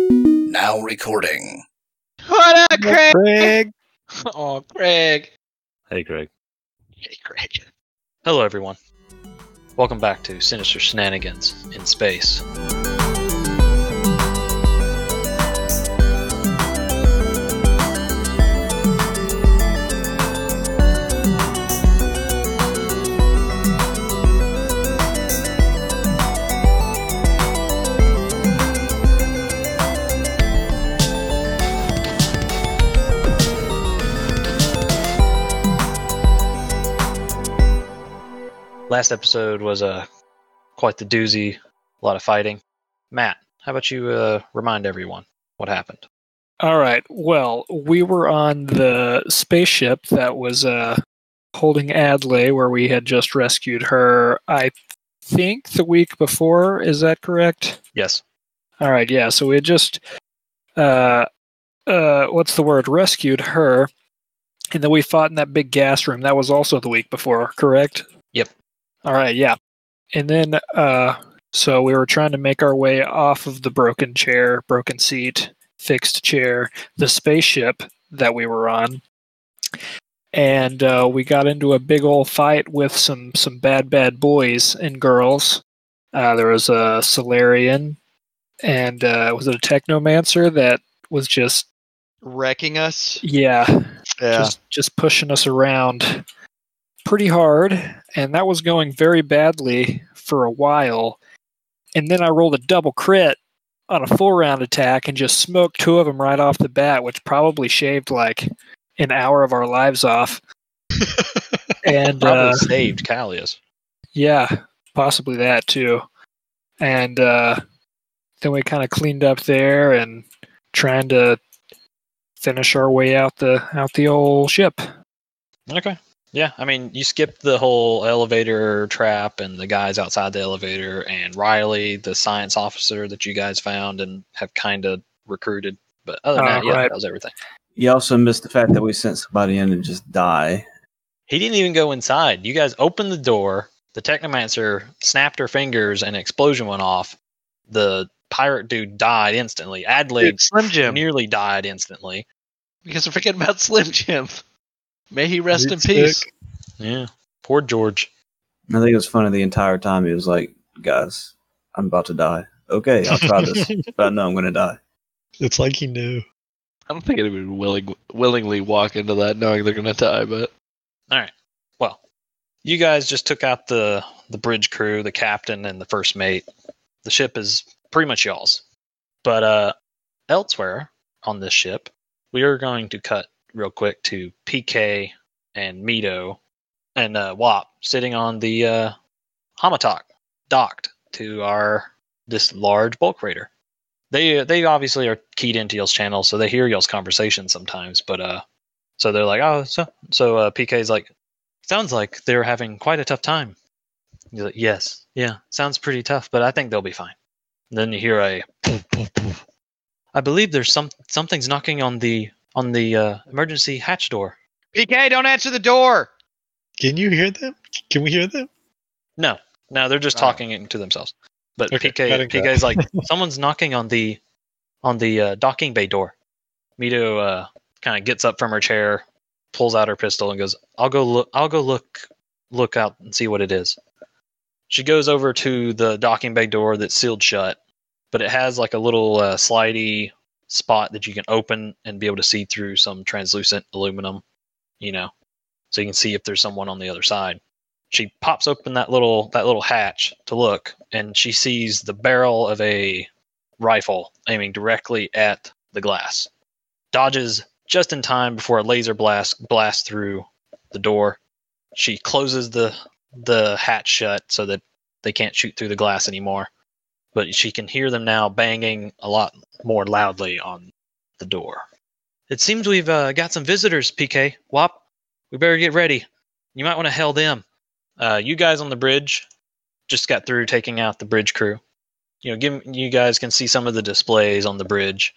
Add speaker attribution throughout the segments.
Speaker 1: Now recording.
Speaker 2: What up, Craig?
Speaker 3: Craig.
Speaker 2: Oh, Craig.
Speaker 3: Hey, Craig.
Speaker 2: Hey, Craig. Hello, everyone. Welcome back to Sinister Shenanigans in Space. Last episode was uh, quite the doozy, a lot of fighting. Matt, how about you uh, remind everyone what happened?
Speaker 4: All right. Well, we were on the spaceship that was uh, holding Adlai, where we had just rescued her, I think the week before. Is that correct?
Speaker 2: Yes.
Speaker 4: All right. Yeah. So we had just, uh, uh, what's the word? Rescued her. And then we fought in that big gas room. That was also the week before, correct?
Speaker 2: Yep.
Speaker 4: All right. Yeah. And then, uh, so we were trying to make our way off of the broken chair, broken seat, fixed chair, the spaceship that we were on. And uh, we got into a big old fight with some some bad bad boys and girls. Uh, there was a Solarian, and uh, was it a Technomancer that was just
Speaker 5: wrecking us.
Speaker 4: yeah
Speaker 5: Yeah.
Speaker 4: just just pushing us around pretty hard and that was going very badly for a while and then i rolled a double crit on a full round attack and just smoked two of them right off the bat which probably shaved like an hour of our lives off and
Speaker 2: Probably
Speaker 4: uh,
Speaker 2: saved Callias.
Speaker 4: yeah possibly that too and uh, then we kind of cleaned up there and trying to finish our way out the out the old ship
Speaker 2: Okay. Yeah, I mean, you skipped the whole elevator trap and the guys outside the elevator and Riley, the science officer that you guys found and have kind of recruited. But other than
Speaker 4: Oh,
Speaker 2: that, yeah,
Speaker 4: right.
Speaker 2: that was everything.
Speaker 3: You also missed the fact that we sent somebody in and just die.
Speaker 2: He didn't even go inside. You guys opened the door. The technomancer snapped her fingers, and an explosion went off. The pirate dude died instantly. Adley
Speaker 5: Dude, Slim Jim.
Speaker 2: nearly died instantly.
Speaker 5: because we're forgetting about Slim Jim. May he rest in
Speaker 4: Dude's
Speaker 5: peace.
Speaker 4: sick.
Speaker 2: Yeah, poor George.
Speaker 3: I think it was funny the entire time. He was like, "Guys, I'm about to die. Okay, I'll try this, but I know I'm going to die."
Speaker 6: It's like he knew.
Speaker 5: I don't think anybody would willing, willingly walk into that knowing they're gonna die. But
Speaker 2: Well, you guys just took out the the bridge crew, the captain, and the first mate. The ship is pretty much y'all's. But uh, elsewhere on this ship, we are going to cut real quick to PK and Mito and uh, Wop sitting on the uh, Hamatok docked to our this large bulk raider. They they obviously are keyed into y'all's channel, so they hear y'all's conversation sometimes. But uh, so they're like, oh, so so uh, PK's like, sounds like they're having quite a tough time. He's like, yes, yeah, sounds pretty tough, but I think they'll be fine. And then you hear a, poof, poof, poof. I believe there's some something's knocking on the on the uh, emergency hatch door.
Speaker 5: PK, don't answer the door.
Speaker 6: Can you hear them? Can we hear them?
Speaker 2: No, no, they're just
Speaker 5: Oh.
Speaker 2: talking it to themselves. But
Speaker 6: Okay, I
Speaker 2: PK
Speaker 6: didn't get
Speaker 2: PK's like, someone's knocking on the on the uh, docking bay door. Mito uh, kind of gets up from her chair, pulls out her pistol, and goes, "I'll go look. I'll go look look out and see what it is." She goes over to the docking bay door that's sealed shut, but it has like a little uh, slidey spot that you can open and be able to see through some translucent aluminum, you know, so you can see if there's someone on the other side. She pops open that little that little hatch to look, and she sees the barrel of a rifle aiming directly at the glass. Dodges just in time before a laser blast blasts through the door. She closes the the hatch shut so that they can't shoot through the glass anymore. But she can hear them now banging a lot more loudly on the door. It seems we've uh, got some visitors, PK. Wop, we better get ready. You might want to hail them. Uh, you guys on the bridge just got through taking out the bridge crew. You know, give, you guys can see some of the displays on the bridge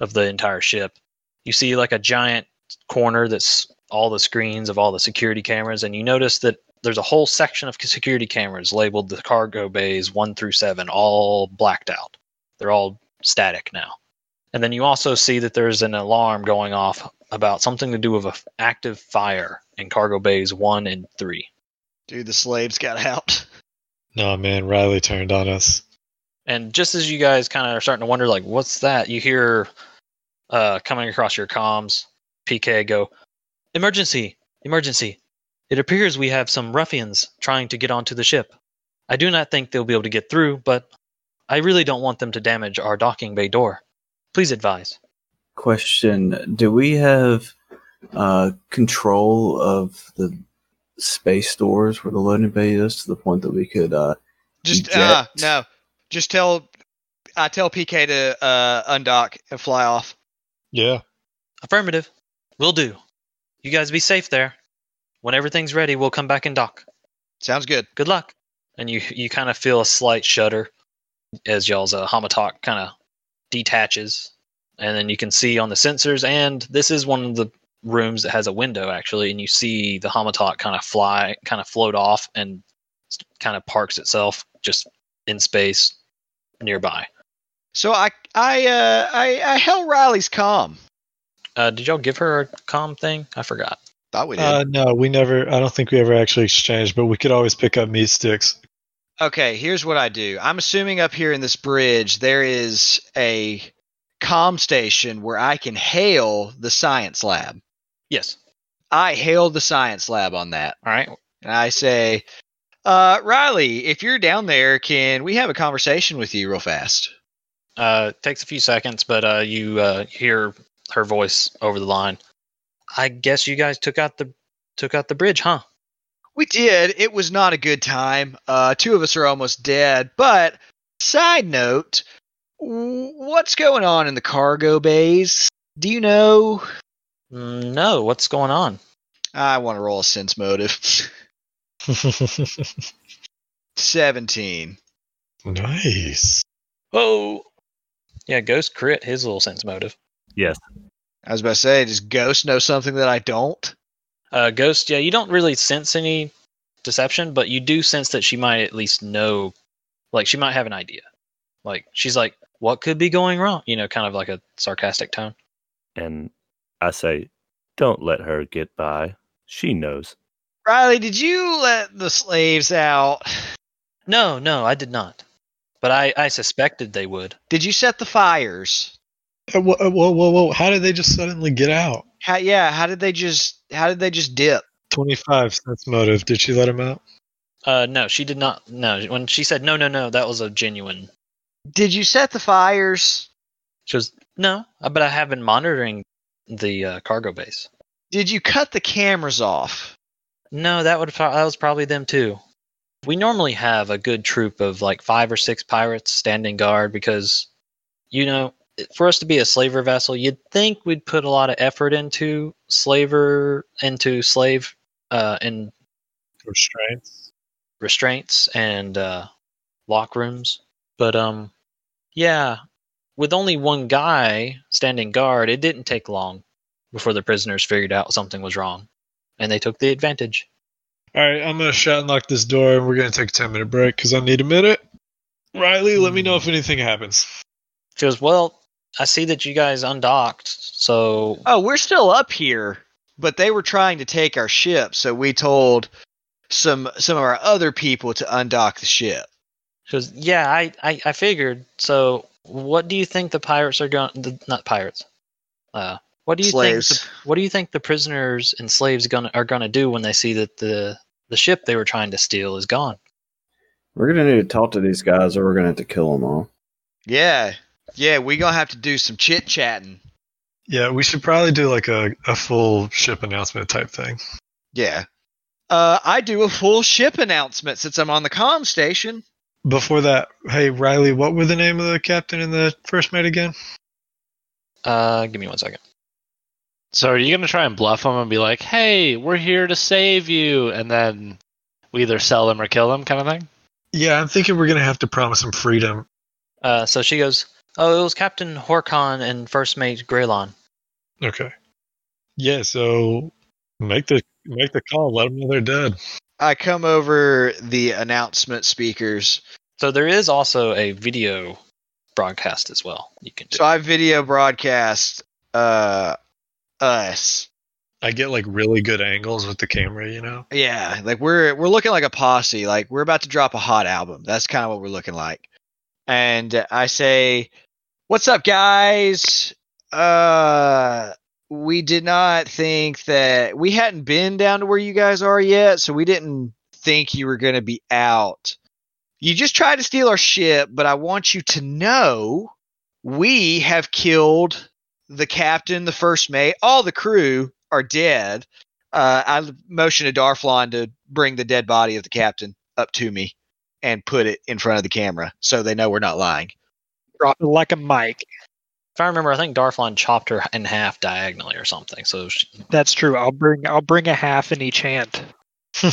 Speaker 2: of the entire ship. You see like a giant corner that's all the screens of all the security cameras, and you notice that there's a whole section of security cameras labeled the cargo bays one through seven, all blacked out. They're all static now. And then you also see that there's an alarm going off about something to do with an active fire in cargo bays one and three.
Speaker 1: Dude, the slaves got out.
Speaker 6: Nah, man, Riley turned on us.
Speaker 2: And just as you guys kind of are starting to wonder, like, what's that? You hear uh, coming across your comms, PK go, Emergency! Emergency! It appears we have some ruffians trying to get onto the ship. I do not think they'll be able to get through, but I really don't want them to damage our docking bay door. Please advise.
Speaker 3: Question: Do we have uh, control of the space doors where the loading bay is to the point that we could? Uh,
Speaker 1: Just
Speaker 3: Jet.
Speaker 1: uh, no. Just tell I tell PK to uh, undock and fly off.
Speaker 6: Yeah.
Speaker 2: Affirmative. Will do. You guys be safe there. When everything's ready, we'll come back and dock.
Speaker 1: Sounds good.
Speaker 2: good luck. And you you kind of feel a slight shudder as y'all's uh, Hamatok kind of detaches, and then you can see on the sensors. And this is one of the rooms that has a window actually, and you see the Hamatok kind of fly, kind of float off, and kind of parks itself just in space nearby.
Speaker 1: So I I uh I, I held Riley's calm.
Speaker 2: Uh, did y'all give her a calm thing? I forgot.
Speaker 1: Thought we did.
Speaker 6: Uh, no, we never. I don't think we ever actually exchanged, but we could always pick up meat sticks.
Speaker 1: Okay, here's what I do. I'm assuming up here in this bridge there is a comm station where I can hail the science lab.
Speaker 2: Yes.
Speaker 1: I hail the science lab on that.
Speaker 2: All right.
Speaker 1: And I say, uh, Riley, if you're down there, can we have a conversation with you real fast?
Speaker 2: Uh, takes a few seconds, but uh, you uh, hear her voice over the line. I guess you guys took out the took out the bridge, huh?
Speaker 1: We did. It was not a good time. Uh, two of us are almost dead. But, side note, w- what's going on in the cargo bays? Do you know?
Speaker 2: Mm, No, what's going on?
Speaker 1: I want to roll a sense motive. 17.
Speaker 6: nice.
Speaker 2: Whoa! Yeah, Ghost crit his little sense motive.
Speaker 1: I was about to say, does Ghost know something that I don't?
Speaker 2: Uh, Ghost, yeah, you don't really sense any deception, but you do sense that she might at least know, like she might have an idea. Like she's like, what could be going wrong? You know, kind of like a sarcastic tone.
Speaker 7: And I say, don't let her get by. She knows.
Speaker 1: Riley, did you let the slaves out?
Speaker 2: No, no, I did not. But I, I suspected they would.
Speaker 1: Did you set the fires?
Speaker 6: Uh, whoa, uh, whoa, whoa, whoa! How did they just suddenly get out?
Speaker 1: How, yeah, how did they just how did they just dip?
Speaker 6: Twenty-five cents motive. Did she let him out?
Speaker 2: Uh, no, she did not. No, when she said no, no, no, that was a genuine.
Speaker 1: Did you set the fires?
Speaker 2: She was no, but I have been monitoring the uh, cargo base.
Speaker 1: Did you cut the cameras off?
Speaker 2: No, that would pro- that was probably them too. We normally have a good troop of like five or six pirates standing guard because, you know, for us to be a slaver vessel, you'd think we'd put a lot of effort into slaver into slave uh, and
Speaker 6: Restraints.
Speaker 2: restraints and uh, lock rooms. But um, yeah, with only one guy standing guard, it didn't take long before the prisoners figured out something was wrong, and they took the advantage.
Speaker 6: All right, I'm gonna shut and lock this door, and we're gonna take a ten-minute break because I need a minute. Riley, let me know if anything happens.
Speaker 2: She goes, "Well, I see that you guys undocked, so
Speaker 1: Oh, we're still up here, but they were trying to take our ship, so we told some some of our other people to undock the ship.
Speaker 2: she goes, yeah, I, I, I figured. So, what do you think the pirates are going? The, not pirates. Uh, what do you think?
Speaker 1: Slaves.
Speaker 2: The, what do you think the prisoners and slaves gonna are gonna do when they see that the the ship they were trying to steal is gone?
Speaker 3: we're gonna need to talk to these guys, or we're gonna have to kill them all.
Speaker 1: Yeah. Yeah, we gonna have to do some chit chatting.
Speaker 6: Yeah, we should probably do like a, a full ship announcement type thing.
Speaker 1: Yeah. Uh, I do a full ship announcement since I'm on the comm station.
Speaker 6: Before that, hey Riley, what were the name of the captain and the first mate again?
Speaker 2: Uh, give me one second.
Speaker 5: So are you gonna try and bluff them and be like, "Hey, we're here to save you," and then we either sell them or kill them, kind of thing?
Speaker 6: Yeah, I'm thinking we're gonna have to promise him freedom.
Speaker 2: Uh, so she goes, "Oh, it was Captain Horcon and First Mate Greylon."
Speaker 6: Okay. Yeah, so make the make the call. Let them know they're dead.
Speaker 1: I come over the announcement speakers.
Speaker 2: So there is also a video broadcast as well. You can do.
Speaker 1: So I video broadcast uh us.
Speaker 8: I get like really good angles with the camera, you know.
Speaker 1: Yeah, like we're we're looking like a posse. Like we're about to drop a hot album. That's kind of what we're looking like. And uh, I say, "What's up, guys? Uh we did not think that we hadn't been down to where you guys are yet, so we didn't think you were going to be out. You just tried to steal our ship, but I want you to know we have killed the captain, the first mate, all the crew are dead. Uh, I motioned to Darflon to bring the dead body of the captain up to me and put it in front of the camera so they know we're not lying.
Speaker 4: Drop it like a mic.
Speaker 2: If I remember, I think Darflon chopped her in half diagonally or something. So, she,
Speaker 4: That's true. I'll bring I'll bring a half in each hand.
Speaker 2: so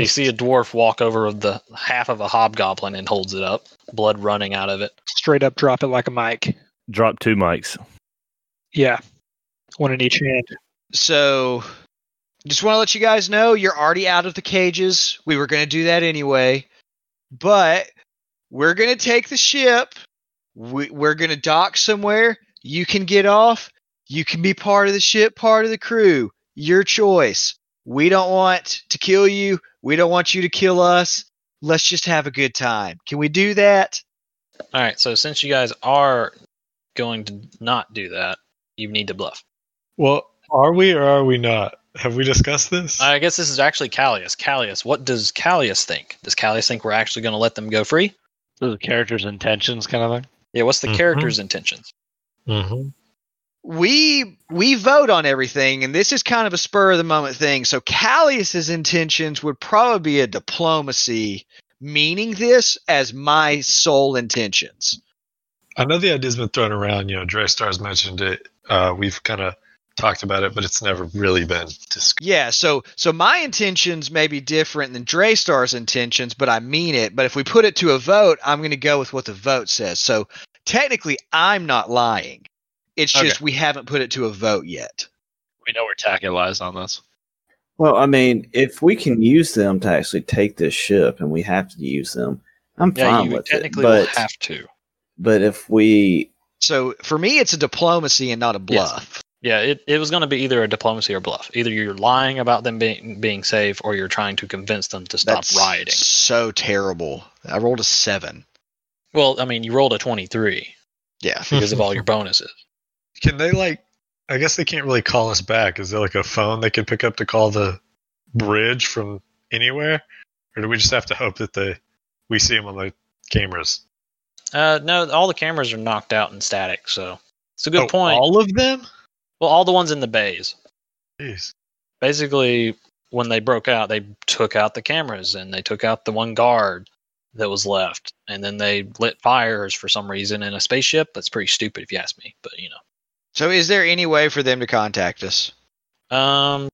Speaker 2: you see a dwarf walk over the half of a hobgoblin and holds it up, blood running out of it.
Speaker 4: Straight up drop it like a mic.
Speaker 7: Drop two mics.
Speaker 4: Yeah. One in each hand.
Speaker 1: So just want to let you guys know you're already out of the cages. We were going to do that anyway. But we're going to take the ship. We, we're going to dock somewhere. You can get off. You can be part of the ship, part of the crew. Your choice. We don't want to kill you. We don't want you to kill us. Let's just have a good time. Can we do that?
Speaker 2: All right. So since you guys are going to not do that, you need to bluff.
Speaker 8: Well, are we or are we not? Have we discussed this?
Speaker 2: I guess this is actually Callias. Callias, what does Callias think? Does Callias think we're actually going to let them go free?
Speaker 5: So the character's intentions kind of thing.
Speaker 2: Yeah. What's the
Speaker 8: Mhm.
Speaker 2: character's intentions?
Speaker 8: mm-hmm.
Speaker 1: we we vote on everything, and this is kind of a spur of the moment thing. So Callias's intentions would probably be a diplomacy, meaning this as my sole intentions.
Speaker 8: I know the idea's been thrown around. You know, Draystar's mentioned it. Uh, we've kind of talked about it, but it's never really been discussed.
Speaker 1: Yeah, so so my intentions may be different than Draystar's intentions, but I mean it. But if we put it to a vote, I'm going to go with what the vote says. So technically, I'm not lying. It's
Speaker 5: Okay.
Speaker 1: just we haven't put it to a vote yet.
Speaker 5: We know where Tackett lies on this.
Speaker 3: Well, I mean, if we can use them to actually take this ship, and we have to use them, I'm
Speaker 2: Yeah,
Speaker 3: fine
Speaker 2: you
Speaker 3: with it.
Speaker 2: technically will
Speaker 3: But
Speaker 2: have to.
Speaker 3: but if we
Speaker 1: So for me, it's a diplomacy and not a
Speaker 2: Yes.
Speaker 1: bluff.
Speaker 2: Yeah, it, it was going to be either a diplomacy or bluff. Either you're lying about them being being safe, or you're trying to convince them to stop
Speaker 1: That's
Speaker 2: rioting.
Speaker 1: So terrible. I rolled a seven.
Speaker 2: Well, I mean, you rolled a twenty-three
Speaker 1: Yeah.
Speaker 2: because of all your bonuses.
Speaker 8: Can they like? I guess they can't really call us back. Is there like a phone they could pick up to call the bridge from anywhere, or do we just have to hope that they we see them on the cameras?
Speaker 2: Uh, no, all the cameras are knocked out and static, so it's a good
Speaker 8: Oh,
Speaker 2: point.
Speaker 8: All of them?
Speaker 2: well, all the ones in the bays.
Speaker 8: Jeez.
Speaker 2: Basically, when they broke out, they took out the cameras and they took out the one guard that was left, and then they lit fires for some reason in a spaceship. That's pretty stupid, if you ask me. But you know,
Speaker 1: So is there any way for them to contact us?
Speaker 2: um,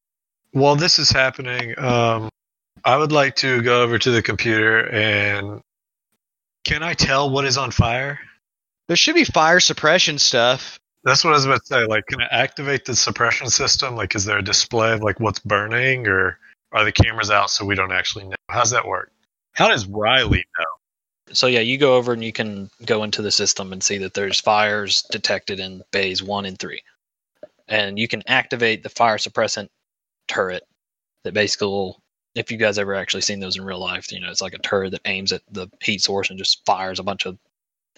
Speaker 8: While this is happening, um, I would like to go over to the computer and can I tell what is on fire?
Speaker 1: There should be fire suppression stuff.
Speaker 8: That's what I was about to say. Like, can I activate the suppression system? Like, is there a display of like what's burning, or are the cameras out so we don't actually know? How's that work? How does Riley know?
Speaker 2: so yeah, you go over and you can go into the system and see that there's fires detected in bays one and three, and you can activate the fire suppressant turret that basically will. If you guys ever actually seen those in real life, you know it's like a turret that aims at the heat source and just fires a bunch of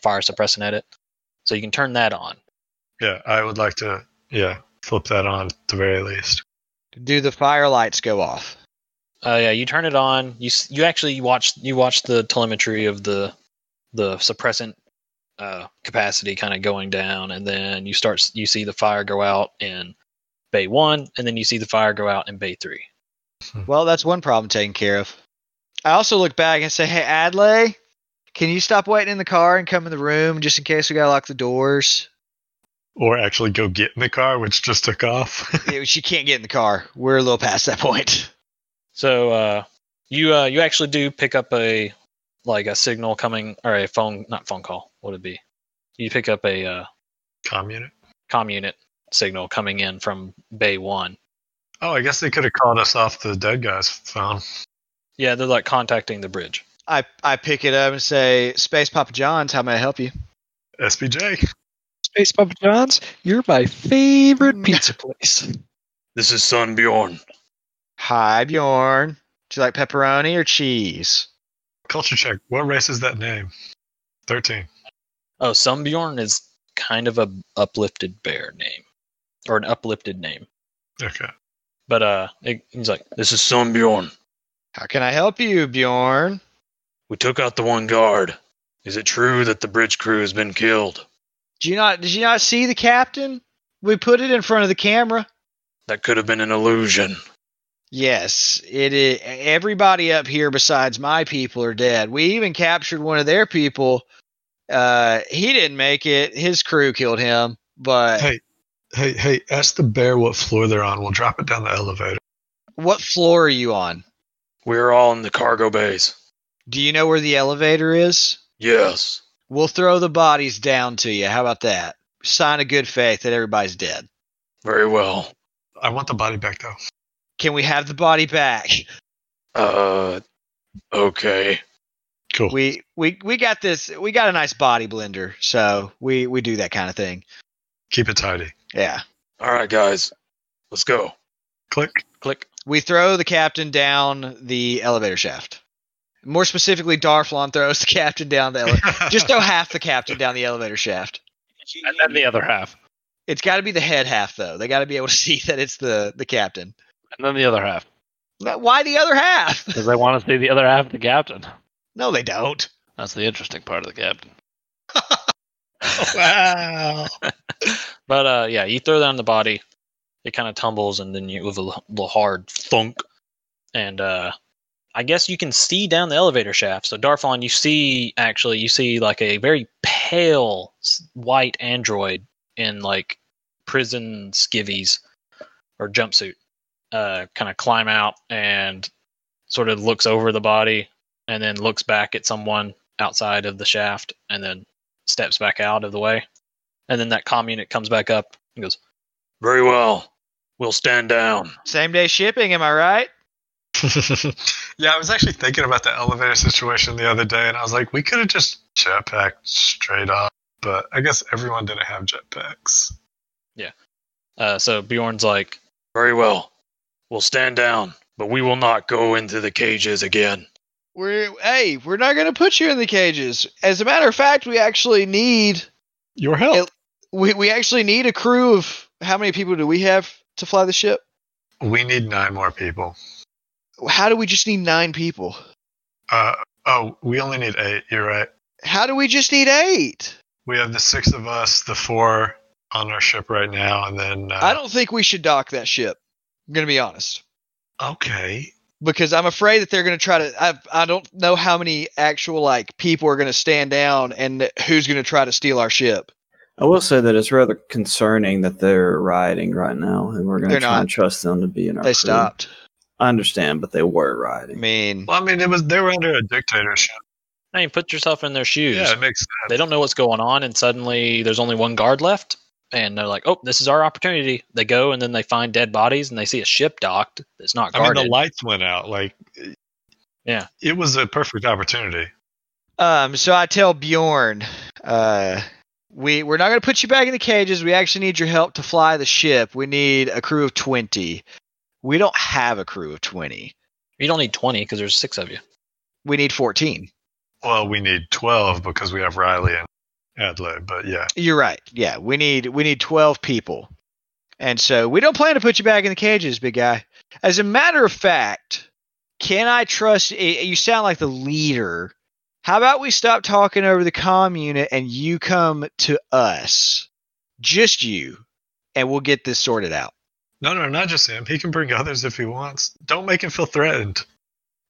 Speaker 2: fire suppressant at it. So you can turn that on.
Speaker 8: Yeah, I would like to. Yeah, flip that on at the very least.
Speaker 1: Do the fire lights go off?
Speaker 2: Uh, yeah, you turn it on. You s- you actually watch you watch the telemetry of the the suppressant uh, capacity kind of going down, and then you start s- you see the fire go out in bay one, and then you see the fire go out in bay three.
Speaker 1: Well, that's one problem taken care of. I also look back and say, "Hey, Adley, can you stop waiting in the car and come in the room just in case we gotta lock the doors?"
Speaker 8: Or actually go get in the car, which just took off.
Speaker 1: Yeah, she can't get in the car. We're a little past that point.
Speaker 2: So uh, you uh, you actually do pick up a like a signal coming or a phone not phone call. What would it be? You pick up a uh,
Speaker 8: Com unit.
Speaker 2: com unit signal coming in from bay one.
Speaker 8: Oh, I guess they could have called us off the dead guy's phone.
Speaker 2: Yeah, they're like contacting the bridge.
Speaker 1: I I pick it up and say, "Space Papa John's, how may I help you?"
Speaker 8: SBJ.
Speaker 9: Space Papa John's, you're my favorite pizza place.
Speaker 2: This is Son Bjorn.
Speaker 1: Hi, Bjorn. Do you like pepperoni or cheese?
Speaker 8: Culture check. What race is that name? 13.
Speaker 2: Oh, Son Bjorn is kind of a uplifted bear name, or an uplifted name.
Speaker 8: Okay.
Speaker 2: But uh, it, he's like, "This is Son Bjorn.
Speaker 1: How can I help you, Bjorn?
Speaker 2: We took out the one guard. Is it true that the bridge crew has been killed?
Speaker 1: Did you not did you not see the captain? We put it in front of the camera.
Speaker 2: That could have been an illusion."
Speaker 1: Yes, it is. Everybody up here besides my people are dead. We even captured one of their people. Uh, he didn't make it. His crew killed him. But
Speaker 8: Hey. Hey, hey, ask the bear what floor they're on. We'll drop it down the elevator.
Speaker 1: what floor are you on?
Speaker 2: We're all in the cargo bays.
Speaker 1: Do you know where the elevator is?
Speaker 2: Yes.
Speaker 1: We'll throw the bodies down to you. How about that? Sign of good faith that everybody's dead.
Speaker 2: Very well.
Speaker 8: I want the body back, though.
Speaker 1: Can we have the body back?
Speaker 2: Uh, okay.
Speaker 8: Cool.
Speaker 1: We we we got this. We got a nice body blender, so we we do that kind of thing.
Speaker 8: Keep it tidy.
Speaker 1: Yeah.
Speaker 2: All right, guys. Let's go.
Speaker 8: Click.
Speaker 2: Click.
Speaker 1: We throw the captain down the elevator shaft. More specifically, Darflon throws the captain down the elevator. Just throw half the captain down the elevator shaft.
Speaker 5: And then the other half.
Speaker 1: It's got to be the head half, though. They got to be able to see that it's the the captain.
Speaker 5: And then the other half.
Speaker 1: But Why the other half?
Speaker 5: Because I want to see the other half of the captain.
Speaker 1: No, they don't.
Speaker 5: That's the interesting part of the captain.
Speaker 8: wow.
Speaker 2: But uh, yeah, you throw down the body, it kind of tumbles, and then you with a l- little hard thunk, and uh, I guess you can see down the elevator shaft. So Darfon, you see actually, you see like a very pale s- white android in like prison skivvies or jumpsuit, uh, kind of climb out and sort of looks over the body, and then looks back at someone outside of the shaft, and then steps back out of the way. And then that comm unit comes back up and goes, Very well. We'll stand down.
Speaker 1: Same day shipping, am I right?
Speaker 8: yeah, I was actually thinking about the elevator situation the other day, and I was like, we could have just jetpacked straight up, but I guess everyone didn't have jetpacks.
Speaker 2: Uh, so Bjorn's like, Very well. We'll stand down, but we will not go into the cages again.
Speaker 1: We're hey, we're not gonna put you in the cages. As a matter of fact, we actually need
Speaker 8: Your help.
Speaker 1: we we actually need a crew of how many people do we have to fly the ship?
Speaker 8: we need nine more people.
Speaker 1: How do we just need nine people?
Speaker 8: Uh, oh, we only need eight. You're right.
Speaker 1: How do we just need eight?
Speaker 8: We have the six of us, the four on our ship right now, and then. Uh,
Speaker 1: I don't think we should dock that ship. I'm gonna be honest
Speaker 8: Okay.
Speaker 1: because I'm afraid that they're gonna try to. I I don't know how many actual like people are gonna stand down and who's gonna try to steal our ship.
Speaker 3: I will say that it's rather concerning that they're rioting right now, and we're going
Speaker 1: They're
Speaker 3: to try
Speaker 1: not.
Speaker 3: and trust them to be in our.
Speaker 1: They
Speaker 3: crew.
Speaker 1: stopped.
Speaker 3: I understand, but they were
Speaker 1: I
Speaker 3: rioting.
Speaker 1: mean,
Speaker 8: Well, I mean, it was they were under a dictatorship.
Speaker 2: I mean, put yourself in their shoes.
Speaker 8: Yeah, it makes
Speaker 2: They
Speaker 8: sense.
Speaker 2: don't know what's going on, and suddenly there's only one guard left. And they're like, oh, this is our opportunity. They go and then they find dead bodies and they see a ship docked that's not
Speaker 8: I mean,
Speaker 2: guarded.
Speaker 8: the lights went out. Like,
Speaker 2: Yeah.
Speaker 8: it was a perfect opportunity.
Speaker 1: Um, so I tell Bjorn, uh, we we're not gonna put you back in the cages. We actually need your help to fly the ship. We need a crew of twenty. We don't have a crew of twenty.
Speaker 2: you don't need 20 because there's six of you.
Speaker 1: We need fourteen.
Speaker 8: Well, we need twelve because we have Riley and Adelaide. But yeah,
Speaker 1: You're right. Yeah, we need we need twelve people, and so we don't plan to put you back in the cages, big guy. As a matter of fact, can I trust? eh, You sound like the leader. How about we stop talking over the comm unit and you come to us, just you, and we'll get this sorted out.
Speaker 8: no, no, not just him. He can bring others if he wants. Don't make him feel threatened.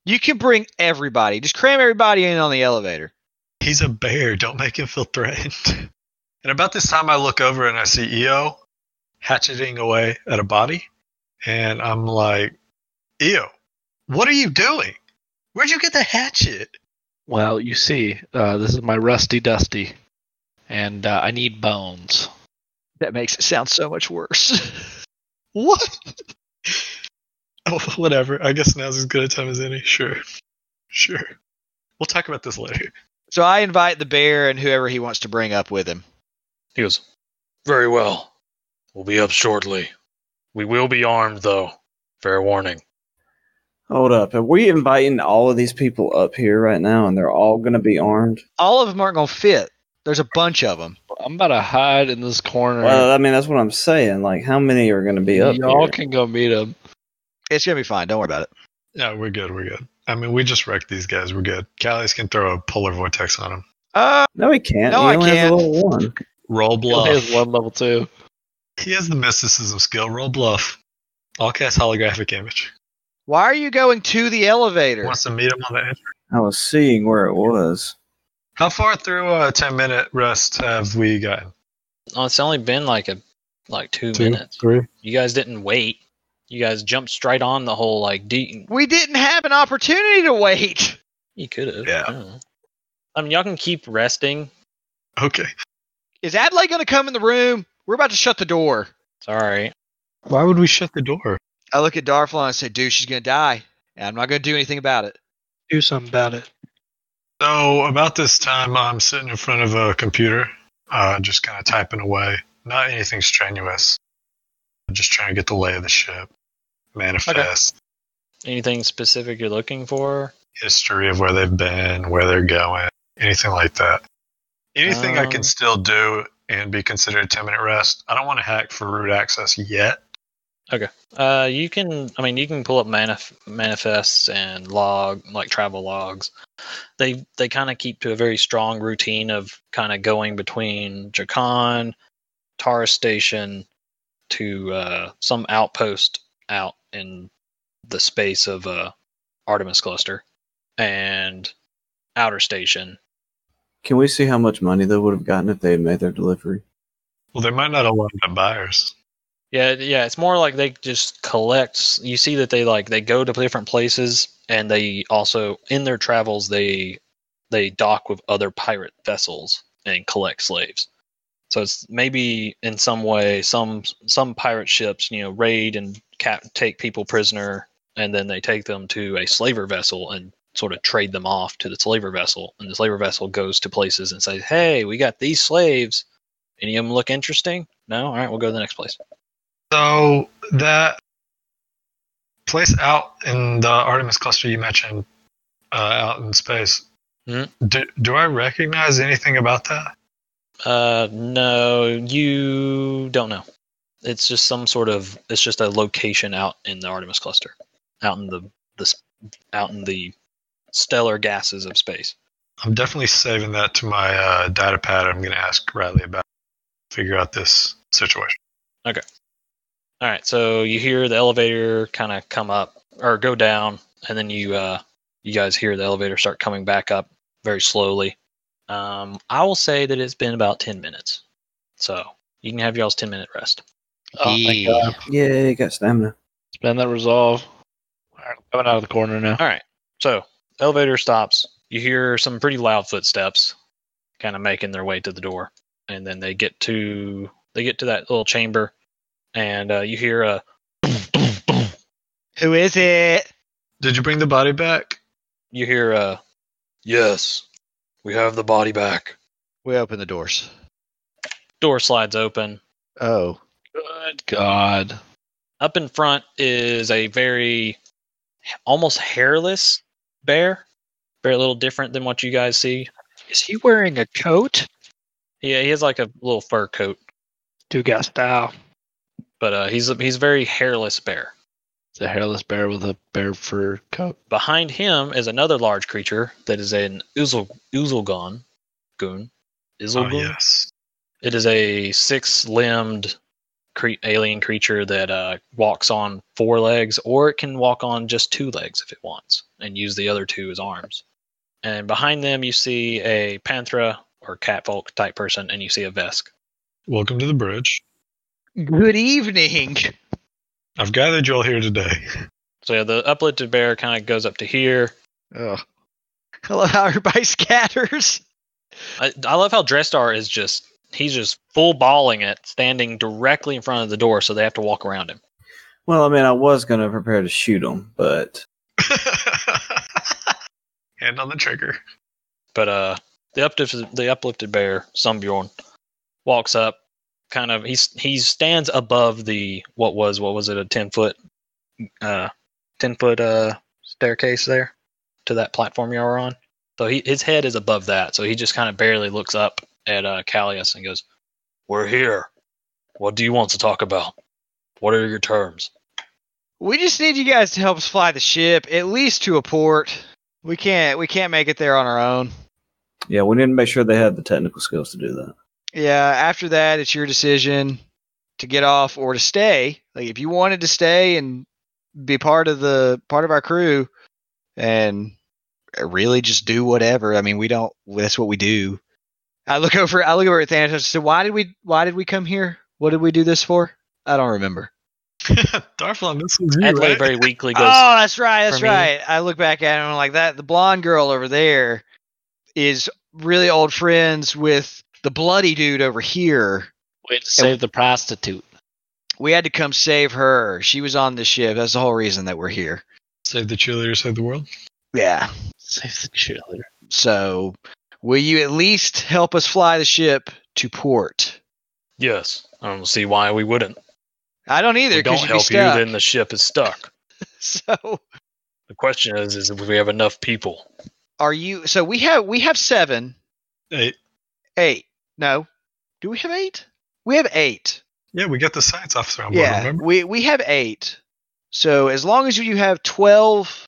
Speaker 1: You can bring everybody. Just cram everybody in on the elevator.
Speaker 8: He's a bear. Don't make him feel threatened. And about this time, I look over and I see Eo hatcheting away at a body. And I'm like, Eo, what are you doing? Where'd you get the hatchet?
Speaker 5: Well, you see, uh, this is my rusty dusty, and uh, I need bones.
Speaker 1: That makes it sound so much worse.
Speaker 8: What? oh, whatever. I guess now's as good a time as any. Sure. Sure. We'll talk about this later.
Speaker 1: So I invite the bear and whoever he wants to bring up with him.
Speaker 2: He goes, Very well. We'll be up shortly. We will be armed, though. Fair warning.
Speaker 3: Hold up. Are we inviting all of these people up here right now and they're all going to be armed?
Speaker 1: All of them aren't going to fit. There's a bunch of them.
Speaker 5: I'm about to hide in this corner.
Speaker 3: Well, I mean, that's what I'm saying. Like, how many are going to be up
Speaker 5: Y'all
Speaker 3: here?
Speaker 5: can go meet him.
Speaker 1: It's going to be fine. Don't worry about it.
Speaker 8: Yeah, we're good. We're good. I mean, we just wrecked these guys. We're good. Callies can throw a polar vortex on them.
Speaker 1: Uh,
Speaker 3: No, he can't.
Speaker 1: No,
Speaker 3: he
Speaker 1: I
Speaker 3: only has a
Speaker 1: can't.
Speaker 3: little one.
Speaker 8: Roll
Speaker 5: He
Speaker 8: bluff.
Speaker 5: only has one level two.
Speaker 8: He has the mysticism skill. Roll bluff. I'll cast holographic image.
Speaker 1: why are you going to the elevator?
Speaker 8: Wants to meet him on the edge.
Speaker 3: I was seeing where it was.
Speaker 8: How far through a ten minute rest have we gotten?
Speaker 2: Oh, it's only been like a like two, minutes.
Speaker 8: three.
Speaker 2: You guys didn't wait. You guys jumped straight on the whole like de-
Speaker 1: We didn't have an opportunity to wait.
Speaker 2: You could have.
Speaker 8: Yeah.
Speaker 2: I mean, y'all can keep resting.
Speaker 8: Okay.
Speaker 1: Is Adelaide going to come in the room? We're about to shut the door.
Speaker 2: It's all right.
Speaker 8: Why would we shut the door?
Speaker 1: I look at Darflon and I say, dude, she's going to die. And I'm not going to do anything about it.
Speaker 10: Do something about it.
Speaker 8: So about this time, I'm sitting in front of a computer, uh, just kind of typing away. Not anything strenuous. I'm just trying to get the lay of the ship, manifest
Speaker 2: Anything specific you're looking for?
Speaker 8: history of where they've been, where they're going, anything like that. Anything I
Speaker 2: Um,
Speaker 8: can still do and be considered a ten minute rest. I don't want to hack for root access yet.
Speaker 2: Uh, you can. I mean, you can pull up manif- manifests and log like travel logs. They they kind of keep to a very strong routine of kind of going between Jakan, Tara Station, to uh, some outpost out in the space of uh, Artemis Cluster, and Outer Station.
Speaker 3: Can we see how much money they would have gotten if they had made their delivery?
Speaker 8: Well, they might not allow the buyers.
Speaker 2: Yeah, yeah, it's more like they just collect. You see that they like they go to different places, and they also in their travels they they dock with other pirate vessels and collect slaves. So it's maybe in some way some some pirate ships you know raid and cap, take people prisoner, and then they take them to a slaver vessel and sort of trade them off to the slaver vessel, and the slaver vessel goes to places and says, "Hey, we got these slaves. Any of them look interesting? No, all right, we'll go to the next place."
Speaker 8: So that place out in the Artemis cluster you mentioned, uh, out in space.
Speaker 2: Mhm.
Speaker 8: Do, do I recognize anything about that?
Speaker 2: Uh, no, you don't know. It's just some sort of. It's just a location out in the Artemis cluster, out in the this, out in the stellar gases of space.
Speaker 8: I'm definitely saving that to my uh, data pad. I'm going to ask Riley about figure out this situation.
Speaker 2: All right, so you hear the elevator kind of come up or go down, and then you uh, you guys hear the elevator start coming back up very slowly. Um, I will say that it's been about ten minutes, so you can have y'all's ten minute rest.
Speaker 5: Oh, thank God.
Speaker 3: Yeah, he got stamina.
Speaker 5: Spend that resolve. All right, coming out of the corner now.
Speaker 2: All right. So elevator stops. You hear some pretty loud footsteps, kind of making their way to the door, and then they get to they get to that little chamber, and uh, you hear a
Speaker 1: Who is it?
Speaker 8: Did you bring the body back?
Speaker 2: you hear uh, a yes, we have the body back.
Speaker 1: We open the doors.
Speaker 2: Door slides open.
Speaker 1: Oh.
Speaker 5: Good God.
Speaker 2: Up in front is a very almost hairless bear, very little different than what you guys see.
Speaker 10: Is he wearing a coat?
Speaker 2: Yeah, he has like a little fur coat,
Speaker 10: Do gas thou.
Speaker 2: but uh, he's a, he's a very hairless bear.
Speaker 5: It's a hairless bear with a bear fur coat.
Speaker 2: Behind him is another large creature that is an Uzul Uzulgon goon.
Speaker 8: Oh,
Speaker 2: Uzulgon.
Speaker 8: yes.
Speaker 2: It is a six-limbed cre- alien creature that uh, walks on four legs, or it can walk on just two legs if it wants, and use the other two as arms. And behind them, you see a panthera or catfolk type person, and you see a vesk.
Speaker 8: Welcome to the bridge.
Speaker 1: Good evening.
Speaker 8: I've gathered you all here today.
Speaker 2: So yeah, the uplifted bear kind of goes up to here.
Speaker 1: Ugh. I love how everybody scatters.
Speaker 2: I, I love how Drestar is just he's just full balling it, standing directly in front of the door, so they have to walk around him.
Speaker 3: Well, I mean, I was going to prepare to shoot him, but
Speaker 8: Hand on the trigger.
Speaker 2: But uh The uplifted, the uplifted bear, Sumbjorn, walks up. Kind of, he's he stands above the what was what was it a ten foot, uh, ten foot uh staircase there to that platform you were on. So he his head is above that. So he just kind of barely looks up at uh Callias and goes, "We're here. What do you want to talk about? What are your terms?"
Speaker 1: We just need you guys to help us fly the ship at least to a port. We can't we can't make it there on our own.
Speaker 3: Yeah, we need to make sure they have the technical skills to do that.
Speaker 1: Yeah, after that it's your decision to get off or to stay. Like if you wanted to stay and be part of the part of our crew and really just do whatever. I mean, we don't that's what we do. I look over I look over at Thanos and said, "Why did we why did we come here? What did we do this for?" I don't remember.
Speaker 6: Darflon, this was you,
Speaker 2: Adelaide
Speaker 6: right?
Speaker 2: very weakly goes,
Speaker 1: oh, that's right. That's
Speaker 2: for me.
Speaker 1: right. I look back at him and I'm like that. The blonde girl over there is really old friends with the bloody dude over here.
Speaker 5: Way to save the prostitute.
Speaker 1: We had to come save her. She was on the ship. That's the whole reason that we're here.
Speaker 6: Save the cheerleader, save the world.
Speaker 1: Yeah.
Speaker 5: Save the cheerleader.
Speaker 1: So, will you at least help us fly the ship to port?
Speaker 2: "Yes, I don't see why we wouldn't.
Speaker 1: I don't
Speaker 2: If
Speaker 1: either
Speaker 2: we don't
Speaker 1: because you'd be
Speaker 2: help you,
Speaker 1: stuck.
Speaker 2: then the ship is stuck.
Speaker 1: so,
Speaker 2: The question is, is if we have enough people.
Speaker 1: are you? So we have we have seven,
Speaker 6: Hey,
Speaker 1: eight. No, do we have eight? We have eight.
Speaker 6: yeah, we got the science officer on board,
Speaker 1: yeah,
Speaker 6: remember?
Speaker 1: we we have eight. So as long as you have twelve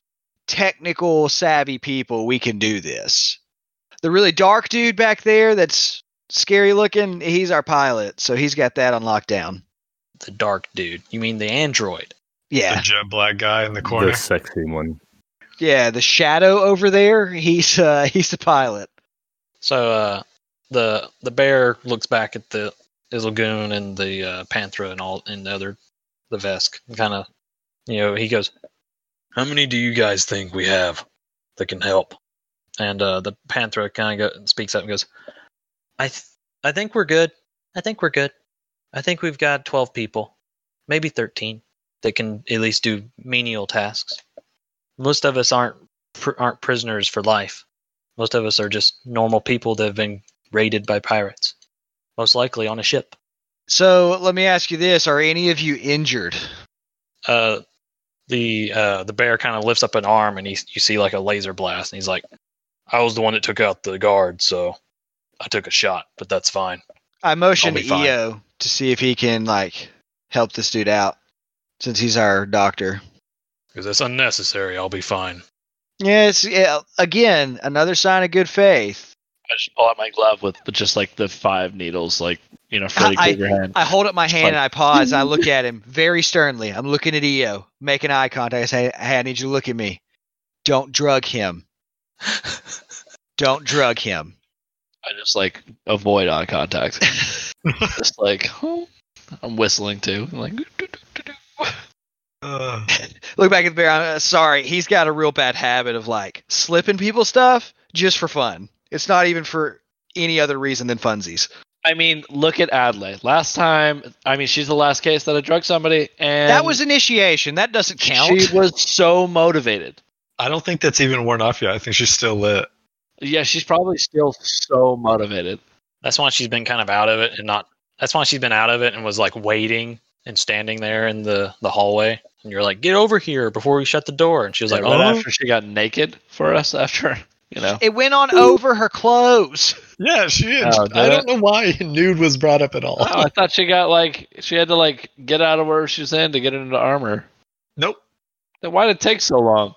Speaker 1: technical savvy people, we can do this. The really dark dude back there, that's scary looking. He's our pilot, so he's got that on lockdown.
Speaker 2: The dark dude. You mean the android?
Speaker 1: Yeah,
Speaker 6: The jet black guy in the corner.
Speaker 7: The sexy one.
Speaker 1: yeah. The shadow over there, he's uh, he's the pilot.
Speaker 2: So uh, the the bear looks back at the Islagoon and the uh, Panthera and all and the other the Vesk. Kind of, you know, he goes, "How many do you guys think we have that can help?" And uh, the Panthera kind of go, speaks up and goes, "I th- I think we're good. I think we're good. I think we've got twelve people, maybe thirteen that can at least do menial tasks. Most of us aren't pr- aren't prisoners for life." Most of us are just normal people that have been raided by pirates, most likely on a ship.
Speaker 1: So let me ask you this: Are any of you injured?
Speaker 2: Uh, the uh, the bear kind of lifts up an arm, and he you see like a laser blast, and he's like, "I was the one that took out the guard, so I took a shot, but that's fine."
Speaker 1: I motion
Speaker 2: I'll
Speaker 1: to
Speaker 2: be fine.
Speaker 1: EO to see if he can like help this dude out, since he's our doctor.
Speaker 2: Because it's unnecessary. I'll be fine.
Speaker 1: Yeah, it's yeah, again another sign of good faith.
Speaker 5: I just pull out my glove with with just like the five needles, like you know, Freddy
Speaker 1: I-
Speaker 5: Krueger hand.
Speaker 1: I hold up my hand
Speaker 5: like-
Speaker 1: and I pause and I look at him very sternly. I'm looking at EO, making eye contact. I say, "Hey, I need you to look at me. Don't drug him. Don't drug him."
Speaker 5: I just like avoid eye contact. just like "Oh," I'm whistling too. I'm like
Speaker 6: Uh,
Speaker 1: Look back at the bear. I'm uh, sorry, he's got a real bad habit of like slipping people stuff just for fun. It's not even for any other reason than funsies.
Speaker 5: I mean, look at Adelaide. Last time, I mean, she's the last case that I drugged somebody, and
Speaker 1: that was initiation. That doesn't count.
Speaker 5: She was so motivated.
Speaker 6: I don't think that's even worn off yet. I think she's still lit.
Speaker 5: Yeah, she's probably still so motivated.
Speaker 2: That's why she's been kind of out of it, and not. That's why she's been out of it and was like waiting and standing there in the the hallway. And you're like, "Get over here before we shut the door." And she was
Speaker 5: Like
Speaker 2: like,
Speaker 5: right
Speaker 2: "Oh,
Speaker 5: after she got naked for us, after you know,
Speaker 1: it went on over her clothes.
Speaker 6: Yeah, she is.
Speaker 5: Oh, did
Speaker 6: I
Speaker 5: it?
Speaker 6: don't know why nude was brought up at all.
Speaker 5: oh, I thought she got like she had to like get out of where she was in to get into armor.
Speaker 6: Nope.
Speaker 5: Then why did it take so long?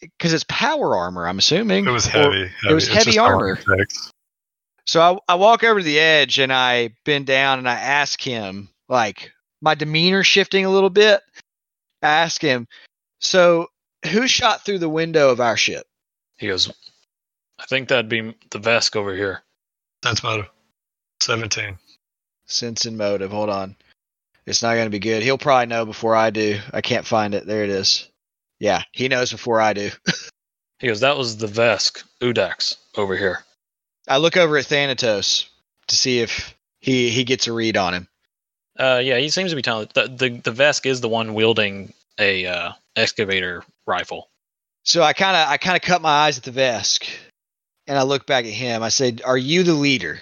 Speaker 1: Because it's power armor, I'm assuming.
Speaker 6: It was
Speaker 1: Or-
Speaker 6: heavy. heavy.
Speaker 1: was
Speaker 6: It's
Speaker 1: heavy
Speaker 6: just
Speaker 1: armor.
Speaker 6: context.
Speaker 1: So I, I walk over to the edge and I bend down and I ask him, like, my demeanor shifting a little bit. I ask him, so who shot through the window of our ship?
Speaker 2: He goes, I think that'd be the Vesk over here.
Speaker 6: That's motive. 17.
Speaker 1: Sense and motive. Hold on. It's not going to be good. He'll probably know before I do. I can't find it. There it is. Yeah, he knows before I do.
Speaker 2: He goes, that was the Vesk, Udax, over here.
Speaker 1: I look over at Thanatos to see if he he gets a read on him.
Speaker 2: Uh, yeah, he seems to be telling the the, the Vesk is the one wielding a uh, excavator rifle.
Speaker 1: So I kind of I kind of cut my eyes at the Vesk and I look back at him. I said, "Are you the leader?"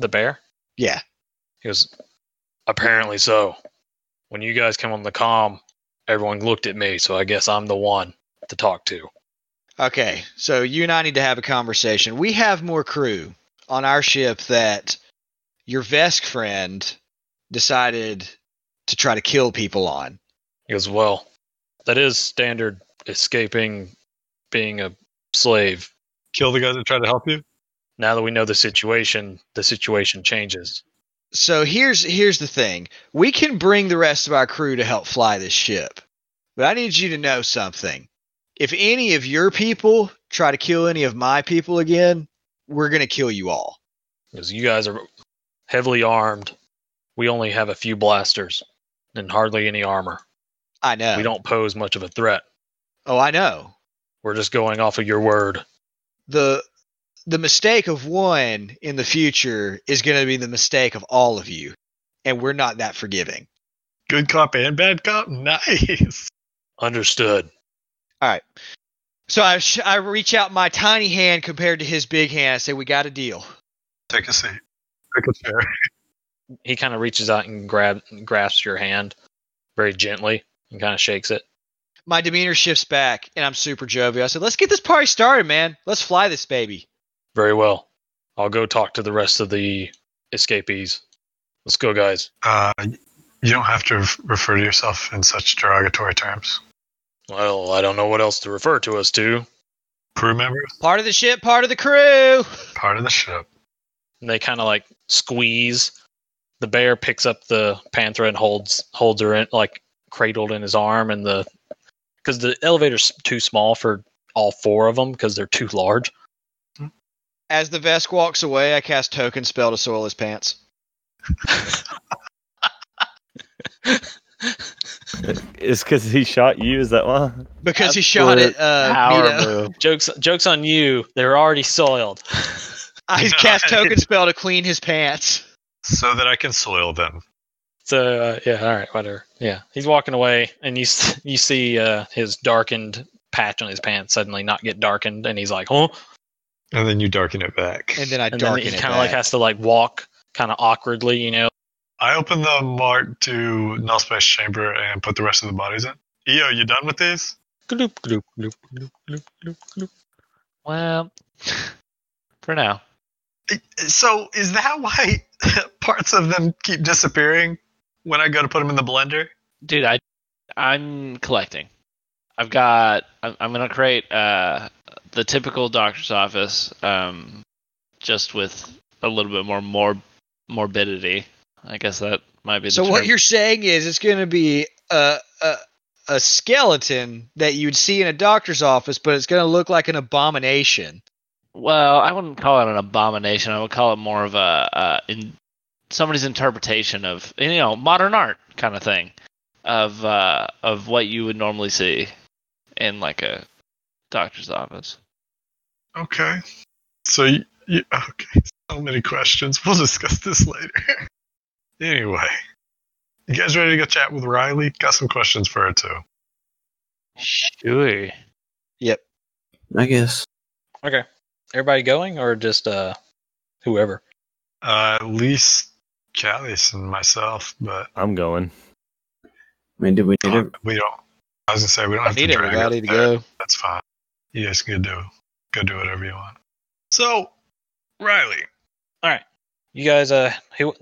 Speaker 2: The bear?
Speaker 1: Yeah.
Speaker 2: He goes, Apparently so. When you guys came on the comm, everyone looked at me, so I guess I'm the one to talk to.
Speaker 1: Okay, so you and I need to have a conversation. We have more crew on our ship that your Vesk friend decided to try to kill people on.
Speaker 2: He goes, Well, that is standard escaping being a slave.
Speaker 8: Kill the guys that try to help you.
Speaker 2: Now that we know the situation, the situation changes.
Speaker 1: So here's here's the thing. We can bring the rest of our crew to help fly this ship. But I need you to know something. If any of your people try to kill any of my people again, we're going to kill you all.
Speaker 2: Because you guys are heavily armed. We only have a few blasters and hardly any armor.
Speaker 1: I know.
Speaker 2: We don't pose much of a threat.
Speaker 1: Oh, I know.
Speaker 2: We're just going off of your word.
Speaker 1: the the mistake of one in the future is going to be the mistake of all of you and we're not that forgiving
Speaker 8: Good cop and bad cop. Nice.
Speaker 2: Understood.
Speaker 1: so i sh- i reach out my tiny hand compared to his big hand i say we got a deal
Speaker 8: Take a seat. Take a chair.
Speaker 2: He kind of reaches out and grab, grasps your hand very gently and kind of shakes it.
Speaker 1: my demeanor shifts back and i'm super jovial i said let's get this party started man let's fly this baby
Speaker 2: Very well. I'll go talk to the rest of the escapees. Let's go, guys.
Speaker 8: Uh, you don't have to ref- refer to yourself in such derogatory terms.
Speaker 2: Well, I don't know what else to refer to us to.
Speaker 8: Crew members,
Speaker 1: part of the ship part of the crew
Speaker 8: part of the ship.
Speaker 2: And they kind of like squeeze. The bear picks up the panther and holds holds her in like cradled in his arm, and the because the elevator's too small for all four of them because they're too large.
Speaker 1: as the vest walks away i cast token spell to soil his pants
Speaker 7: It's because he shot you. Is that why?
Speaker 1: because he shot at uh Mito.
Speaker 5: move.
Speaker 2: Jokes jokes on you. They're already soiled.
Speaker 1: i cast token spell to clean his pants
Speaker 8: So that I can soil them.
Speaker 2: So uh, yeah, all right, whatever. Yeah, he's walking away, and you s- you see uh, his darkened patch on his pants suddenly not get darkened, and he's like, "Oh!"
Speaker 8: And then you darken it back.
Speaker 1: and then i
Speaker 2: And then
Speaker 1: darken
Speaker 2: he
Speaker 1: it
Speaker 2: kind of like
Speaker 1: back.
Speaker 2: has to like walk kind of awkwardly, you know.
Speaker 8: I open the mark to null space chamber and put the rest of the bodies in. Eo, you done with these?
Speaker 2: Gloop gloop gloop gloop gloop gloop gloop.
Speaker 5: Well, for now.
Speaker 8: So is that why parts of them keep disappearing when I go to put them in the blender?
Speaker 5: dude i i'm collecting i've got i'm, I'm gonna create uh the typical doctor's office um just with a little bit more mor- morbidity i guess that might be the
Speaker 1: So what
Speaker 5: term.
Speaker 1: you're saying is it's going to be a, a a skeleton that you'd see in a doctor's office, but it's going to look like an abomination.
Speaker 5: well i wouldn't call it an abomination i would call it more of a uh in somebody's interpretation of you know modern art kind of thing of uh of what you would normally see in like a doctor's office
Speaker 8: Okay. So you, you okay? So many questions. We'll discuss this later. anyway, you guys ready to go chat with Riley? Got some questions for her too.
Speaker 5: sure
Speaker 3: I guess.
Speaker 2: Okay, everybody going or just uh whoever?
Speaker 8: Uh, at least Callis and myself, but
Speaker 7: I'm going.
Speaker 3: I mean, do we need
Speaker 8: uh,
Speaker 3: it?
Speaker 8: we don't. I was gonna say we don't have
Speaker 1: need
Speaker 8: to drag
Speaker 1: everybody to
Speaker 8: up there.
Speaker 1: go.
Speaker 8: That's fine. You guys can do go do whatever you want. So, Riley,
Speaker 2: You guys, uh, who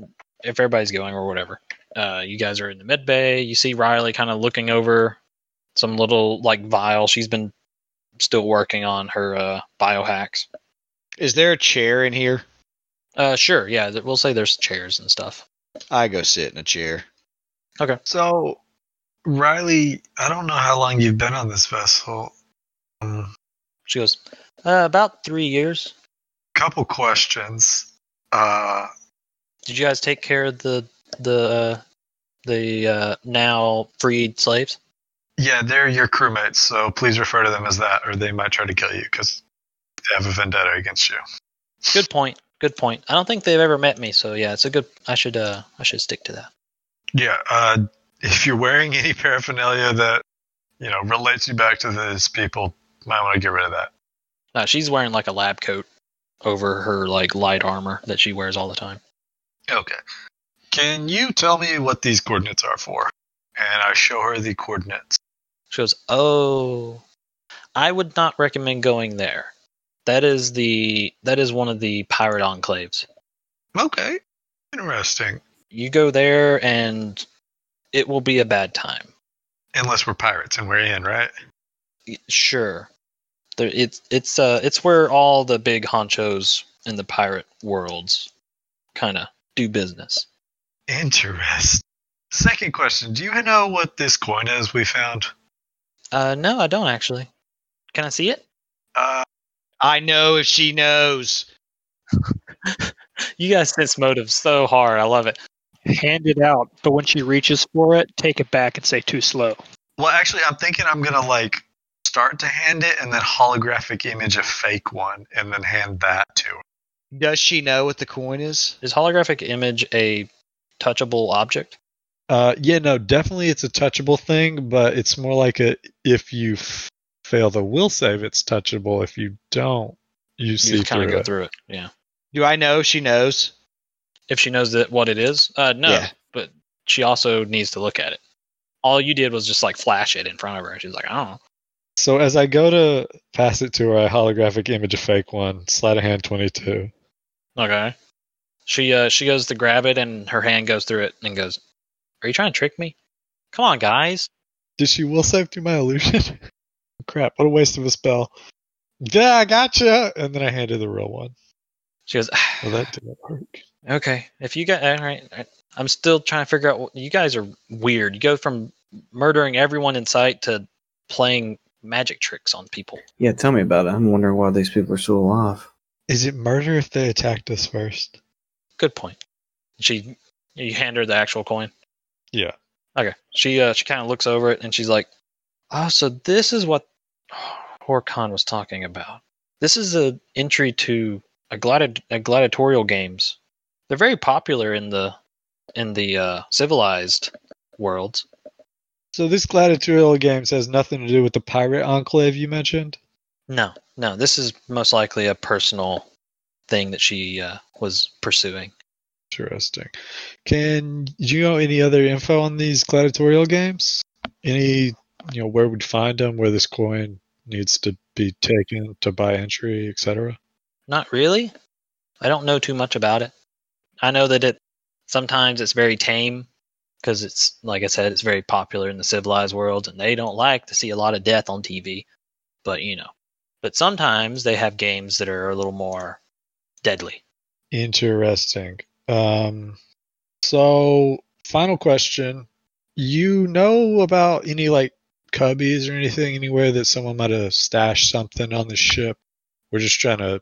Speaker 2: if everybody's going or whatever, uh, you guys are in the med bay. You see Riley kind of looking over some little like vial. She's been still working on her uh biohacks.
Speaker 1: Is there a chair in here?
Speaker 2: Uh, sure. Yeah, th- we'll say there's chairs and stuff.
Speaker 1: I go sit in a chair.
Speaker 8: So, Riley, I don't know how long you've been on this vessel. Um,
Speaker 2: She goes, uh, about three years.
Speaker 8: couple questions. Uh,
Speaker 2: Did you guys take care of the the uh, the uh, now freed slaves?
Speaker 8: yeah, they're your crewmates, so please refer to them as that, or they might try to kill you because they have a vendetta against you.
Speaker 2: Good point. Good point. I don't think they've ever met me, so yeah, it's a good. I should uh, I should stick to that.
Speaker 8: Yeah, uh, if you're wearing any paraphernalia that you know relates you back to these people, might want to get rid of that.
Speaker 2: No, she's Uh, wearing like a lab coat over her like light armor that she wears all the time.
Speaker 8: Okay. Can you tell me what these coordinates are for? And I show her the coordinates.
Speaker 2: She goes, "Oh, I would not recommend going there. That is the that is one of the pirate enclaves.
Speaker 8: Okay. Interesting.
Speaker 2: You go there and it will be a bad time.
Speaker 8: Unless we're pirates and we're in, right?
Speaker 2: Y- Sure, there, it's it's uh it's where all the big honchos in the pirate worlds kind of do business.
Speaker 8: Interesting. Second question Do you know what this coin is we found?
Speaker 2: Uh, no, I don't actually. Can I see it?
Speaker 8: Uh,
Speaker 1: I know if she knows.
Speaker 2: You guys sense motive so hard. I love it.
Speaker 4: Hand it out, but when she reaches for it, take it back and say too slow.
Speaker 8: well, actually, I'm thinking I'm going to like start to hand it and then holographic image a fake one and then hand that to her.
Speaker 1: Does she know what the coin is?
Speaker 2: Is holographic image a touchable object?
Speaker 8: Uh, yeah, no, definitely it's a touchable thing, but it's more like a if you f- fail the will save, it's touchable. If you don't, you
Speaker 2: You
Speaker 8: see
Speaker 2: just kind
Speaker 8: through
Speaker 2: of go
Speaker 8: it.
Speaker 2: through it. Yeah.
Speaker 1: Do I know if she knows?
Speaker 2: If she knows that what it is, uh, no.
Speaker 1: Yeah.
Speaker 2: But she also needs to look at it. All you did was just like flash it in front of her, and she's like, "Oh, "I don't know."
Speaker 8: So as I go to pass it to her, I holographic image a fake one, sleight of hand 22.
Speaker 2: Okay. She uh she goes to grab it and her hand goes through it and goes, "Are you trying to trick me? Come on, guys."
Speaker 8: Did she will save through my illusion? Crap, what a waste of a spell. Yeah, I gotcha! And then I handed the real one.
Speaker 2: She goes,
Speaker 8: Well, that didn't work.
Speaker 2: "Okay, if you got all right, all right. I'm still trying to figure out. What, you guys are weird. You go from murdering everyone in sight to playing magic tricks on people.
Speaker 3: Yeah, tell me about it. I'm wondering why these people are still alive.
Speaker 8: Is it murder if they attacked us first?
Speaker 2: Good point." She you hand her the actual coin.
Speaker 8: Yeah.
Speaker 2: Okay. She uh she kind of looks over it and she's like, "Oh, so this is what Horcon was talking about. This is the entry to a, gladi- a gladiatorial games. They're very popular in the in the uh, civilized worlds.
Speaker 8: So this gladiatorial games has nothing to do with the pirate enclave you mentioned.
Speaker 2: No, no, this is most likely a personal thing that she uh, was pursuing.
Speaker 8: Interesting. Can do you know any other info on these gladiatorial games? Any you know where we'd find them, where this coin needs to be taken to buy entry, etc.
Speaker 2: Not really. I don't know too much about it. I know that it sometimes it's very tame because it's like I said, it's very popular in the civilized world, and they don't like to see a lot of death on TV. But you know, but sometimes they have games that are a little more deadly.
Speaker 8: Interesting. Um, so final question: You know about any like cubbies or anything anywhere that someone might have stashed something on the ship? We're just trying to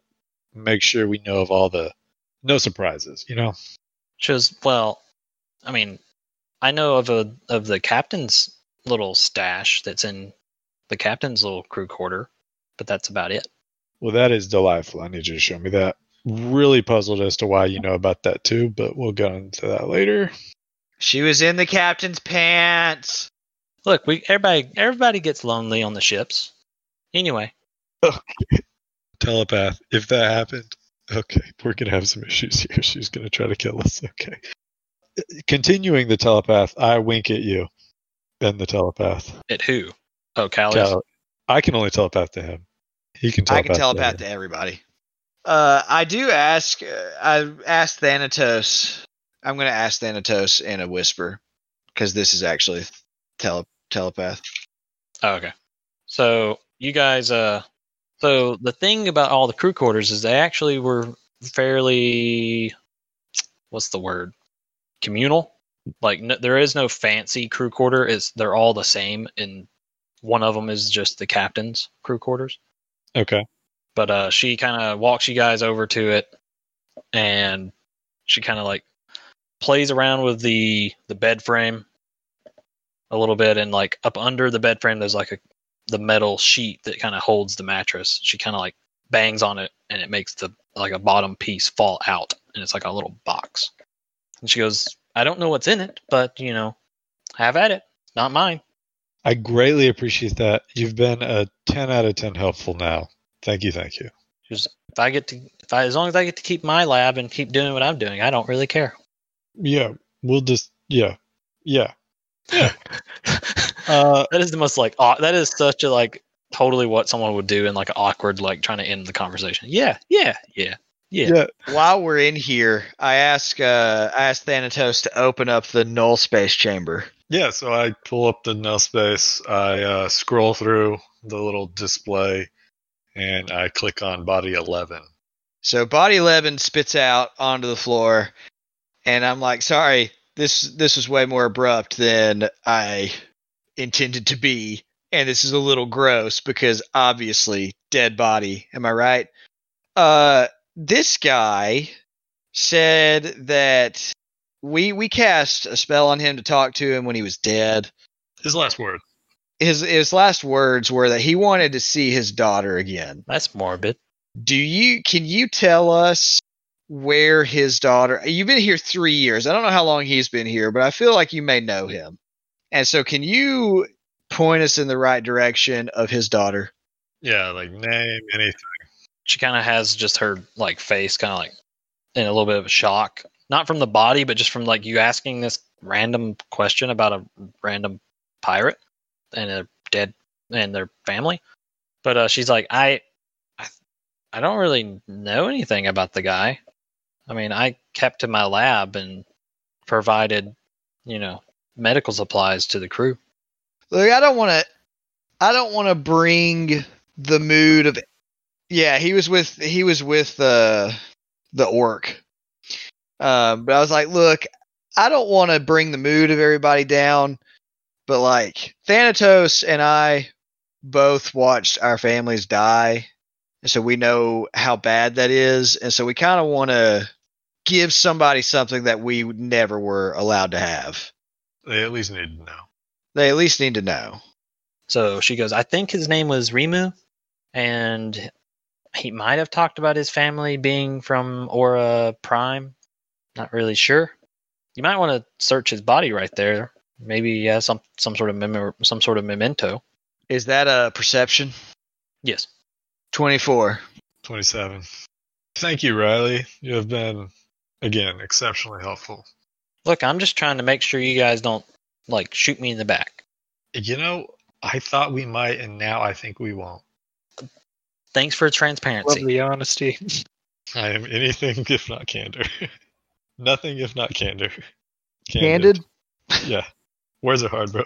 Speaker 8: make sure we know of all the no surprises. You know.
Speaker 2: She was well, I mean, I know of a of the captain's little stash that's in the captain's little crew quarter, but that's about it.
Speaker 8: Well, that is delightful. I need you to show me that. Really puzzled as to why you know about that too, but we'll go into that later.
Speaker 1: She was in the captain's pants.
Speaker 2: Look, we everybody everybody gets lonely on the ships. Anyway.
Speaker 8: Telepath, if that happened, okay, we're gonna have some issues here. She's gonna try to kill us. Okay. Continuing the telepath, I wink at you and the telepath.
Speaker 2: At who? Oh, Callie.
Speaker 8: Cal- I can only telepath to him. He can
Speaker 1: I
Speaker 8: telepath.
Speaker 1: can telepath
Speaker 8: to
Speaker 1: to everybody. Uh, I do ask. Uh, I asked Thanatos. I'm going to ask Thanatos in a whisper because this is actually tele- telepath.
Speaker 2: Oh, okay. So you guys, uh, so the thing about all the crew quarters is they actually were fairly, what's the word, communal. Like no, there is no fancy crew quarter. It's they're all the same, and one of them is just the captain's crew quarters.
Speaker 8: him. Okay.
Speaker 2: but uh, she kind of walks you guys over to it and she kind of like plays around with the the bed frame a little bit and like up under the bed frame there's like a the metal sheet that kind of holds the mattress she kind of like bangs on it and it makes the like a bottom piece fall out and it's like a little box and she goes i don't know what's in it but you know have at it not mine
Speaker 8: I greatly appreciate that. You've been a ten out of ten helpful now. Thank you, thank you.
Speaker 2: she goes If I get to, if I, as long as I get to keep my lab and keep doing what I'm doing, I don't really care.
Speaker 8: Yeah, we'll just yeah, yeah. Uh,
Speaker 2: that is the most like aw- that is such a like totally what someone would do in like an awkward like trying to end the conversation. Yeah, yeah, yeah, yeah.
Speaker 8: yeah.
Speaker 1: While we're in here, I ask uh, I ask Thanatos to open up the null space chamber.
Speaker 8: Yeah, so I pull up the null space, I uh, scroll through the little display, and I click on body 11.
Speaker 1: So body eleven spits out onto the floor, and I'm like, sorry, this this was way more abrupt than I intended to be, and this is a little gross because obviously dead body. Am I right? Uh, this guy said that we we cast a spell on him to talk to him when he was dead
Speaker 8: His last word.
Speaker 1: his his last words were that he wanted to see his daughter again.
Speaker 2: That's morbid.
Speaker 1: Do you can you tell us where his daughter you've been here 3 years. I don't know how long he's been here, but I feel like you may know him. And so can you point us in the right direction of his daughter?
Speaker 8: Yeah, like name, anything.
Speaker 2: She kind of has just her like face kind of like in a little bit of a shock, not from the body, but just from like you asking this random question about a random pirate and a dead and their family. But uh, she's like, I, I, I don't really know anything about the guy. I mean, I kept to my lab and provided, you know, medical supplies to the crew.
Speaker 1: Look, I don't want to I don't want to bring the mood of Yeah, he was with he was with uh the orc. Um but I was like, look, I don't want to bring the mood of everybody down, but like Thanatos and I both watched our families die, and so we know how bad that is, and so we kind of want to give somebody something that we never were allowed to have.
Speaker 8: They at least need to know.
Speaker 1: They at least need to know.
Speaker 2: So she goes, I think his name was Rimu, and he might have talked about his family being from Aura Prime. Not really sure. You might want to search his body right there. Maybe he has some some sort of memo, some sort of memento.
Speaker 1: Is that a perception?
Speaker 2: Yes.
Speaker 1: 24.
Speaker 8: 27. Thank you, Riley. You have been, again, exceptionally helpful.
Speaker 2: Look, I'm just trying to make sure you guys don't like shoot me in the back.
Speaker 8: You know, I thought we might, and now I think we won't.
Speaker 2: Thanks for
Speaker 4: Love
Speaker 2: transparency.
Speaker 4: the honesty.
Speaker 8: I am anything if not candor. Nothing if not candor.
Speaker 1: Candid?
Speaker 8: Yeah. Words are hard, bro.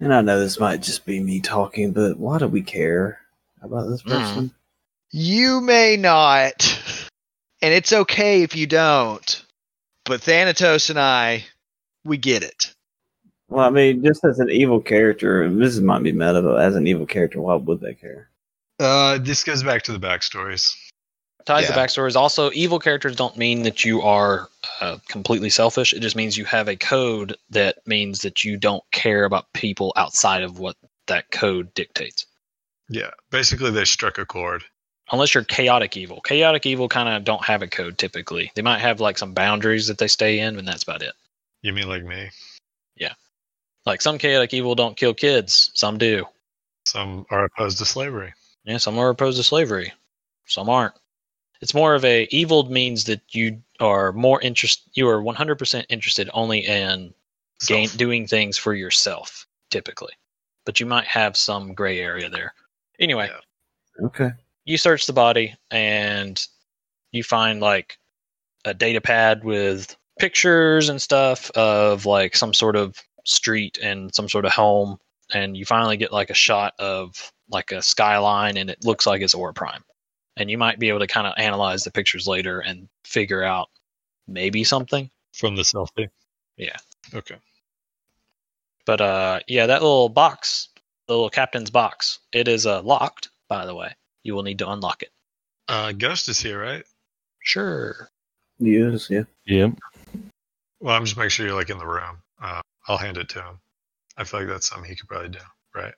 Speaker 3: And I know this might just be me talking, but why do we care about this
Speaker 1: Hmm.
Speaker 3: person?
Speaker 1: You may not. And it's okay if you don't. But Thanatos and I, we get it.
Speaker 3: Well, I mean, just as an evil character, and this might be meta, but as an evil character, why would they care?
Speaker 8: Uh, this goes back to the backstories.
Speaker 2: Ties the
Speaker 1: Yeah.
Speaker 2: backstory is also evil characters don't mean that you are uh, completely selfish. It just means you have a code that means that you don't care about people outside of what that code dictates.
Speaker 8: Yeah. Basically, they struck a chord.
Speaker 2: unless you're chaotic evil. Chaotic evil kind of don't have a code typically. They might have like some boundaries that they stay in, and that's about it.
Speaker 8: You mean like me?
Speaker 2: Like some chaotic evil don't kill kids, some do.
Speaker 8: Some are opposed to slavery.
Speaker 2: Yeah, some are opposed to slavery, some aren't. It's more of a evil means that you are more interest. You are 100% interested only in gain,
Speaker 8: Self.
Speaker 2: doing things for yourself typically, but you might have some gray area there. Anyway,
Speaker 8: Yeah.
Speaker 3: Okay.
Speaker 2: you search the body and you find like a data pad with pictures and stuff of like some sort of street and some sort of home and you finally get like a shot of like a skyline and it looks like it's Aura Prime. And you might be able to kind of analyze the pictures later and figure out maybe something.
Speaker 8: From the selfie.
Speaker 2: Yeah.
Speaker 8: Okay.
Speaker 2: But uh, yeah, that little box, the little captain's box, it is uh, locked, by the way. You will need to unlock it.
Speaker 8: Uh, Ghost is here, right?
Speaker 2: Sure.
Speaker 3: Yes, yeah.
Speaker 7: Yep.
Speaker 8: Well, I'm just making sure you're like in the room. Uh, I'll hand it to him. I feel like that's something he could probably do, right?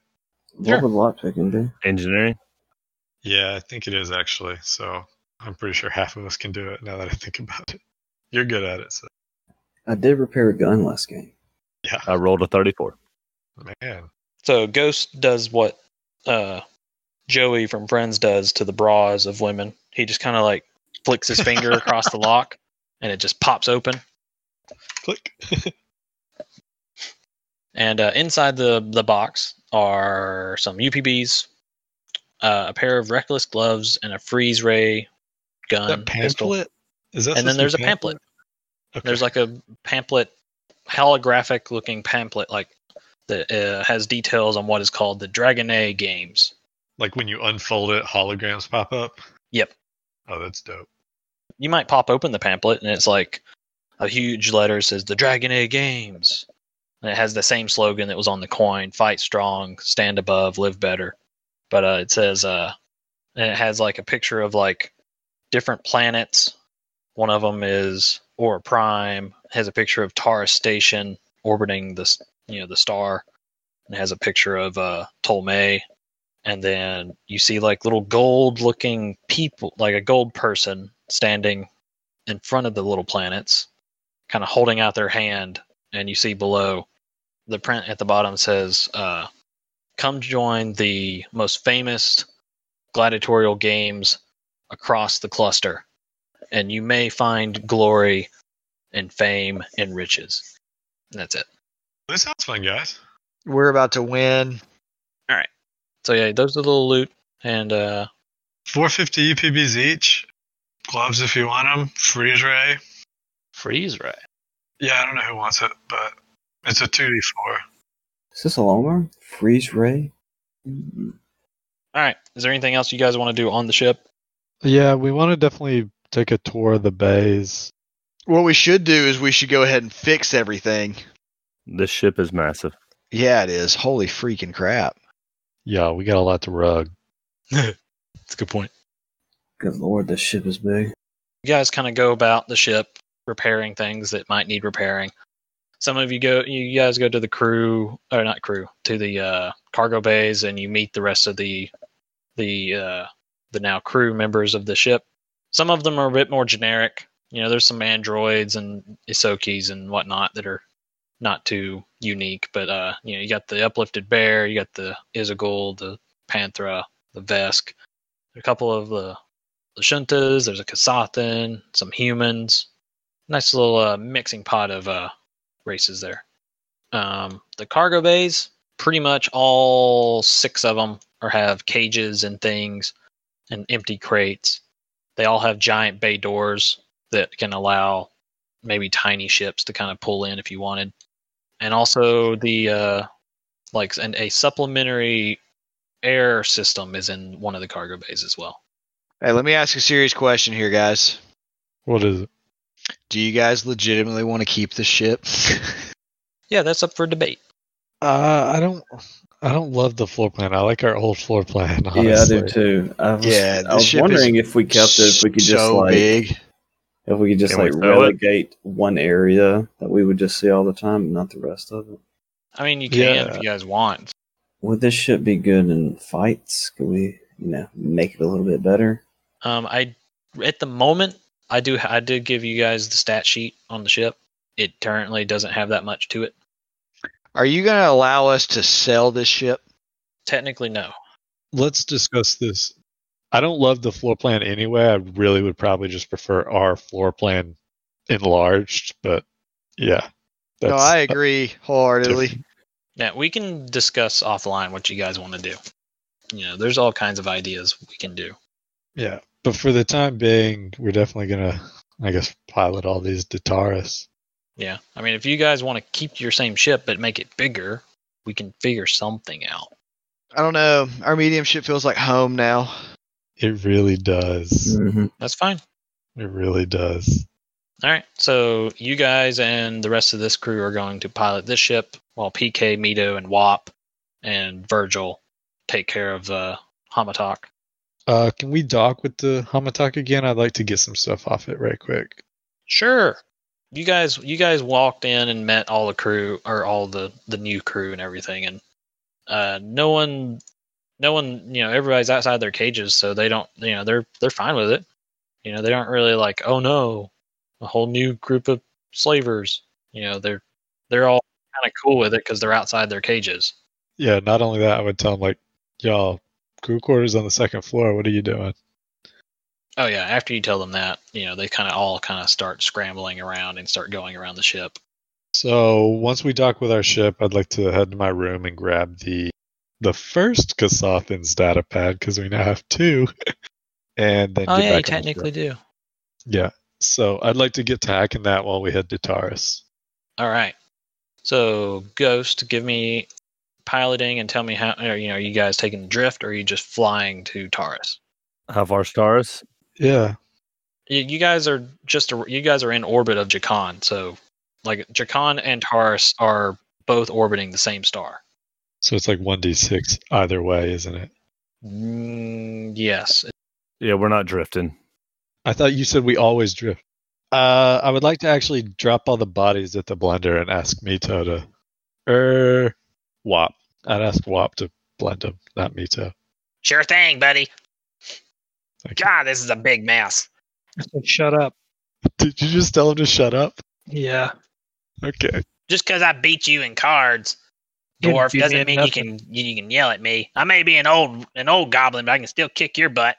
Speaker 2: Sure.
Speaker 3: What would lockpicking do?
Speaker 7: Engineering.
Speaker 8: Yeah, I think it is actually. So I'm pretty sure half of us can do it now that I think about it. You're good at it, so
Speaker 3: I did repair a gun last game.
Speaker 8: yeah,
Speaker 7: I rolled a 34.
Speaker 8: man.
Speaker 2: So Ghost does what uh, Joey from Friends does to the bras of women. He just kind of like flicks his finger across the lock, and it just pops open.
Speaker 6: Click.
Speaker 2: And uh, inside the the box are some UPBs, uh, a pair of reckless gloves, and a freeze ray gun.
Speaker 6: that
Speaker 2: Um, pistol.
Speaker 6: pamphlet? Is that
Speaker 2: And then
Speaker 6: supposed to be
Speaker 2: there's a pamphlet.
Speaker 6: Okay.
Speaker 2: There's like a pamphlet, holographic looking pamphlet, like that uh, has details on what is called the Dragonet games.
Speaker 6: like when you unfold it, holograms pop up.
Speaker 2: Yep.
Speaker 6: Oh, that's dope.
Speaker 2: You might pop open the pamphlet and it's like a huge letter says the Dragonet games, and it has the same slogan that was on the coin: "Fight strong, stand above, live better." But uh, it says, uh, and it has like a picture of like different planets. One of them is Aura Prime. Has a picture of Taurus Station orbiting this, you know, the star, and has a picture of uh, Ptolemy. And then you see like little gold-looking people, like a gold person standing in front of the little planets, kind of holding out their hand. And you see below the print at the bottom says, uh, "Come join the most famous gladiatorial games across the cluster, and you may find glory and fame and riches. And that's it.
Speaker 6: This sounds fun, guys.
Speaker 1: We're about to win.
Speaker 2: So yeah, those are the little loot, and uh,
Speaker 6: 450 UPBs E each. Gloves if you want them. Freeze ray.
Speaker 5: Freeze ray.
Speaker 6: Yeah, I don't know who wants it, but it's a 2d4.
Speaker 3: Is this a longer? Freeze ray? Mm,
Speaker 2: all right, is there anything else you guys want to do on the ship?
Speaker 8: Yeah, we want to definitely take a tour of the bays.
Speaker 1: What we should do is we should go ahead and fix everything.
Speaker 7: This ship is massive.
Speaker 1: Yeah, it is. Holy freaking crap.
Speaker 8: Yeah, we got a lot to rug.
Speaker 2: That's a good point.
Speaker 3: Good lord, this ship is big.
Speaker 2: you guys kind of go about the ship repairing things that might need repairing some of you go you guys go to the crew or not crew to the uh, cargo bays and you meet the rest of the the uh, the now crew members of the ship some of them are a bit more generic you know there's some androids and isokis and whatnot that are not too unique but uh you know you got the uplifted bear you got the isagul the panthera the vesk a couple of the the Shuntas, there's a Kasathan, some humans. Nice little uh, mixing pot of uh, races there. Um, the cargo bays, pretty much all six of them are have cages and things and empty crates. They all have giant bay doors that can allow maybe tiny ships to kind of pull in if you wanted. And also the uh, like and a supplementary air system is in one of the cargo bays as well.
Speaker 1: Hey, let me ask a serious question here, guys.
Speaker 8: What is it?
Speaker 1: Do you guys legitimately want to keep the ship?
Speaker 2: Yeah, that's up for debate.
Speaker 8: Uh, I don't. I don't love the floor plan. I like our old floor plan. Honestly.
Speaker 3: Yeah, I do too. I was,
Speaker 1: Yeah,
Speaker 3: I
Speaker 1: this
Speaker 3: was
Speaker 1: ship is
Speaker 3: wondering if we kept it, if we could just
Speaker 1: so
Speaker 3: like
Speaker 1: big.
Speaker 3: if we could just
Speaker 7: Can we
Speaker 3: like
Speaker 7: throw it?
Speaker 3: relegate one area that we would just see all the time, and not the rest of it.
Speaker 2: I mean, you can
Speaker 8: Yeah.
Speaker 2: if you guys want.
Speaker 3: Would this ship be good in fights? Could we, you know, make it a little bit better?
Speaker 2: Um, I at the moment I do I did give you guys the stat sheet on the ship. It currently doesn't have that much to it.
Speaker 1: Are you going to allow us to sell this ship?
Speaker 2: Technically, no.
Speaker 8: Let's discuss this. I don't love the floor plan anyway. I really would probably just prefer our floor plan enlarged. But yeah,
Speaker 1: no, I agree wholeheartedly.
Speaker 2: Now we can discuss offline what you guys want to do. You know, there's all kinds of ideas we can do.
Speaker 8: Yeah, but for the time being, we're definitely gonna, I guess, pilot all these Dataris.
Speaker 2: Yeah, I mean, if you guys want to keep your same ship but make it bigger, we can figure something out.
Speaker 1: I don't know. Our medium ship feels like home now.
Speaker 8: It really does.
Speaker 3: Mm-hmm.
Speaker 2: That's fine.
Speaker 8: It really does.
Speaker 2: All right, so you guys and the rest of this crew are going to pilot this ship while PK, Mito, and Wop and Virgil take care of uh, Hamatok.
Speaker 8: Uh, can we dock with the Hamatak again? I'd like to get some stuff off it right quick.
Speaker 2: Sure. You guys, you guys walked in and met all the crew or all the the new crew and everything, and uh, no one, no one, you know, everybody's outside their cages, so they don't, you know, they're they're fine with it. You know, they aren't really like, oh no, a whole new group of slavers. You know, they're they're all kind of cool with it because they're outside their cages.
Speaker 8: Yeah. Not only that, I would tell them like, y'all, crew quarters on the second floor. What are you doing?
Speaker 2: Oh yeah, after you tell them that, you know, they kind of all kind of start scrambling around and start going around the ship.
Speaker 8: So once we dock with our ship, I'd like to head to my room and grab the the first Kasathan's data pad because we now have two. and then
Speaker 2: Oh
Speaker 8: get
Speaker 2: yeah, you
Speaker 8: back on the ship.
Speaker 2: technically do.
Speaker 8: yeah. So I'd like to get to hacking that while we head to Taurus.
Speaker 2: All right. So, Ghost, give me piloting and tell me how. Or, you know, are you guys taking the drift or are you just flying to Taurus?
Speaker 7: How far stars?
Speaker 8: Yeah.
Speaker 2: You, you guys are just a, you guys are in orbit of Jakan. So, like Jakan and Taurus are both orbiting the same star.
Speaker 8: So it's like one d six either way, isn't it?
Speaker 2: Mm, yes.
Speaker 7: Yeah, we're not drifting.
Speaker 8: I thought you said we always drift. Uh, I would like to actually drop all the bodies at the blender and ask Mito to, er, Wop. I'd ask Wop to blend them, not Mito.
Speaker 2: Sure thing, buddy.
Speaker 8: Thank you.
Speaker 2: God, this is a big mess.
Speaker 4: Shut up.
Speaker 8: Did you just tell him to shut up?
Speaker 4: Yeah.
Speaker 8: Okay.
Speaker 2: Just because I beat you in cards,
Speaker 4: Didn't beat me in
Speaker 2: can you can yell at me. I may be an old an old goblin, but I can still kick your butt.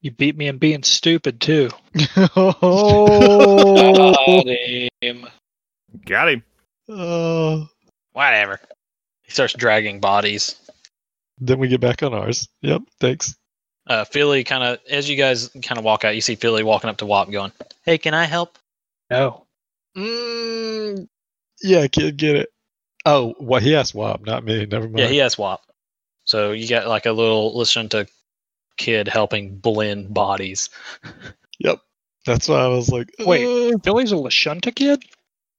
Speaker 4: You beat me in being stupid too.
Speaker 5: Got him.
Speaker 7: Got him.
Speaker 8: Oh.
Speaker 2: Whatever. He starts dragging bodies.
Speaker 8: Then we get back on ours. Yep. Thanks.
Speaker 2: Uh, Philly kind of, as you guys kind of walk out, you see Philly walking up to Wop going, Hey, can I help?
Speaker 4: No.
Speaker 8: Mm, yeah, kid, get it. Oh, what he asked Wop, not me. Never mind.
Speaker 2: Yeah, he has Wop. So you got like a little listen to kid helping blend bodies.
Speaker 8: That's why I was like,
Speaker 4: Wait.
Speaker 8: uh,
Speaker 4: Billy's a Lashunta kid?
Speaker 2: Oh.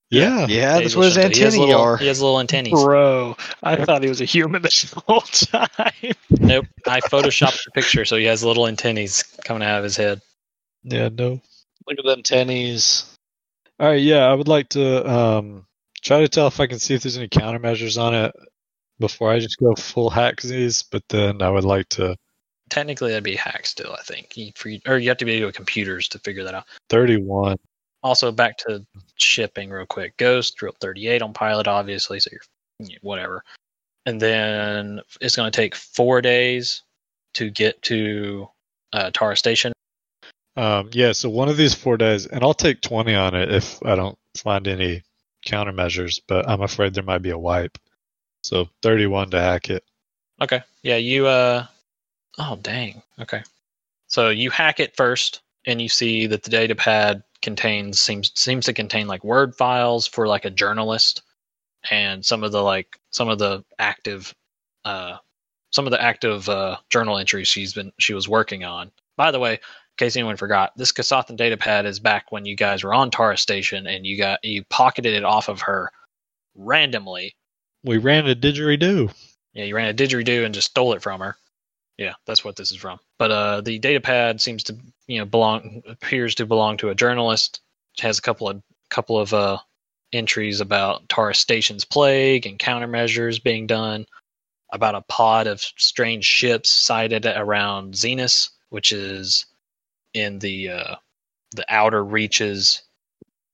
Speaker 8: yeah.
Speaker 1: Yeah, that's
Speaker 2: He's
Speaker 1: what his
Speaker 2: listening to- he has
Speaker 1: antennae
Speaker 2: little-
Speaker 1: are.
Speaker 2: He has little antennae.
Speaker 4: Bro, I thought he was a human this whole time.
Speaker 2: nope. I photoshopped the picture, so he has little antennae coming out of his head.
Speaker 8: Yeah, no.
Speaker 5: Look at them tennies.
Speaker 8: All right, yeah, I would like to um, try to tell if I can see if there's any countermeasures on it before I just go full haxies, but then I would like to
Speaker 2: Technically, that'd be hack still, I think. You, for you, or you have to be able to computers to figure that out.
Speaker 8: 31.
Speaker 2: Also, back to shipping real quick. Ghost drill 38 on pilot, obviously, so you're yeah, whatever. And then it's going to take four days to get to uh, Tara Station.
Speaker 8: Um, yeah, so one of these four days, and I'll take 20 on it if I don't find any countermeasures, but I'm afraid there might be a wipe. So 31 to hack it.
Speaker 2: Okay. Yeah, you. uh Oh, dang. Okay. So you hack it first, and you see that the data pad contains seems seems to contain like word files for like a journalist, and some of the like some of the active, uh, some of the active uh, journal entries she's been she was working on. By the way, in case anyone forgot, this Kasathan data pad is back when you guys were on Tara Station, and you got you pocketed it off of her randomly
Speaker 8: We ran a didgeridoo.
Speaker 2: yeah, you ran a didgeridoo and just stole it from her. Yeah, that's what this is from. But uh, the data pad seems to you know belong appears to belong to a journalist. It has a couple of couple of uh, entries about Taurus Station's plague and countermeasures being done, about a pod of strange ships sighted around Zenus, which is in the uh, the outer reaches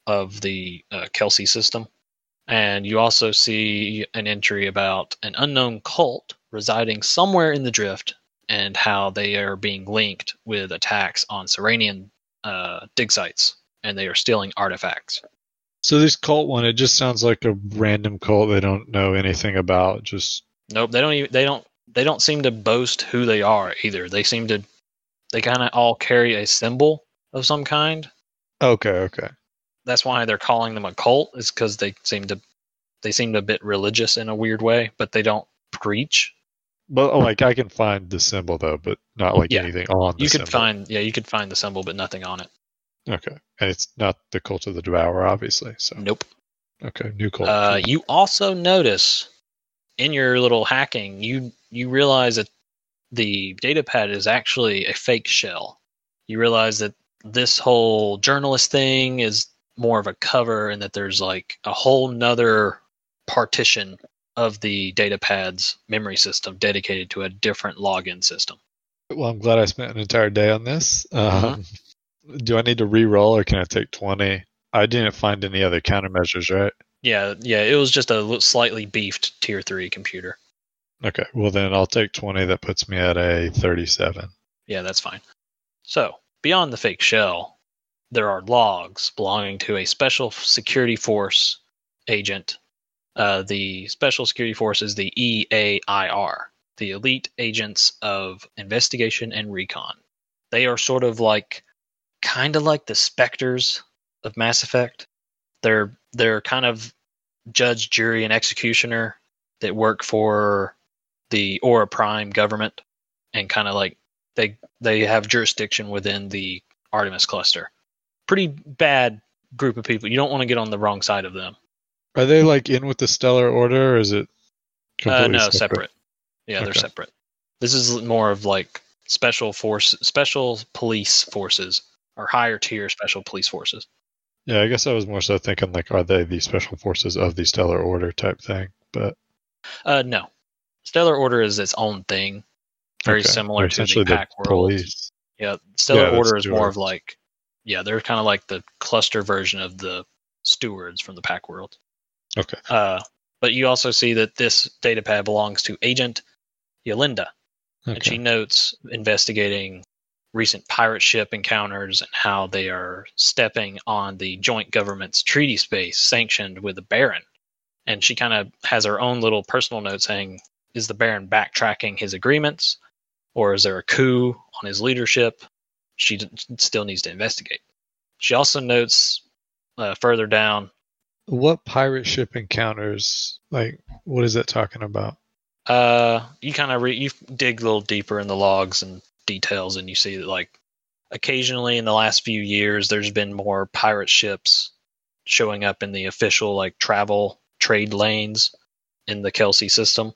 Speaker 2: of the uh, Kelsey system. And you also see an entry about an unknown cult residing somewhere in the drift and how they are being linked with attacks on Serenian uh, dig sites and they are stealing artifacts.
Speaker 8: So this cult one, it just sounds like a random cult they don't know anything about. Just
Speaker 2: Nope, they don't even they don't they don't seem to boast who they are either. They seem to they kind of all carry a symbol of some kind.
Speaker 8: okay, okay.
Speaker 2: That's why they're calling them a cult is cuz they seem to they seem a bit religious in a weird way, but they don't preach
Speaker 8: But oh, like I can find the symbol though, but not like
Speaker 2: Yeah.
Speaker 8: anything on the
Speaker 2: you
Speaker 8: symbol.
Speaker 2: could find yeah you could find the symbol but nothing on it
Speaker 8: Okay. And it's not the cult of the devourer, obviously. So
Speaker 2: nope
Speaker 8: okay, new cult.
Speaker 2: uh,
Speaker 8: Cool.
Speaker 2: you also notice in your little hacking you you realize that the data pad is actually a fake shell you realize that this whole journalist thing is more of a cover and that there's like a whole nother partition of the data pad's memory system dedicated to a different login system
Speaker 8: well, I'm glad I spent an entire day on this. Um,
Speaker 2: Mm-hmm.
Speaker 8: Do I need to re-roll or can I take twenty? I didn't find any other countermeasures, right?
Speaker 2: yeah yeah it was just a li- slightly beefed tier 3 computer
Speaker 8: Okay, well then I'll take 20. That puts me at a 37.
Speaker 2: Yeah, that's fine. So, beyond the fake shell, there are logs belonging to a special f- security force agent. Uh, the special security force is the E EAIR, the Elite Agents of Investigation and Recon. They are sort of like, kind of like the specters of Mass Effect. They're they're kind of judge, jury, and executioner that work for the Aura Prime government, and kind of like they they have jurisdiction within the Artemis cluster. Pretty bad group of people. You don't want to get on the wrong side of them.
Speaker 8: Are they like in with the Stellar Order, or is it?
Speaker 2: Uh,
Speaker 8: completely
Speaker 2: no, separate. Yeah, they're
Speaker 8: Okay.
Speaker 2: separate. This is more of like special force, special police forces, or higher tier special police forces.
Speaker 8: Yeah, I guess I was more so thinking like, are they the special forces of the Stellar Order type thing? But
Speaker 2: Uh, no, Stellar Order is its own thing, very
Speaker 8: okay,
Speaker 2: similar
Speaker 8: they're
Speaker 2: to the
Speaker 8: essentially
Speaker 2: Pack World.
Speaker 8: police.
Speaker 2: Yeah, Stellar
Speaker 8: Yeah, that's
Speaker 2: Order is more of
Speaker 8: stewards.
Speaker 2: like, yeah, they're kind of like the cluster version of the stewards from the Pack World.
Speaker 8: Okay.
Speaker 2: Uh, but you also see that this data pad belongs to Agent Yolinda, and she
Speaker 8: Okay.
Speaker 2: notes investigating recent pirate ship encounters and how they are stepping on the joint government's treaty space sanctioned with the Baron. And she kind of has her own little personal note saying, is the Baron backtracking his agreements or is there a coup on his leadership? She d- still needs to investigate. She also notes uh, further down
Speaker 8: What pirate ship encounters? Like, what is that talking about?
Speaker 2: Uh, you kind of re- you dig a little deeper in the logs and details, and you see that like occasionally in the last few years, there's been more pirate ships showing up in the official like travel trade lanes in the Kelsey system,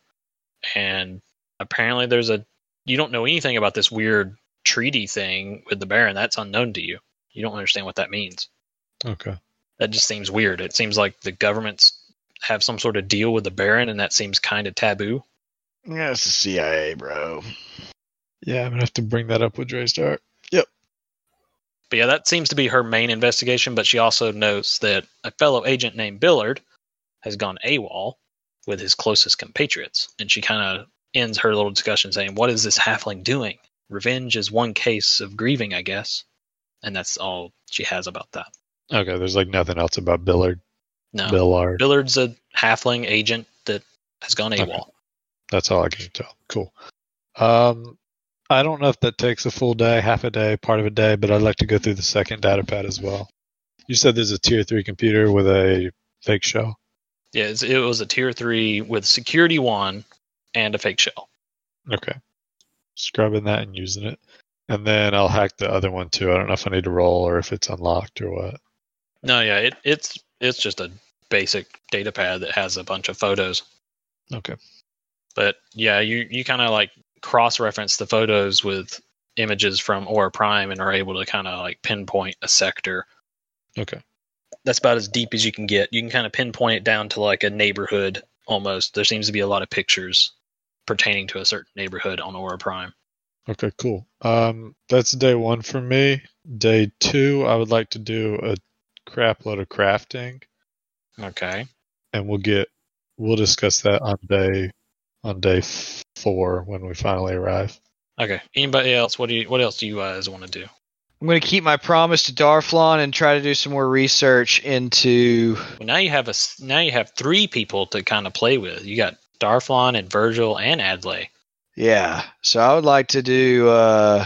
Speaker 2: and apparently there's a you don't know anything about this weird treaty thing with the Baron. That's unknown to you. You don't understand what that means.
Speaker 8: Okay.
Speaker 2: That just seems weird. It seems like the governments have some sort of deal with the Baron, and that seems kind of taboo.
Speaker 11: Yeah, it's the CIA, bro.
Speaker 8: Yeah, I'm gonna have to bring that up with Dre Stark.
Speaker 2: But yeah, that seems to be her main investigation. But she also notes that a fellow agent named Billard has gone AWOL with his closest compatriots. And she kind of ends her little discussion saying, What is this halfling doing? Revenge is one case of grieving, I guess. And that's all she has about that.
Speaker 8: Okay, there's like nothing else about Billard.
Speaker 2: No.
Speaker 8: Billard.
Speaker 2: Billard's a halfling agent that has gone AWOL.
Speaker 8: That's all I can tell. Cool. Um, I don't know if that takes a full day, half a day, part of a day, but I'd like to go through the second data pad as well. You said there's a tier three computer with a fake shell.
Speaker 2: Yeah, it's, it was a tier three with security one and a fake shell.
Speaker 8: Okay. Scrubbing that and using it. And then I'll hack the other one too. I don't know if I need to roll or if it's unlocked or what.
Speaker 2: No, yeah, it, it's it's just a basic data pad that has a bunch of photos.
Speaker 8: Okay.
Speaker 2: but yeah, you you kind of like cross reference the photos with images from Aura Prime and are able to kind of like pinpoint a sector.
Speaker 8: Okay.
Speaker 2: That's about as deep as you can get. You can kind of pinpoint it down to like a neighborhood almost. There seems to be a lot of pictures pertaining to a certain neighborhood on Aura Prime.
Speaker 8: Okay, cool. Um, that's day one for me. Day two, I would like to do a crap load of crafting.
Speaker 2: Okay.
Speaker 8: and we'll get we'll discuss that on day on day f- four when we finally arrive.
Speaker 2: Okay. Anybody else? What do you? What else do you guys want to do?
Speaker 1: I'm going to keep my promise to Darflon and try to do some more research into.
Speaker 2: Well, now you have a s- now you have three people to kind of play with. You got Darflon and Virgil and Adley.
Speaker 1: Yeah. So I would like to do uh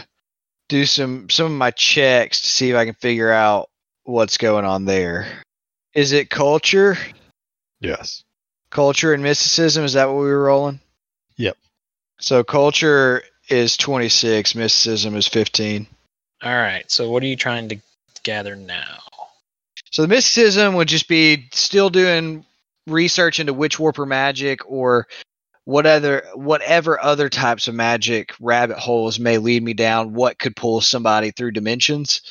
Speaker 1: do some some of my checks to see if I can figure out what's going on there. Is it culture?
Speaker 8: Yes.
Speaker 1: Culture and mysticism, is that what we were rolling?
Speaker 8: Yep.
Speaker 1: So culture is 26, mysticism is 15.
Speaker 2: All right. So what are you trying to gather now?
Speaker 1: So the mysticism would just be still doing research into witch warper magic or what other whatever other types of magic rabbit holes may lead me down. What could pull somebody through dimensions?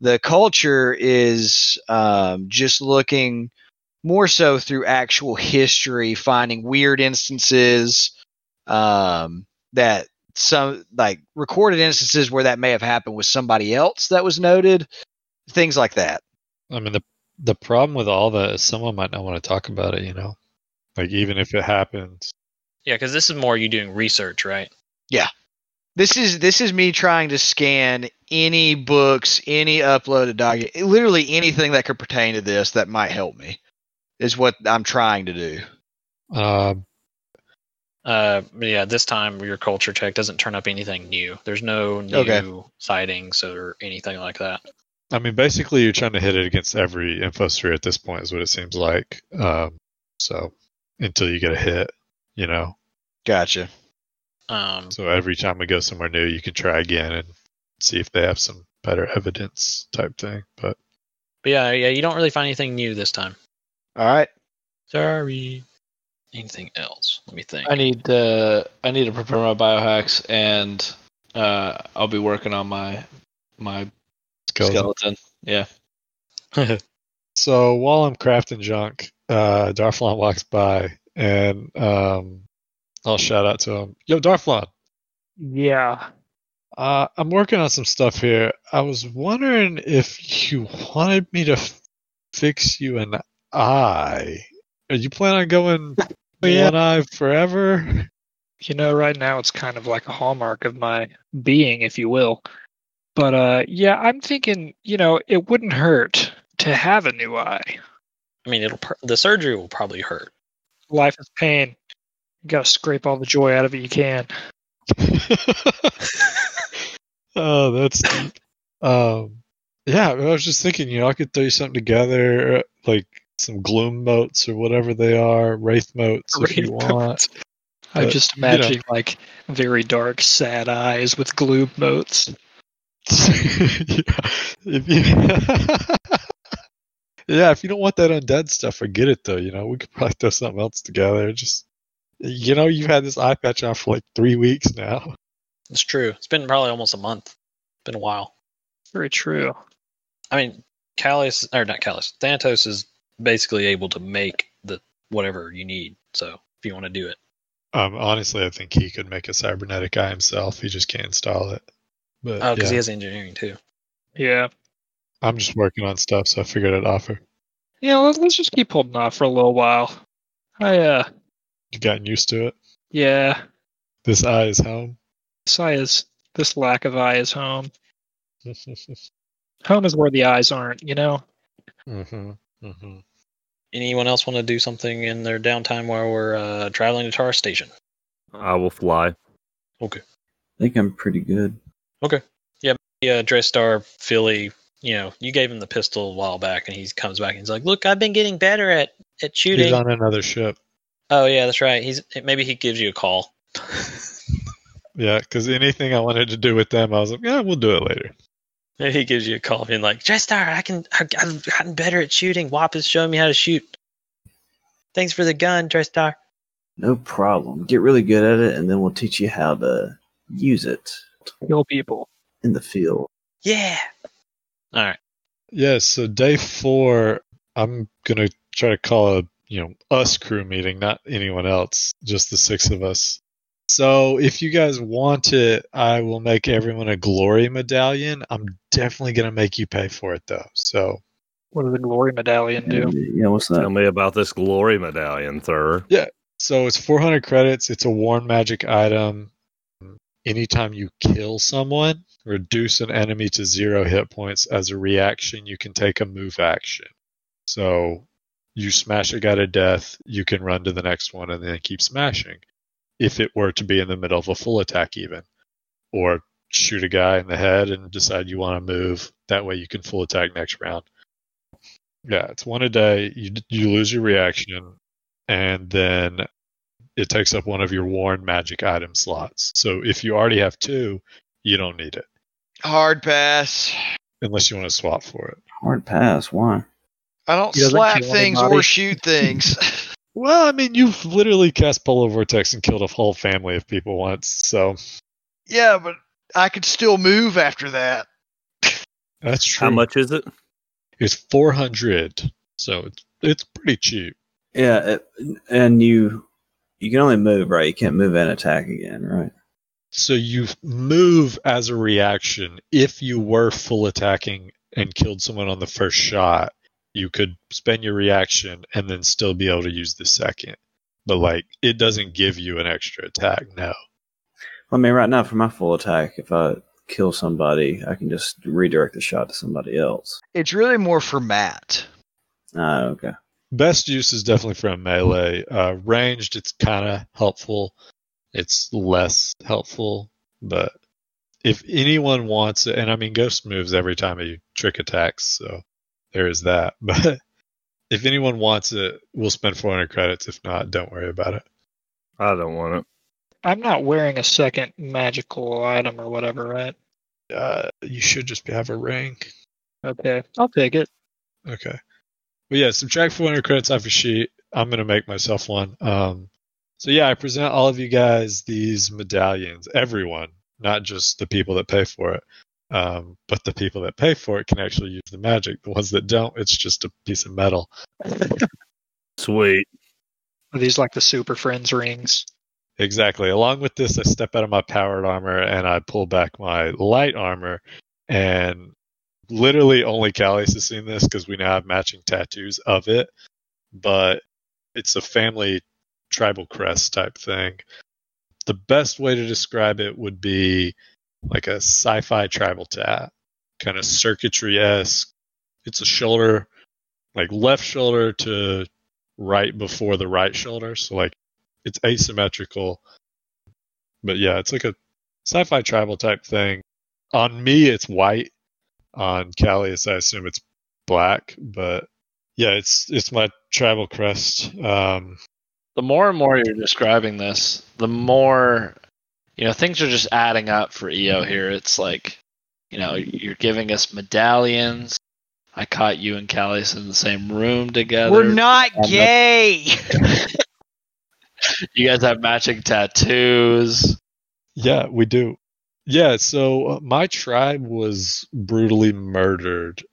Speaker 1: The culture is um, just looking more so through actual history, finding weird instances um, that some like recorded instances where that may have happened with somebody else that was noted, things like that.
Speaker 8: I mean the the problem with all that is someone might not want to talk about it. You know, like even if it happens,
Speaker 2: Yeah, because this is more you doing research, right?
Speaker 1: This is this is me trying to scan any books, any uploaded document, literally anything that could pertain to this that might help me. Is what I'm trying to do.
Speaker 8: Uh,
Speaker 2: Uh, yeah, this time your culture check doesn't turn up anything new. There's no new
Speaker 1: Okay.
Speaker 2: sightings or anything like that.
Speaker 8: I mean, basically, you're trying to hit it against every infosphere at this point, is what it seems like. Um, so until you get a hit, you know.
Speaker 1: Gotcha.
Speaker 2: Um,
Speaker 8: So every time we go somewhere new, you can try again and see if they have some better evidence type thing. But
Speaker 2: but yeah, yeah, you don't really find anything new this time.
Speaker 1: All right.
Speaker 2: Sorry. Anything else? Let me think.
Speaker 5: I need uh, I need to prepare my biohacks, and uh, I'll be working on my my
Speaker 8: skeleton.
Speaker 5: skeleton. Yeah.
Speaker 8: So while I'm crafting junk, uh, Darflon walks by and um, I'll shout out to him. Yo, Darflon,
Speaker 4: Yeah.
Speaker 8: uh, I'm working on some stuff here. I was wondering if you wanted me to f- fix you an eye. Are you planning on going
Speaker 4: Oh, Yeah.
Speaker 8: one eye forever?
Speaker 4: You know, right now it's kind of like a hallmark of my being, if you will. But uh yeah, I'm thinking, you know, it wouldn't hurt to have a new eye.
Speaker 2: I mean, it'll pr- the surgery will probably hurt.
Speaker 4: Life is pain. You gotta scrape all the joy out of it you can.
Speaker 8: oh, that's deep. Um, yeah, I was just thinking, you know, I could throw you something together, like some gloom motes or whatever they are, wraith motes if
Speaker 4: Wraith
Speaker 8: you want.
Speaker 4: I'm
Speaker 8: But,
Speaker 4: just
Speaker 8: you know.
Speaker 4: imagining like very dark, sad eyes with gloob motes.
Speaker 8: yeah, if you yeah, if you don't want that undead stuff, forget it though. You know, we could probably throw something else together. Just you know, you've had this eye patch on for like three weeks now.
Speaker 2: It's true. It's been probably almost a month. Been a while.
Speaker 4: Very true.
Speaker 2: I mean, Callus or not Callus, Thanatos is basically able to make the whatever you need. So if you want to do it,
Speaker 8: Um, honestly, I think he could make a cybernetic eye himself. He just can't install it. But
Speaker 2: oh, because
Speaker 8: yeah,
Speaker 2: he has engineering too.
Speaker 4: Yeah.
Speaker 8: I'm just working on stuff, so I figured I'd offer.
Speaker 4: Yeah, let- let's just keep holding off for a little while. I uh
Speaker 8: You gotten used to it.
Speaker 4: yeah.
Speaker 8: This eye is home.
Speaker 4: This eye is this lack of eye is home. Home is where the eyes aren't, you know?
Speaker 8: mm-hmm. Mm-hmm.
Speaker 2: Anyone else want to do something in their downtime while we're uh, traveling to Tar Station?
Speaker 7: I will fly.
Speaker 3: I think I'm pretty good.
Speaker 2: Yeah, Drestar uh, Philly. You know, you gave him the pistol a while back, and he comes back and he's like, "Look, I've been getting better at at shooting."
Speaker 8: He's on another ship.
Speaker 2: oh yeah, that's right. He's maybe he gives you a call.
Speaker 8: Yeah, because anything I wanted to do with them, I was like, yeah, we'll do it later.
Speaker 2: Maybe he gives you a call being like, Drestar, I can, I- I've gotten better at shooting. Wop is showing me how to shoot. Thanks for the gun, Drestar.
Speaker 3: No problem. Get really good at it, and then we'll teach you how to use it
Speaker 4: Kill people.
Speaker 3: in the field.
Speaker 2: Yeah. All right.
Speaker 8: Yeah, so day four, I'm gonna try to call a you know us crew meeting, not anyone else, just the six of us. So if you guys want it, I will make everyone a glory medallion. I'm definitely gonna make you pay for it though. So
Speaker 4: What does the glory medallion do?
Speaker 5: Mm-hmm.
Speaker 3: And, yeah, what's
Speaker 7: Tell
Speaker 3: that?
Speaker 7: me about this glory medallion, sir.
Speaker 8: so it's 400 credits. It's a worn magic item. Anytime you kill someone, reduce an enemy to zero hit points. As a reaction, you can take a move action. So you smash a guy to death, you can run to the next one and then keep smashing. If it were to be in the middle of a full attack, even, or shoot a guy in the head and decide you want to move, that way you can full attack next round. Yeah, it's one a day. You you lose your reaction and then it takes up one of your worn magic item slots. So if you already have two, you don't need it
Speaker 1: Hard pass.
Speaker 8: unless you want to swap for it.
Speaker 3: Hard pass. Why?
Speaker 1: I don't
Speaker 4: He doesn't
Speaker 1: slap
Speaker 4: kill
Speaker 1: things
Speaker 4: anybody.
Speaker 1: or shoot things.
Speaker 8: Well, I mean, you've literally cast Polar Vortex and killed a whole family of people once, so
Speaker 1: yeah, but I could still move after that.
Speaker 8: that's true.
Speaker 7: How much is it?
Speaker 8: It's four hundred, so it's it's pretty cheap.
Speaker 3: Yeah, it, and you you can only move right. You can't move and attack again, right?
Speaker 8: So you move as a reaction. If you were full attacking and killed someone on the first shot, you could spend your reaction and then still be able to use the second. but like it doesn't give you an extra attack. No,
Speaker 3: I mean, right now for my full attack, if I kill somebody, I can just redirect the shot to somebody else.
Speaker 1: It's really more for Matt.
Speaker 3: Ah, okay.
Speaker 8: best use is definitely from melee. Uh, ranged, it's kind of helpful. It's less helpful, but if anyone wants it, and I mean, ghost moves every time he trick attacks, so there is that. But if anyone wants it, we'll spend 400 credits. If not, don't worry about it.
Speaker 7: I don't want it.
Speaker 4: I'm not wearing a second magical item or whatever, right?
Speaker 8: Uh, you should just have a ring.
Speaker 4: Okay, I'll take it.
Speaker 8: Okay. But yeah, subtract 400 credits off your sheet. I'm going to make myself one. Um, so yeah, I present all of you guys these medallions. Everyone, not just the people that pay for it. Um, but the people that pay for it can actually use the magic. The ones that don't, it's just a piece of metal.
Speaker 7: Sweet.
Speaker 4: Are these like the super friends rings?
Speaker 8: Exactly. Along with this, I step out of my powered armor and I pull back my light armor. And literally, only Callis has seen this because we now have matching tattoos of it. But it's a family tribal crest type thing. The best way to describe it would be like a sci fi tribal tat, kind of circuitry esque. It's a shoulder, like left shoulder to right before the right shoulder. So, like, it's asymmetrical. But yeah, it's like a sci-fi tribal type thing. On me, it's white. On Callius, I assume it's black. But yeah, it's it's my tribal crest. Um,
Speaker 5: The more and more you're describing this, the more you know things are just adding up for EO here. It's like you know you're giving us medallions. I caught you and Callius in the same room together.
Speaker 1: We're not
Speaker 5: I'm not-
Speaker 1: gay.
Speaker 5: You guys have matching tattoos.
Speaker 8: yeah, we do. Yeah, so uh, my tribe was brutally murdered.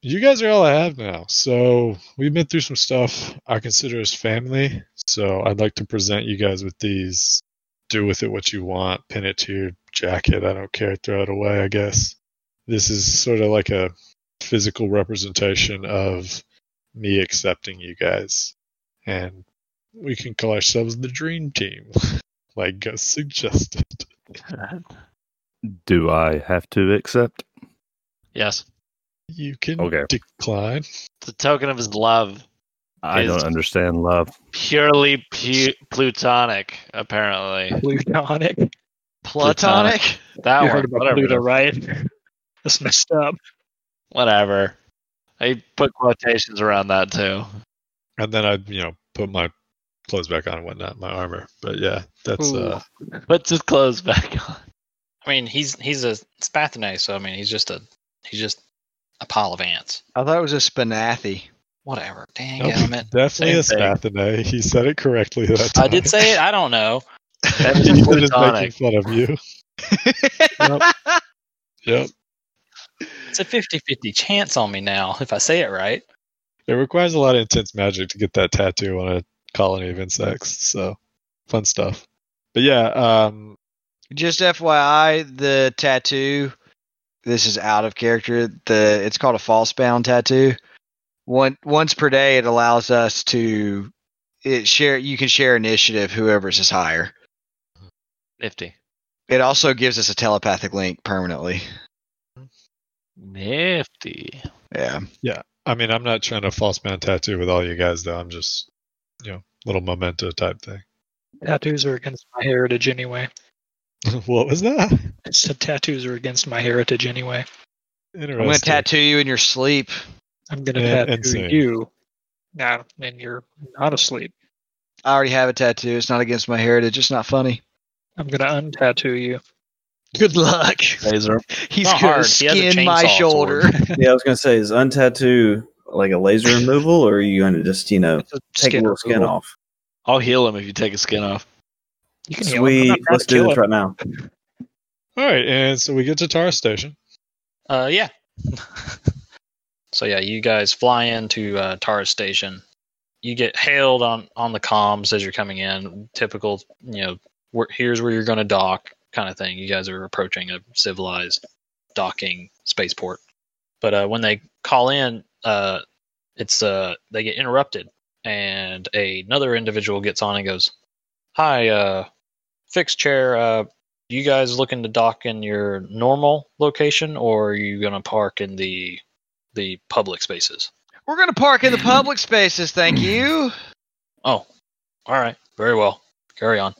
Speaker 8: You guys are all I have now. So we've been through some stuff I consider as family. So I'd like to present you guys with these. Do with it what you want. Pin it to your jacket. I don't care. Throw it away, I guess. This is sort of like a physical representation of me accepting you guys. And we can call ourselves the Dream Team, like Gus suggested.
Speaker 7: Do I have to accept?
Speaker 5: Yes,
Speaker 8: You can
Speaker 7: Okay.
Speaker 8: decline.
Speaker 5: it's a token of his love,
Speaker 7: I
Speaker 5: Is-
Speaker 7: don't understand love.
Speaker 5: purely pu- plutonic, apparently.
Speaker 4: Plutonic.
Speaker 5: Platonic? That
Speaker 4: you
Speaker 5: one,
Speaker 4: heard about
Speaker 5: whatever. it
Speaker 4: Pluto,
Speaker 5: is.
Speaker 4: right? That's messed up.
Speaker 5: Whatever. I put quotations around that too.
Speaker 8: And then I, you know, put my clothes back on and whatnot, my armor. But yeah, that's
Speaker 4: Ooh.
Speaker 8: uh
Speaker 5: Puts his clothes back on.
Speaker 2: I mean, he's he's a Spathine, so I mean, he's just a he's just a pile of ants.
Speaker 1: I thought it was a Spinathy.
Speaker 2: Whatever. Dang
Speaker 8: nope,
Speaker 2: it.
Speaker 8: definitely
Speaker 5: Same
Speaker 8: a Spathine. He said it correctly that time.
Speaker 2: I did say it. I don't know.
Speaker 5: That
Speaker 8: He
Speaker 5: is
Speaker 8: was just making
Speaker 5: plutonic.
Speaker 8: fun of you. Yep.
Speaker 2: It's a 50-50 chance on me now if I say it right.
Speaker 8: It requires a lot of intense magic to get that tattoo on a colony of insects, so fun stuff. But yeah, um
Speaker 1: Just FYI, the tattoo. This is out of character. The it's called a false bound tattoo. One once per day, it allows us to it share. You can share initiative. Whoever's is higher.
Speaker 5: Nifty.
Speaker 1: It also gives us a telepathic link permanently.
Speaker 5: Nifty.
Speaker 1: Yeah.
Speaker 8: I mean I'm not trying to false mount tattoo with all you guys though. I'm just you know, little memento type thing.
Speaker 4: Tattoos are against my heritage anyway.
Speaker 8: what was that?
Speaker 4: I said tattoos are against my heritage anyway.
Speaker 8: Interesting.
Speaker 1: I'm gonna tattoo you in your sleep.
Speaker 4: I'm gonna
Speaker 8: Yeah,
Speaker 4: tattoo
Speaker 8: insane.
Speaker 4: you. Now, and you're not asleep.
Speaker 1: I already have a tattoo. It's not against my heritage. It's not funny.
Speaker 4: I'm gonna untattoo you.
Speaker 1: Good luck.
Speaker 5: Laser.
Speaker 1: He's
Speaker 2: Not
Speaker 1: gonna
Speaker 2: hard. He has a
Speaker 1: skin my
Speaker 2: chainsaw
Speaker 1: shoulder.
Speaker 2: sword.
Speaker 3: yeah, I was gonna say, is untattoo like a laser removal, or are you gonna just you know
Speaker 4: It's a
Speaker 3: take a
Speaker 4: skin
Speaker 3: little skin
Speaker 4: removal.
Speaker 3: off?
Speaker 5: I'll heal him if you take his skin off.
Speaker 4: You can heal him. I'm not
Speaker 3: Sweet,
Speaker 4: trying
Speaker 3: let's
Speaker 4: to
Speaker 3: do
Speaker 4: kill
Speaker 3: this
Speaker 4: him.
Speaker 3: right now.
Speaker 8: All right, and so we get to Tara Station.
Speaker 2: Uh, yeah. so yeah, you guys fly into uh, Tara Station. You get hailed on on the comms as you're coming in. Typical, you know, we here's where you're going to dock, kind of thing. You guys are approaching a civilized docking spaceport. But uh, when they call in, uh, it's uh, they get interrupted and another individual gets on and goes, "Hi, uh, fixed chair. Uh, you guys looking to dock in your normal location, or are you gonna park in the the public spaces?"
Speaker 1: We're gonna park in the public spaces, thank you.
Speaker 2: Oh, all right, very well. Carry on.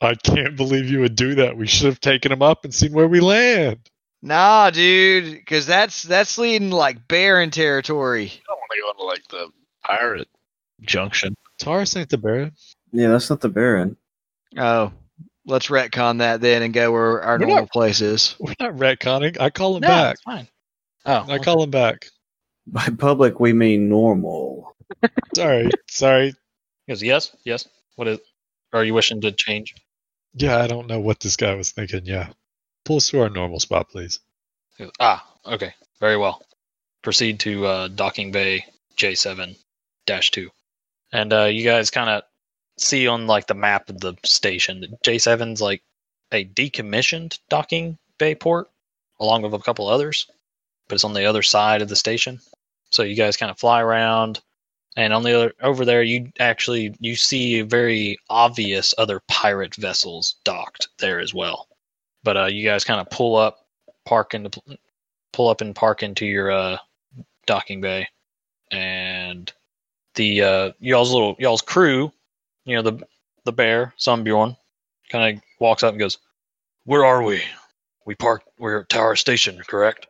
Speaker 8: I can't believe you would do that. We should have taken him up and seen where we land.
Speaker 1: Nah, dude, because that's that's leading like Baron territory.
Speaker 11: I don't want to go into like the pirate junction.
Speaker 8: Taurus ain't the Baron.
Speaker 3: Yeah, that's not the Baron.
Speaker 1: Oh, let's retcon that then and go where our
Speaker 8: We're
Speaker 1: normal
Speaker 8: not-
Speaker 1: place is.
Speaker 8: We're not retconning. I call him
Speaker 2: No,
Speaker 8: back.
Speaker 2: it's fine. Oh,
Speaker 8: I call him back.
Speaker 3: By public, we mean normal.
Speaker 8: Sorry. Sorry.
Speaker 2: He goes, yes, yes. What is? Are you wishing to change?
Speaker 8: Yeah, I don't know what this guy was thinking. Yeah. Pull us to our normal spot, please.
Speaker 2: He goes, ah, okay, very well. Proceed to uh, docking bay J7 2. And uh, you guys kind of see on like the map of the station that J7's like a decommissioned docking bay port, along with a couple others, but it's on the other side of the station. So you guys kind of fly around, and on the other over there, you actually you see very obvious other pirate vessels docked there as well. But uh, you guys kind of pull up park into pull up and park into your uh, docking bay, and the uh, y'all's little y'all's crew, you know the the bear Sunbjorn, kind of walks up and goes, "Where are we? We parked. We're at Tower Station, correct?"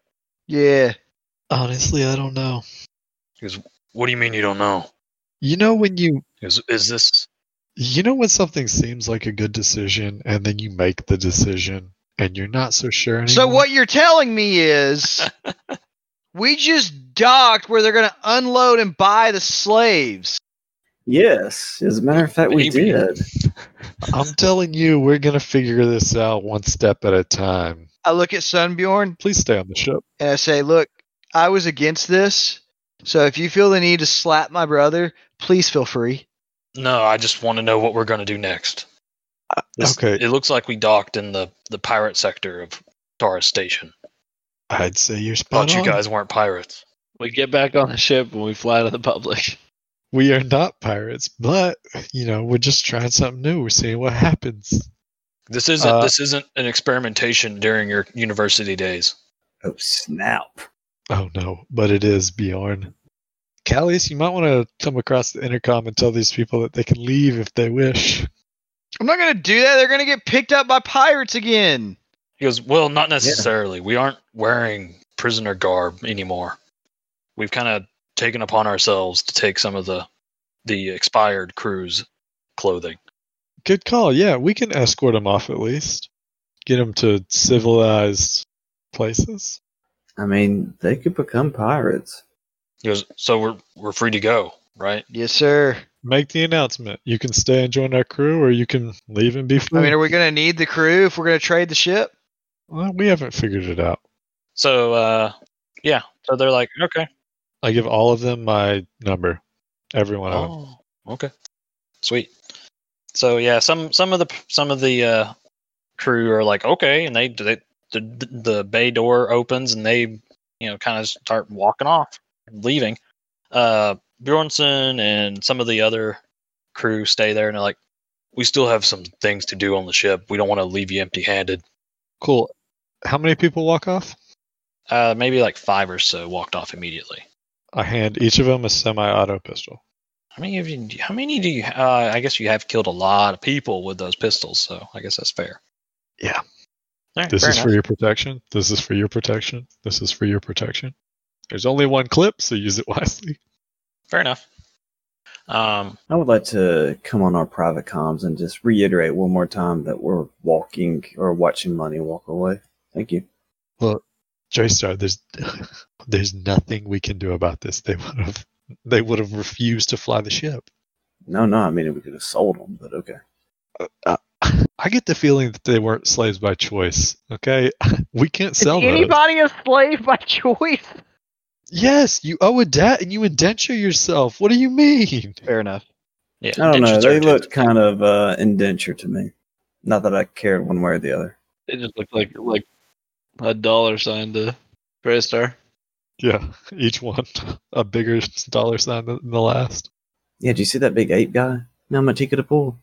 Speaker 1: Yeah.
Speaker 8: Honestly, I don't know.
Speaker 2: What do you mean you don't know?
Speaker 8: You know when you
Speaker 2: Is is this?
Speaker 8: you know when something seems like a good decision and then you make the decision and you're not so sure anymore?
Speaker 1: So what you're telling me is we just docked where they're gonna unload and buy the slaves.
Speaker 3: Yes, as a matter of fact, we
Speaker 2: Maybe.
Speaker 3: did.
Speaker 8: I'm telling you, we're gonna figure this out one step at a time.
Speaker 1: I look at Sunbjorn
Speaker 8: Please stay on the ship.
Speaker 1: and I say, "Look, I was against this. So if you feel the need to slap my brother, please feel free."
Speaker 2: No, I just want to know what we're going to do next. This-
Speaker 8: okay.
Speaker 2: It looks like we docked in the the pirate sector of Taurus Station.
Speaker 8: I'd say you're spot
Speaker 2: Thought you
Speaker 8: on.
Speaker 2: guys weren't pirates.
Speaker 5: We get back on the ship and we fly to the public.
Speaker 8: we are not pirates, but you know, we're just trying something new. We're seeing what happens.
Speaker 2: This isn't
Speaker 8: Uh,
Speaker 2: this isn't an experimentation during your university days.
Speaker 3: Oh snap!
Speaker 8: Oh no, but it is Bjorn. Callius, you might want to come across the intercom and tell these people that they can leave if they wish.
Speaker 1: I'm not gonna do that. They're gonna get picked up by pirates again.
Speaker 2: He goes, Well, not necessarily. We aren't wearing prisoner garb anymore. We've kind of taken upon ourselves to take some of the the expired crew's clothing.
Speaker 8: Good call. Yeah, we can escort them off at least. Get them to civilized places.
Speaker 3: I mean, they could become pirates.
Speaker 2: He goes, So we're we're free to go, right?
Speaker 1: Yes, sir.
Speaker 8: Make the announcement. You can stay and join our crew, or you can leave and be free.
Speaker 1: I mean, are we gonna need the crew if we're gonna trade the ship?
Speaker 8: Well, we haven't figured it out.
Speaker 2: So uh yeah. So they're like, Okay.
Speaker 8: I give all of them my number. Every one of them.
Speaker 2: Oh, okay. Sweet. So yeah, some some of the some of the uh, crew are like okay, and they they the the bay door opens and they you know kind of start walking off, leaving. Uh, Bjornson and some of the other crew stay there and they're like, we still have some things to do on the ship. We don't want to leave you empty handed.
Speaker 8: Cool. How many people walk off?
Speaker 2: Uh, maybe like five or so walked off immediately.
Speaker 8: I hand each of them a semi-auto pistol.
Speaker 2: How many of you? How many do you? Uh, I guess you have killed a lot of people with those pistols, so I guess that's fair.
Speaker 8: Yeah.
Speaker 2: All right,
Speaker 8: This
Speaker 2: fair
Speaker 8: is
Speaker 2: enough.
Speaker 8: for your protection. This is for your protection. This is for your protection. There's only one clip, so use it wisely.
Speaker 2: Fair enough. Um,
Speaker 3: I would like to come on our private comms and just reiterate one more time that we're walking or watching money walk away. Thank you.
Speaker 8: Joystar, there's there's nothing we can do about this. They would have they would have refused to fly the ship.
Speaker 3: No, no, I mean we could have sold them, but okay.
Speaker 8: I get the feeling that they weren't slaves by choice. Okay, we can't sell them.
Speaker 1: a slave by choice?
Speaker 8: Yes, you owe a debt and you indenture yourself. What do you mean?
Speaker 1: Fair enough.
Speaker 2: yeah,
Speaker 3: I don't know.
Speaker 2: dentures
Speaker 3: They
Speaker 2: are-
Speaker 3: looked kind of uh, indentured to me. Not that I cared one way or the other.
Speaker 5: It just looked like like a dollar sign to Star.
Speaker 8: Yeah, each one a bigger dollar sign than the last.
Speaker 3: Yeah, do you see that big ape guy? How much he could have pulled?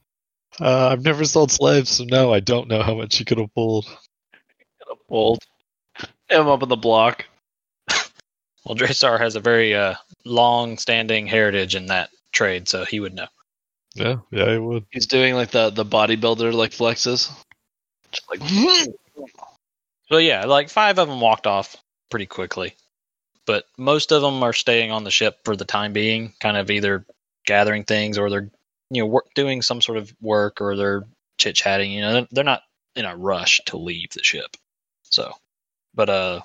Speaker 8: Uh, I've never sold slaves, so no, I don't know how much you could have pulled.
Speaker 5: Bold. Him up on the block.
Speaker 2: Well, Draystar has a very uh, long-standing heritage in that trade, so he would know.
Speaker 8: Yeah, yeah, I would.
Speaker 5: He's doing like the the bodybuilder like flexes. Just like
Speaker 2: So yeah, like five of them walked off pretty quickly, but most of them are staying on the ship for the time being, kind of either gathering things or they're you know work, doing some sort of work or they're chit chatting. You know, they're, they're not in a rush to leave the ship. So, but uh,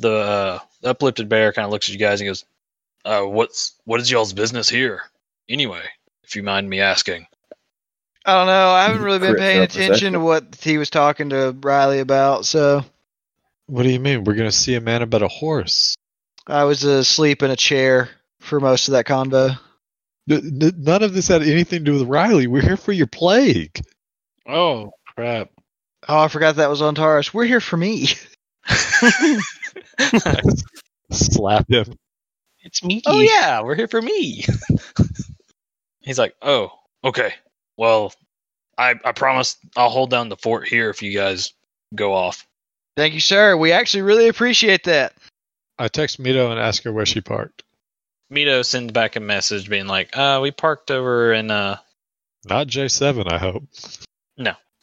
Speaker 2: the uh, the uplifted bear kind of looks at you guys and goes, uh, "What's what is y'all's business here, anyway? If you mind me asking."
Speaker 1: I don't know. I haven't really been
Speaker 3: Crypt
Speaker 1: paying
Speaker 3: self-possession.
Speaker 1: attention to what he was talking to Riley about, so
Speaker 8: What do you mean? We're gonna see a man about a horse?
Speaker 1: I was asleep in a chair for most of that convo.
Speaker 8: N- n- none of this had anything to do with Riley. We're here for your plague.
Speaker 5: oh crap.
Speaker 1: Oh, I forgot that was on Taurus. We're here for me.
Speaker 8: Slap him.
Speaker 2: It's me. Oh yeah, we're here for me. He's like, oh, okay. Well, I I promise I'll hold down the fort here if you guys go off.
Speaker 1: Thank you, sir. We actually really appreciate that.
Speaker 8: I text Mito and ask her where she parked.
Speaker 2: Mito sends back a message being like, uh, we parked over in uh
Speaker 8: Not J seven, I hope.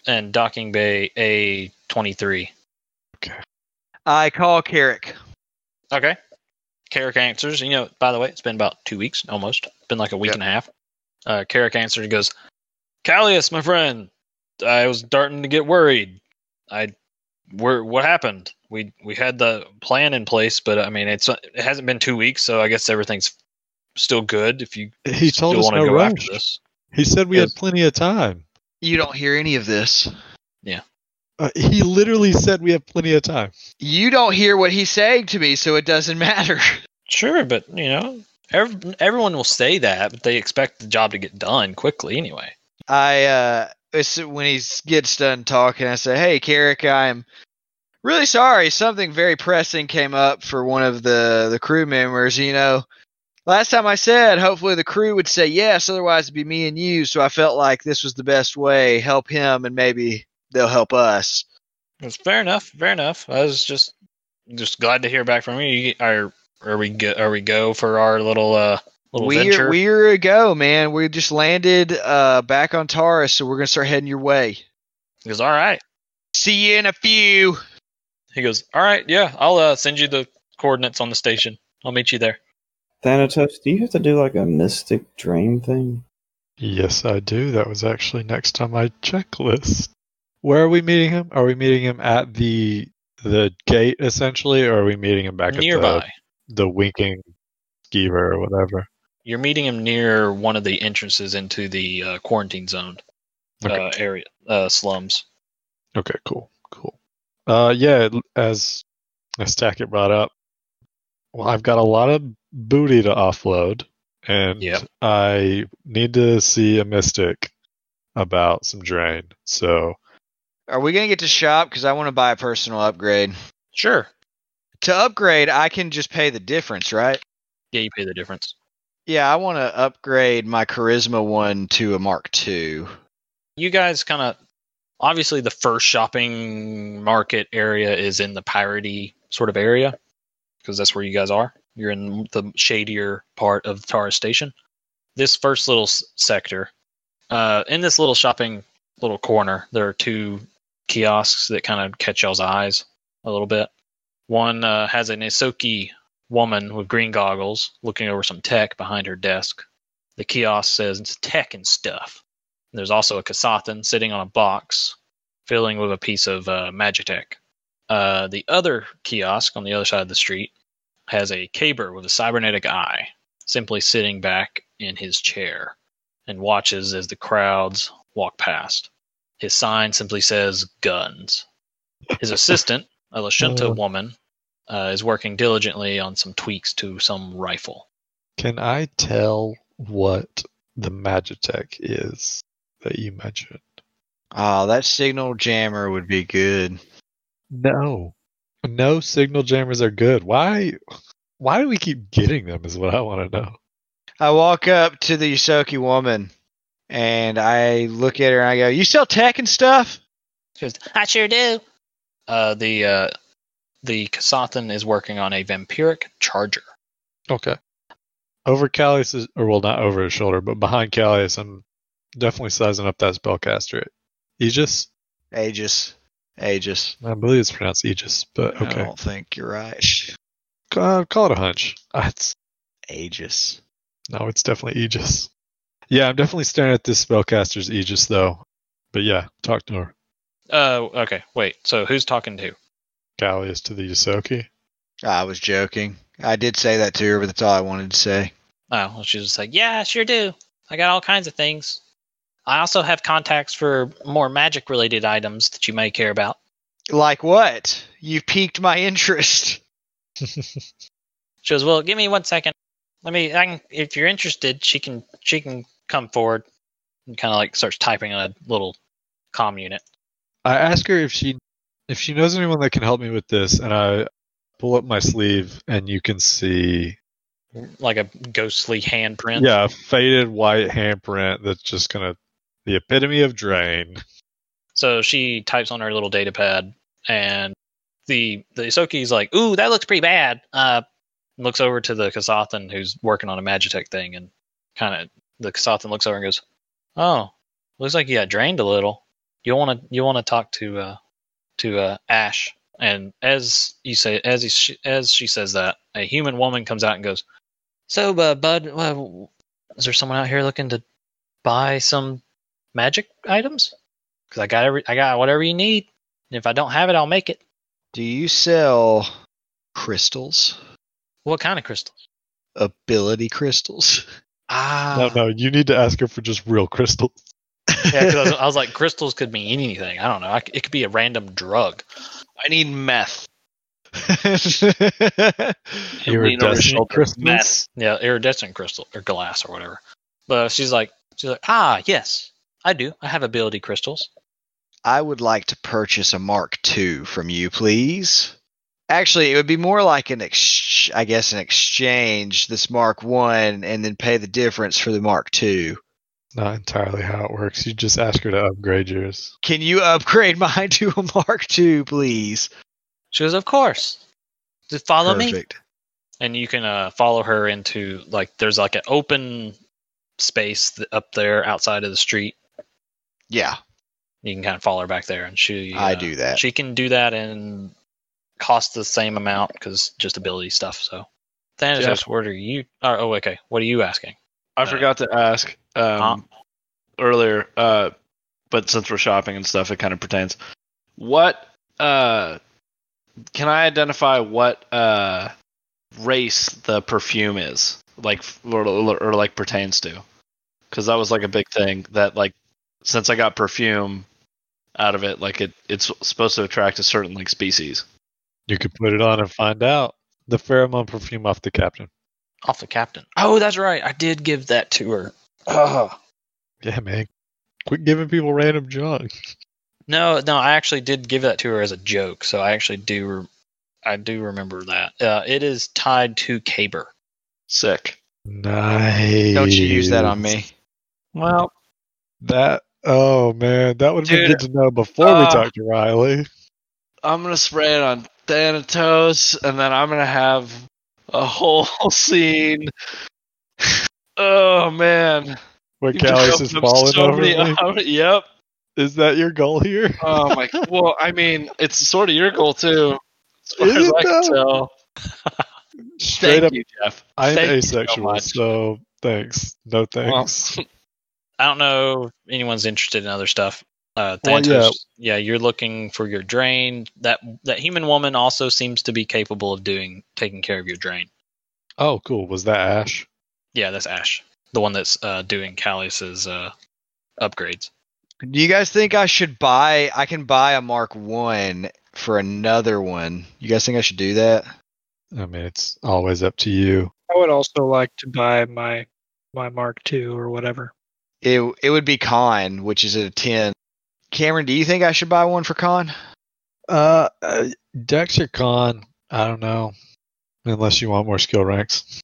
Speaker 2: in docking bay A twenty three.
Speaker 1: I call Carrick.
Speaker 2: Okay. Carrick answers. You know, by the way, it's been about two weeks almost. It's been like a week
Speaker 11: Yep.
Speaker 2: and a half. Uh, Carrick answers and goes, Callius, my friend, I was starting to get worried. I, where, what happened? We we had the plan in place, but I mean, it's it hasn't been two weeks, so I guess everything's still good. If you
Speaker 8: He told
Speaker 2: still
Speaker 8: us
Speaker 2: want to
Speaker 8: no
Speaker 2: go
Speaker 8: rush.
Speaker 2: after this,
Speaker 8: He said we
Speaker 2: Yes.
Speaker 8: had plenty of time.
Speaker 1: You don't hear any of this.
Speaker 8: Uh, he literally said we have plenty of time.
Speaker 1: You don't hear what he's saying to me, so it doesn't matter.
Speaker 2: sure, but you know, ev- everyone will say that, but they expect the job to get done quickly anyway.
Speaker 1: I uh it's when he gets done talking, I say, "Hey, Carrick, I'm really sorry. Something very pressing came up for one of the the crew members. You know, last time I said hopefully the crew would say yes, otherwise it'd be me and you. So I felt like this was the best way. Help him, and maybe they'll help us.
Speaker 2: It's fair enough. Fair enough. I was just just glad to hear back from you. you are are we go, are we go for our little uh little
Speaker 1: we're
Speaker 2: venture?
Speaker 1: we're a go, man. We just landed uh back on Taurus, so we're gonna start heading your way.
Speaker 2: He goes all right.
Speaker 1: See you in a few.
Speaker 2: He goes all right. Yeah, I'll uh, send you the coordinates on the station. I'll meet you there.
Speaker 3: Thanatos, do you have to do like a mystic dream thing?
Speaker 8: Yes, I do. That was actually next on my checklist. Where are we meeting him? Are we meeting him at the the gate essentially, or are we meeting him back
Speaker 2: Nearby,
Speaker 8: at the, the winking skeever or whatever?
Speaker 2: you're meeting him near one of the entrances into the uh, quarantine zone uh, area uh, slums.
Speaker 8: Okay, cool, cool. Uh, yeah, l- as as Stackett brought up, well, I've got a lot of booty to offload, and
Speaker 2: Yep.
Speaker 8: I need to see a mystic about some drain. So
Speaker 1: Are we gonna get to shop? Because I want to buy a personal upgrade.
Speaker 2: Sure.
Speaker 1: to upgrade i can just pay the difference right
Speaker 2: Yeah, you pay the difference.
Speaker 1: yeah i want to upgrade my charisma one to a mark two
Speaker 2: you guys kind of obviously the first shopping market area is in the piratey sort of area because that's where you guys are you're in the shadier part of tara station this first little s- sector uh, in this little shopping little corner there are two kiosks that kind of catch y'all's eyes a little bit one uh, has an isoki woman with green goggles looking over some tech behind her desk the kiosk says it's tech and stuff there's also a Kasathan sitting on a box, filling with a piece of uh, Magitek. Uh, the other kiosk on the other side of the street has a Caber with a cybernetic eye, simply sitting back in his chair and watches as the crowds walk past. His sign simply says guns. His assistant, a Lashunta
Speaker 8: Uh.
Speaker 2: woman, uh, is working diligently on some tweaks to some rifle.
Speaker 8: Can I tell what the Magitek is that you mentioned?
Speaker 1: oh that signal jammer would be good
Speaker 8: No. No signal jammers are good. Why why do we keep getting them is what I want to know.
Speaker 1: I walk up to the Yosoki woman and I look at her and I go, You sell tech and stuff?
Speaker 2: She goes, I sure do. Uh, the uh, the Kasathan is working on a vampiric charger.
Speaker 8: Okay. Over Callias's, or well, not over his shoulder, but behind Callias, I'm definitely sizing up that spellcaster. Aegis?
Speaker 1: Aegis. Aegis.
Speaker 8: I believe it's pronounced Aegis, but
Speaker 1: I
Speaker 8: okay.
Speaker 1: don't think you're right.
Speaker 8: Uh, call it a hunch. Uh, It's,
Speaker 1: Aegis.
Speaker 8: no, it's definitely Aegis. Yeah, I'm definitely staring at this spellcaster's Aegis, though. But yeah, talk to her.
Speaker 2: Uh, okay, wait. So who's talking to? Oh,
Speaker 8: Callias to the Yosoki.
Speaker 1: I was joking. I did say that to her, but that's all I wanted to say.
Speaker 2: Oh, well, she's just like, yeah, I sure do. I got all kinds of things. I also have contacts for more magic related items that you may care about.
Speaker 1: Like what? You piqued my interest.
Speaker 2: She goes, well, give me one second. Let me. I can, if you're interested, she can. She can come forward and kind of like starts typing on a little comm unit.
Speaker 8: I ask her if she if she knows anyone that can help me with this, and I pull up my sleeve, and you can see
Speaker 2: like a ghostly handprint.
Speaker 8: yeah, a faded white handprint that's just gonna the epitome of drain.
Speaker 2: So she types on her little data pad, and the the Isoki's like, "Ooh, that looks pretty bad." Uh, looks over to the Kasathan who's working on a Magitech thing, and kind of the Kasathan looks over and goes, "Oh, looks like you got drained a little. You want to you want to talk to uh to uh Ash." And as you say, as he, she, as she says that, a human woman comes out and goes, "So, uh, Bud, uh, is there someone out here looking to buy some magic items?" because I got every I got whatever you need. And if I don't have it, I'll make it.
Speaker 1: Do you sell crystals?
Speaker 2: What kind of crystals?
Speaker 1: Ability crystals?
Speaker 2: Ah,
Speaker 8: no, no, you need to ask her for just real crystals.
Speaker 2: yeah. Because I, was- I was like, crystals could mean anything. I don't know. I c it could be a random drug.
Speaker 11: I need meth. Lean over his
Speaker 8: Iridescent
Speaker 11: shoulder.
Speaker 8: crystals.
Speaker 11: Meth.
Speaker 2: Yeah, iridescent crystal or glass or whatever. But she's like, she's like, ah, yes, I do. I have ability crystals.
Speaker 1: I would like to purchase a Mark II from you, please. Actually, it would be more like an ex- I guess an exchange this Mark One and then pay the difference for the Mark II.
Speaker 8: Not entirely how it works. You just ask her to upgrade yours.
Speaker 1: Can you upgrade mine to a Mark II, please?
Speaker 2: She goes, of course. Just follow me,
Speaker 1: Perfect.
Speaker 2: and you can uh, follow her into like there's like an open space th- up there outside of the street.
Speaker 1: Yeah,
Speaker 2: You can kind of follow her back there, and she
Speaker 1: I
Speaker 2: uh,
Speaker 1: do that.
Speaker 2: She can do that and cost the same amount because just ability stuff. So, Thanatos,
Speaker 11: Jeff.
Speaker 2: what are you? Oh, oh, okay. What are you asking?
Speaker 11: I
Speaker 2: Uh,
Speaker 11: forgot to ask um, earlier, uh, but since we're shopping and stuff, it kind of pertains. What uh, can I identify? What uh, race the perfume is like, f- or, or, or like pertains to? Because that was like a big thing that like since I got perfume out of it, like it it's supposed to attract a certain like species.
Speaker 8: You could put it on and find out the pheromone perfume off the captain.
Speaker 2: Off the captain. Oh, that's right. I did give that to her. Ugh.
Speaker 8: Yeah, man. Quit giving people random junk.
Speaker 2: No, no, I actually did give that to her as a joke. So I actually do, re- I do remember that. Uh, it is tied to Caber.
Speaker 11: Sick.
Speaker 8: Nice.
Speaker 1: Don't you use that on me?
Speaker 4: Well,
Speaker 8: That oh man, that would have been
Speaker 11: Dude,
Speaker 8: good to know before we
Speaker 11: uh,
Speaker 8: talked to Riley.
Speaker 11: I'm gonna spray it on Thanatos, and then I'm gonna have a whole scene. Oh man!
Speaker 8: When
Speaker 11: You've
Speaker 8: Callias
Speaker 11: just
Speaker 8: is
Speaker 11: opened up
Speaker 8: falling
Speaker 11: so
Speaker 8: over
Speaker 11: many-
Speaker 8: me.
Speaker 11: Yep.
Speaker 8: Is that your goal here?
Speaker 11: Oh my. well, I mean, it's sort of your goal too. As far
Speaker 8: Is
Speaker 11: as
Speaker 8: it
Speaker 11: I can
Speaker 8: though?
Speaker 11: tell.
Speaker 8: Straight
Speaker 11: Thank
Speaker 8: up
Speaker 11: you, Jeff.
Speaker 8: I'm
Speaker 11: Thank you so
Speaker 8: asexual,
Speaker 11: much.
Speaker 8: so, thanks. No thanks.
Speaker 2: I don't know if anyone's interested in other stuff. Uh,
Speaker 8: Well,
Speaker 2: Thanatos, yeah. you're looking for your drain. That that human woman also seems to be capable of doing taking care of your drain.
Speaker 8: oh, cool. Was that Ash?
Speaker 2: Yeah, that's Ash, the one that's uh, doing Callias's uh, upgrades.
Speaker 1: Do you guys think I should buy? I can buy a Mark One for another one. You guys think I should do that?
Speaker 8: I mean, it's always up to you.
Speaker 4: I would also like to buy my my Mark II or whatever.
Speaker 1: It it would be Con, which is at a ten. Cameron, do you think I should buy one for Con?
Speaker 8: Uh, uh Dex or Con? I don't know. Unless you want more skill ranks.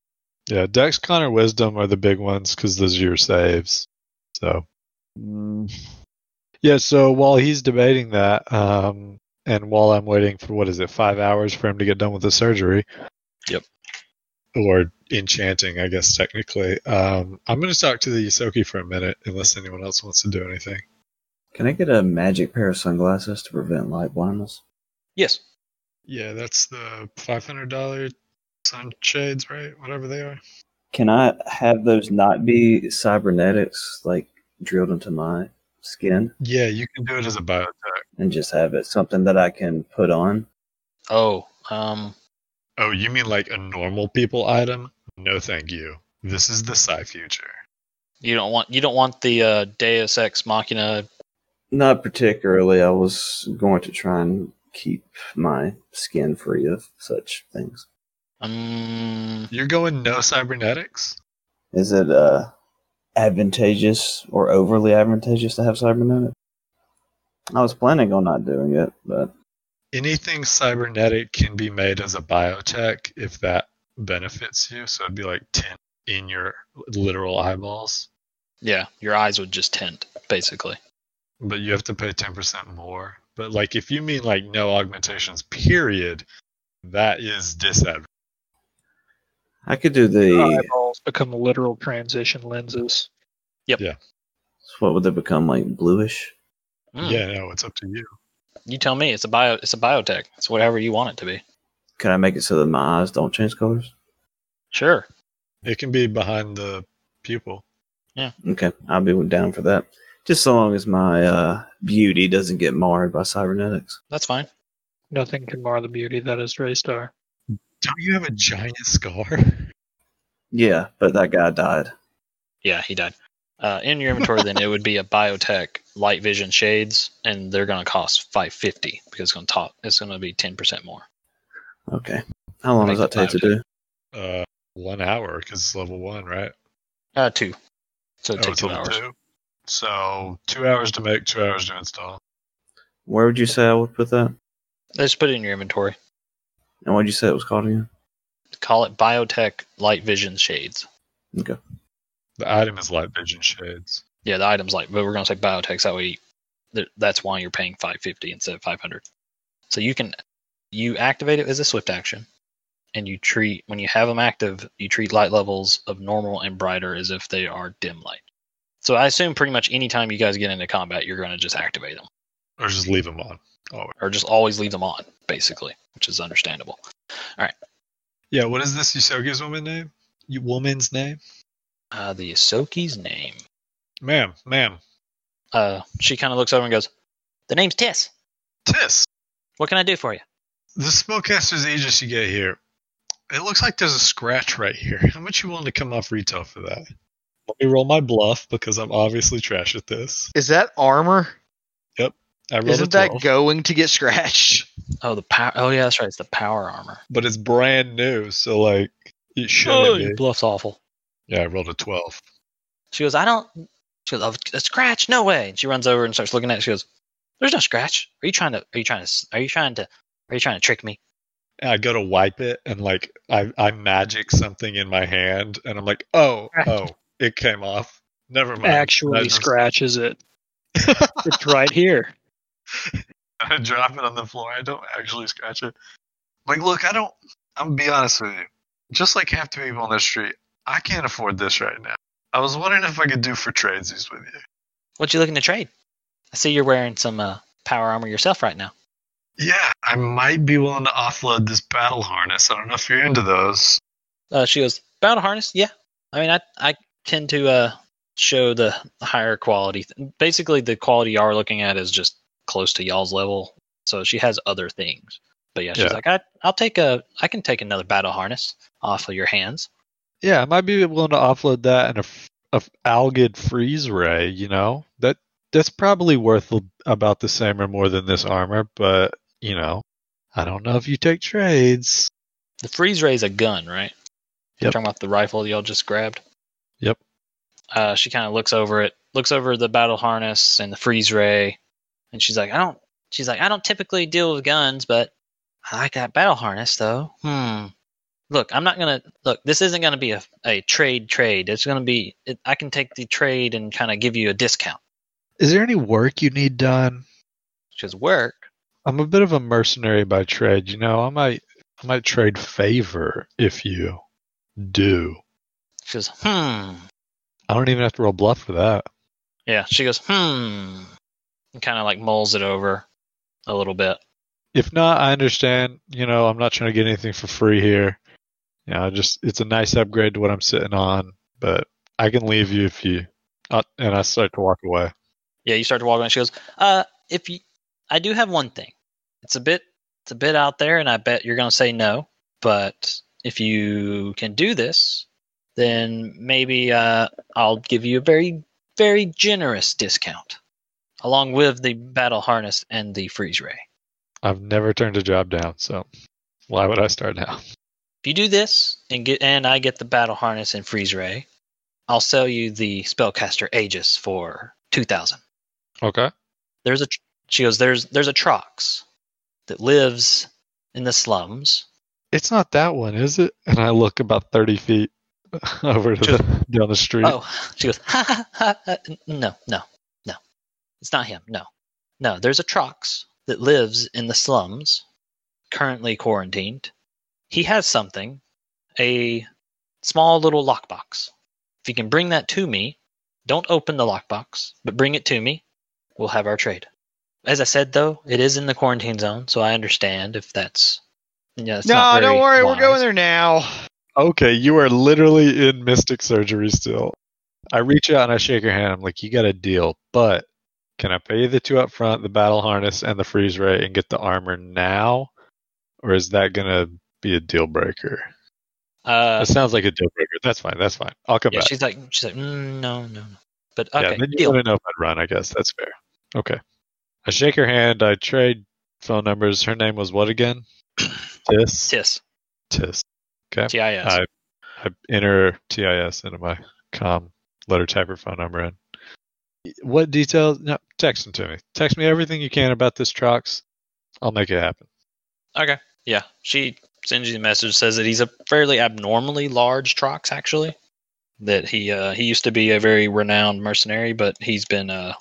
Speaker 5: Yeah, Dex, Con, or Wisdom are the big ones because those are your saves. So, yeah. So while he's debating that, um, and while I'm waiting for what is it, five hours for him to get done with the surgery.
Speaker 2: Yep.
Speaker 5: Or enchanting, I guess technically. Um, I'm going to talk to the Yosoki for a minute, unless anyone else wants to do anything.
Speaker 3: Can I get a magic pair of sunglasses to prevent light blindness?
Speaker 2: Yes.
Speaker 8: Yeah, that's the five hundred dollar sunshades, right? Whatever they are.
Speaker 3: Can I have those not be cybernetics, like drilled into my skin,
Speaker 8: Yeah, you can do it as a biotech.
Speaker 3: and just have it something that I can put on?
Speaker 2: Oh, um,
Speaker 8: Oh, you mean like a normal people item? No, thank you. This is the sci future.
Speaker 2: you don't want you don't want the uh, Deus Ex Machina.
Speaker 3: Not particularly. I was going to try and keep my skin free of such things.
Speaker 2: Um,
Speaker 8: You're going no cybernetics?
Speaker 3: Is it uh, advantageous or overly advantageous to have cybernetics? I was planning on not doing it, but
Speaker 8: Anything cybernetic can be made as a biotech if that benefits you. So it'd be like 10 in your literal eyeballs,
Speaker 2: yeah, your eyes would just tint basically.
Speaker 8: but you have to pay 10% more. But like if you mean like no augmentations, period, that is disadvantageous.
Speaker 3: I could do the.
Speaker 4: Eyeballs become literal transition lenses.
Speaker 3: What would they become like? Bluish.
Speaker 2: Hmm.
Speaker 8: Yeah, no, it's up to you.
Speaker 2: You tell me. It's a bio. It's a biotech. It's whatever you want it to be.
Speaker 3: Can I make it so that my eyes don't change colors?
Speaker 2: Sure.
Speaker 8: It can be behind the pupil.
Speaker 3: Okay, I'll be down for that. Just so long as my uh, beauty doesn't get marred by cybernetics.
Speaker 2: That's fine.
Speaker 4: Nothing can mar the beauty that is Draystar.
Speaker 8: Don't you have a giant scar?
Speaker 3: Yeah, but that guy died.
Speaker 2: Yeah, he died. Uh, in your inventory, then it would be a biotech light vision shades, and they're going to cost five fifty because it's going to top. It's going to be ten percent more.
Speaker 3: Okay. How long
Speaker 2: I
Speaker 3: does that
Speaker 2: think
Speaker 3: take to do?
Speaker 8: Uh, one hour because it's level one, right?
Speaker 2: Uh, two. So it
Speaker 8: Oh,
Speaker 2: takes
Speaker 8: it's
Speaker 2: two
Speaker 8: level
Speaker 2: hours.
Speaker 8: two? So two hours to make, two hours to install.
Speaker 3: Where would you say I would put that?
Speaker 2: Let's put it in your inventory.
Speaker 3: And what did you say it was called again?
Speaker 2: Call it biotech light vision shades.
Speaker 3: Okay.
Speaker 8: The item is light vision shades.
Speaker 2: Yeah, the item's like, but we're going to say biotech. That way, th- that's why you're paying five fifty instead of five hundred. So you can you activate it as a swift action, and you treat when you have them active, you treat light levels of normal and brighter as if they are dim light. So I assume pretty much any time you guys get into combat, you're going to just activate them,
Speaker 8: Or just leave them on. Always.
Speaker 2: or just always leave them on, basically, which is understandable.
Speaker 8: Yeah, what is this Yusogi's woman name? You woman's name?
Speaker 2: Uh, the Ahsoki's name.
Speaker 8: Ma'am, ma'am.
Speaker 2: Uh, she kind of looks over and goes, "The name's Tess.
Speaker 8: Tis.
Speaker 2: What can I do for you?"
Speaker 8: The spellcaster's aegis you get here. It looks like there's a scratch right here. How much you willing to come off retail for that? Let me roll my bluff because I'm obviously trash at this.
Speaker 1: Is that armor?
Speaker 8: I rolled a
Speaker 1: Isn't that
Speaker 8: 12,
Speaker 1: going to get scratched?
Speaker 2: Oh, the power. Oh, yeah, that's right. It's the power armor.
Speaker 8: but it's brand new, so like it shouldn't
Speaker 2: Oh,
Speaker 8: be.
Speaker 2: your bluff's awful.
Speaker 8: Yeah, I rolled a twelve.
Speaker 2: She goes, I don't. She goes, "Oh, a scratch? No way. And she runs over and starts looking at. it. She goes, There's no scratch. Are you trying to? Are you trying to? s- Are you trying to? Are you trying to trick me?
Speaker 8: and I go to wipe it and like I I magic something in my hand and I'm like, oh, oh, it came off. Never mind. I
Speaker 4: Actually
Speaker 8: just-
Speaker 4: scratches it. It's right here.
Speaker 8: I drop it on the floor. I don't actually scratch it. Like, look, I don't. I'm be honest with you. Just like half the people on the street, I can't afford this right now. I was wondering if I could do for tradesies with you.
Speaker 2: What you looking to trade? I see you're wearing some uh, power armor yourself right now.
Speaker 8: Yeah, I might be willing to offload this battle harness. I don't know if you're into those.
Speaker 2: Uh, she goes, Battle harness? Yeah. I mean, I I tend to uh, show the higher quality. Basically, the quality y'all are looking at is just close to y'all's level. So she has other things. But yeah, she's
Speaker 8: Yeah.
Speaker 2: like, I I'll take a I can take another battle harness off of your hands.
Speaker 5: Yeah, I might be willing to offload that and a, f- a f- algid freeze ray. You know that that's probably worth l- about the same or more than this armor. But you know, I don't know if you take trades.
Speaker 2: The freeze ray is a gun, right? You're
Speaker 5: Yep.
Speaker 2: talking about the rifle y'all just grabbed?
Speaker 5: Yep.
Speaker 2: Uh, she kind of looks over it, looks over the battle harness and the freeze ray, and she's like, I don't. She's like, I don't typically deal with guns, but I like that battle harness though. Hmm. look, I'm not gonna look. This isn't gonna be a, a trade trade. It's gonna be it, I can take the trade and kind of give you a discount.
Speaker 8: Is there any work you need done?
Speaker 2: Which is work.
Speaker 8: I'm a bit of a mercenary by trade, you know. I might I might trade favor if you do.
Speaker 2: She goes, hmm.
Speaker 8: I don't even have to roll bluff for that.
Speaker 2: Yeah, she goes, hmm. And kind of like mulls it over a little bit.
Speaker 8: If not, I understand. You know, I'm not trying to get anything for free here. You know, just it's a nice upgrade to what I'm sitting on, but I can leave you if you. Uh, and I start to walk away.
Speaker 2: Yeah, you start to walk away. And she goes, uh, if you, I do have one thing. It's a bit, it's a bit out there, and I bet you're gonna say no. But if you can do this, then maybe uh, I'll give you a very, very generous discount, along with the battle harness and the freeze ray.
Speaker 8: I've never turned a job down, so why would I start now?
Speaker 2: If you do this and get and I get the battle harness and freeze ray, I'll sell you the spellcaster Aegis for two thousand.
Speaker 8: Okay.
Speaker 2: There's a tr- she goes. There's there's a Trox that lives in the slums.
Speaker 8: It's not that one, is it? And I look about thirty feet over to the, down the street.
Speaker 2: Oh, she goes. Ha, ha, ha, ha. No, no, no. It's not him. No, no. There's a Trox that lives in the slums, currently quarantined, he has something, a small little lockbox. If you can bring that to me, don't open the lockbox, but bring it to me, we'll have our trade. As I said, though, it is in the quarantine zone, so I understand if that's. Yeah, it's
Speaker 1: no,
Speaker 2: not very
Speaker 1: don't worry.
Speaker 2: wise.
Speaker 1: We're going there now.
Speaker 8: Okay, you are literally in mystic surgery still. I reach out and I shake her hand. I'm like, you got a deal, but can I pay you the two up front, the battle harness, and the freeze ray, and get the armor now? Or is that going to be a deal breaker?
Speaker 2: Uh,
Speaker 8: that sounds like a deal breaker. That's fine. That's fine. I'll come
Speaker 2: yeah,
Speaker 8: back.
Speaker 2: she's like, she's like, mm, no, no, no. But
Speaker 8: Yeah,
Speaker 2: okay,
Speaker 8: then you
Speaker 2: deal.
Speaker 8: wouldn't know if I'd run, I guess. That's fair. Okay. I shake her hand. I trade phone numbers. Her name was what again? Tis.
Speaker 2: Tis,
Speaker 8: Tis. Okay.
Speaker 2: T-I-S.
Speaker 3: Uh,
Speaker 8: I, I enter TIS into my com letter typer phone number in. What details? No, text them to me. Text me everything you can about this Trox. I'll make it happen.
Speaker 2: Okay. Yeah. She sends you the message, says that he's a fairly abnormally large Trox, actually. That he uh, he used to be a very renowned mercenary, but he's been uh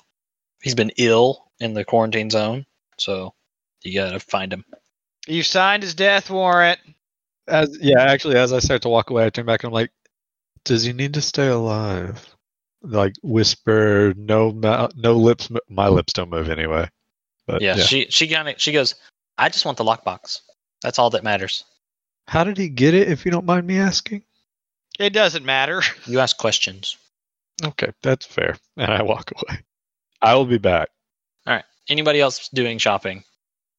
Speaker 2: he's been ill in the quarantine zone, so you gotta find him.
Speaker 1: You signed his death warrant.
Speaker 8: As yeah, actually, as I start to walk away, I turn back and I'm like, "Does he need to stay alive?" Like whisper, no, mou- no lips. mo- My lips don't move anyway. But
Speaker 2: yeah,
Speaker 8: yeah.
Speaker 2: She she kind of she goes. I just want the lockbox. That's all that matters.
Speaker 8: how did he get it? If you don't mind me asking.
Speaker 1: It doesn't matter.
Speaker 2: You ask questions.
Speaker 8: Okay, that's fair. And I walk away. I will be back.
Speaker 2: Anybody else doing shopping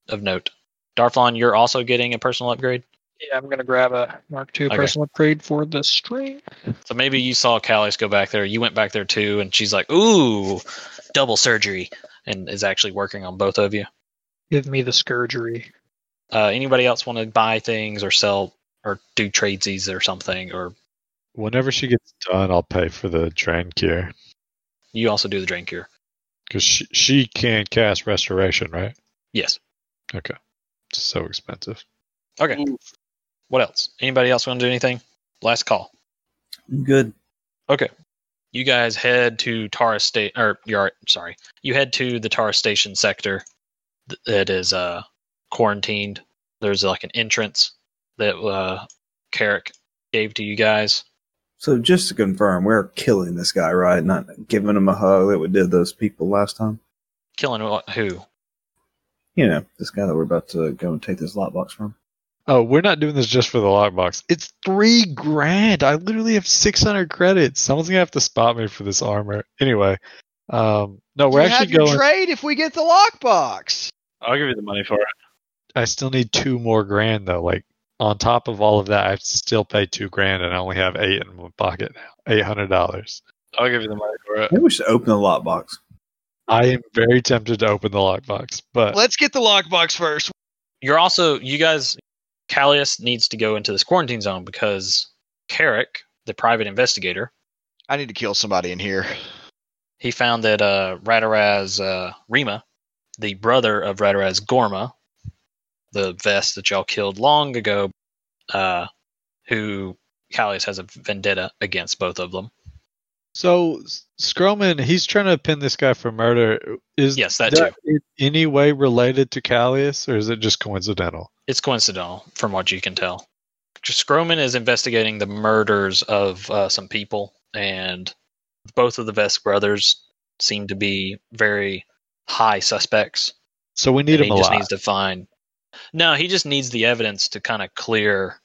Speaker 2: of note? Darflon, you're also getting a personal upgrade.
Speaker 4: Yeah, I'm gonna grab a Mark II
Speaker 2: Okay.
Speaker 4: personal upgrade for the string.
Speaker 2: So maybe you saw Callis go back there. You went back there too, and she's like, "Ooh, double surgery," and is actually working on both of you.
Speaker 4: Give me the scourgery.
Speaker 2: Uh, anybody else want to buy things or sell or do tradesies or something? Or
Speaker 8: Whenever she gets done, I'll pay for the drain cure
Speaker 2: you also do the drain cure?
Speaker 8: because she, she can cast restoration, right?
Speaker 2: Yes.
Speaker 8: Okay, it's so expensive.
Speaker 2: Okay. What else? Anybody else want to do anything? Last call.
Speaker 3: I'm good.
Speaker 2: You guys head to Tara State, or you're sorry, you head to the Tara Station sector th- that is uh, quarantined. There's like an entrance that uh, Carrick gave to you guys.
Speaker 3: So just to confirm, we're killing this guy, right? Not giving him a hug that we did those people last time.
Speaker 2: Killing wh- who?
Speaker 3: You know, this guy that we're about to go and take this lockbox from.
Speaker 8: Oh, we're not doing this just for the lockbox. It's three grand. I literally have six hundred credits. Someone's gonna have to spot me for this armor. Anyway, um, no, we're
Speaker 1: you have
Speaker 8: actually
Speaker 1: your
Speaker 8: going.
Speaker 1: trade if we get the lockbox.
Speaker 7: I'll give you the money for it.
Speaker 8: I still need two more grand though. Like on top of all of that, I have to still pay two grand, and I only have eight in my pocket now. Eight hundred dollars.
Speaker 7: I'll give you the money for it.
Speaker 3: Maybe we should open the lockbox.
Speaker 8: I am very tempted to open the lockbox, but
Speaker 1: Let's get the lockbox first.
Speaker 2: you're also you guys Callius needs to go into this quarantine zone because Carrick, the private investigator,
Speaker 1: I need to kill somebody in here.
Speaker 2: he found that uh Radaraz uh Rima, the brother of Radaraz Gorma, the vest that y'all killed long ago, uh who Callius has a vendetta against both of them.
Speaker 8: So S- Scroman, he's trying to pin this guy for murder. Is
Speaker 2: Yes, that
Speaker 8: in any way related to Callius, or is it just coincidental?
Speaker 2: It's coincidental, from what you can tell. Scroman is investigating the murders of uh, some people, and both of the Vesk brothers seem to be very high suspects.
Speaker 8: So we need
Speaker 2: and
Speaker 8: him
Speaker 2: he just
Speaker 8: alive.
Speaker 2: needs to find. No, he just needs the evidence to kind of clear.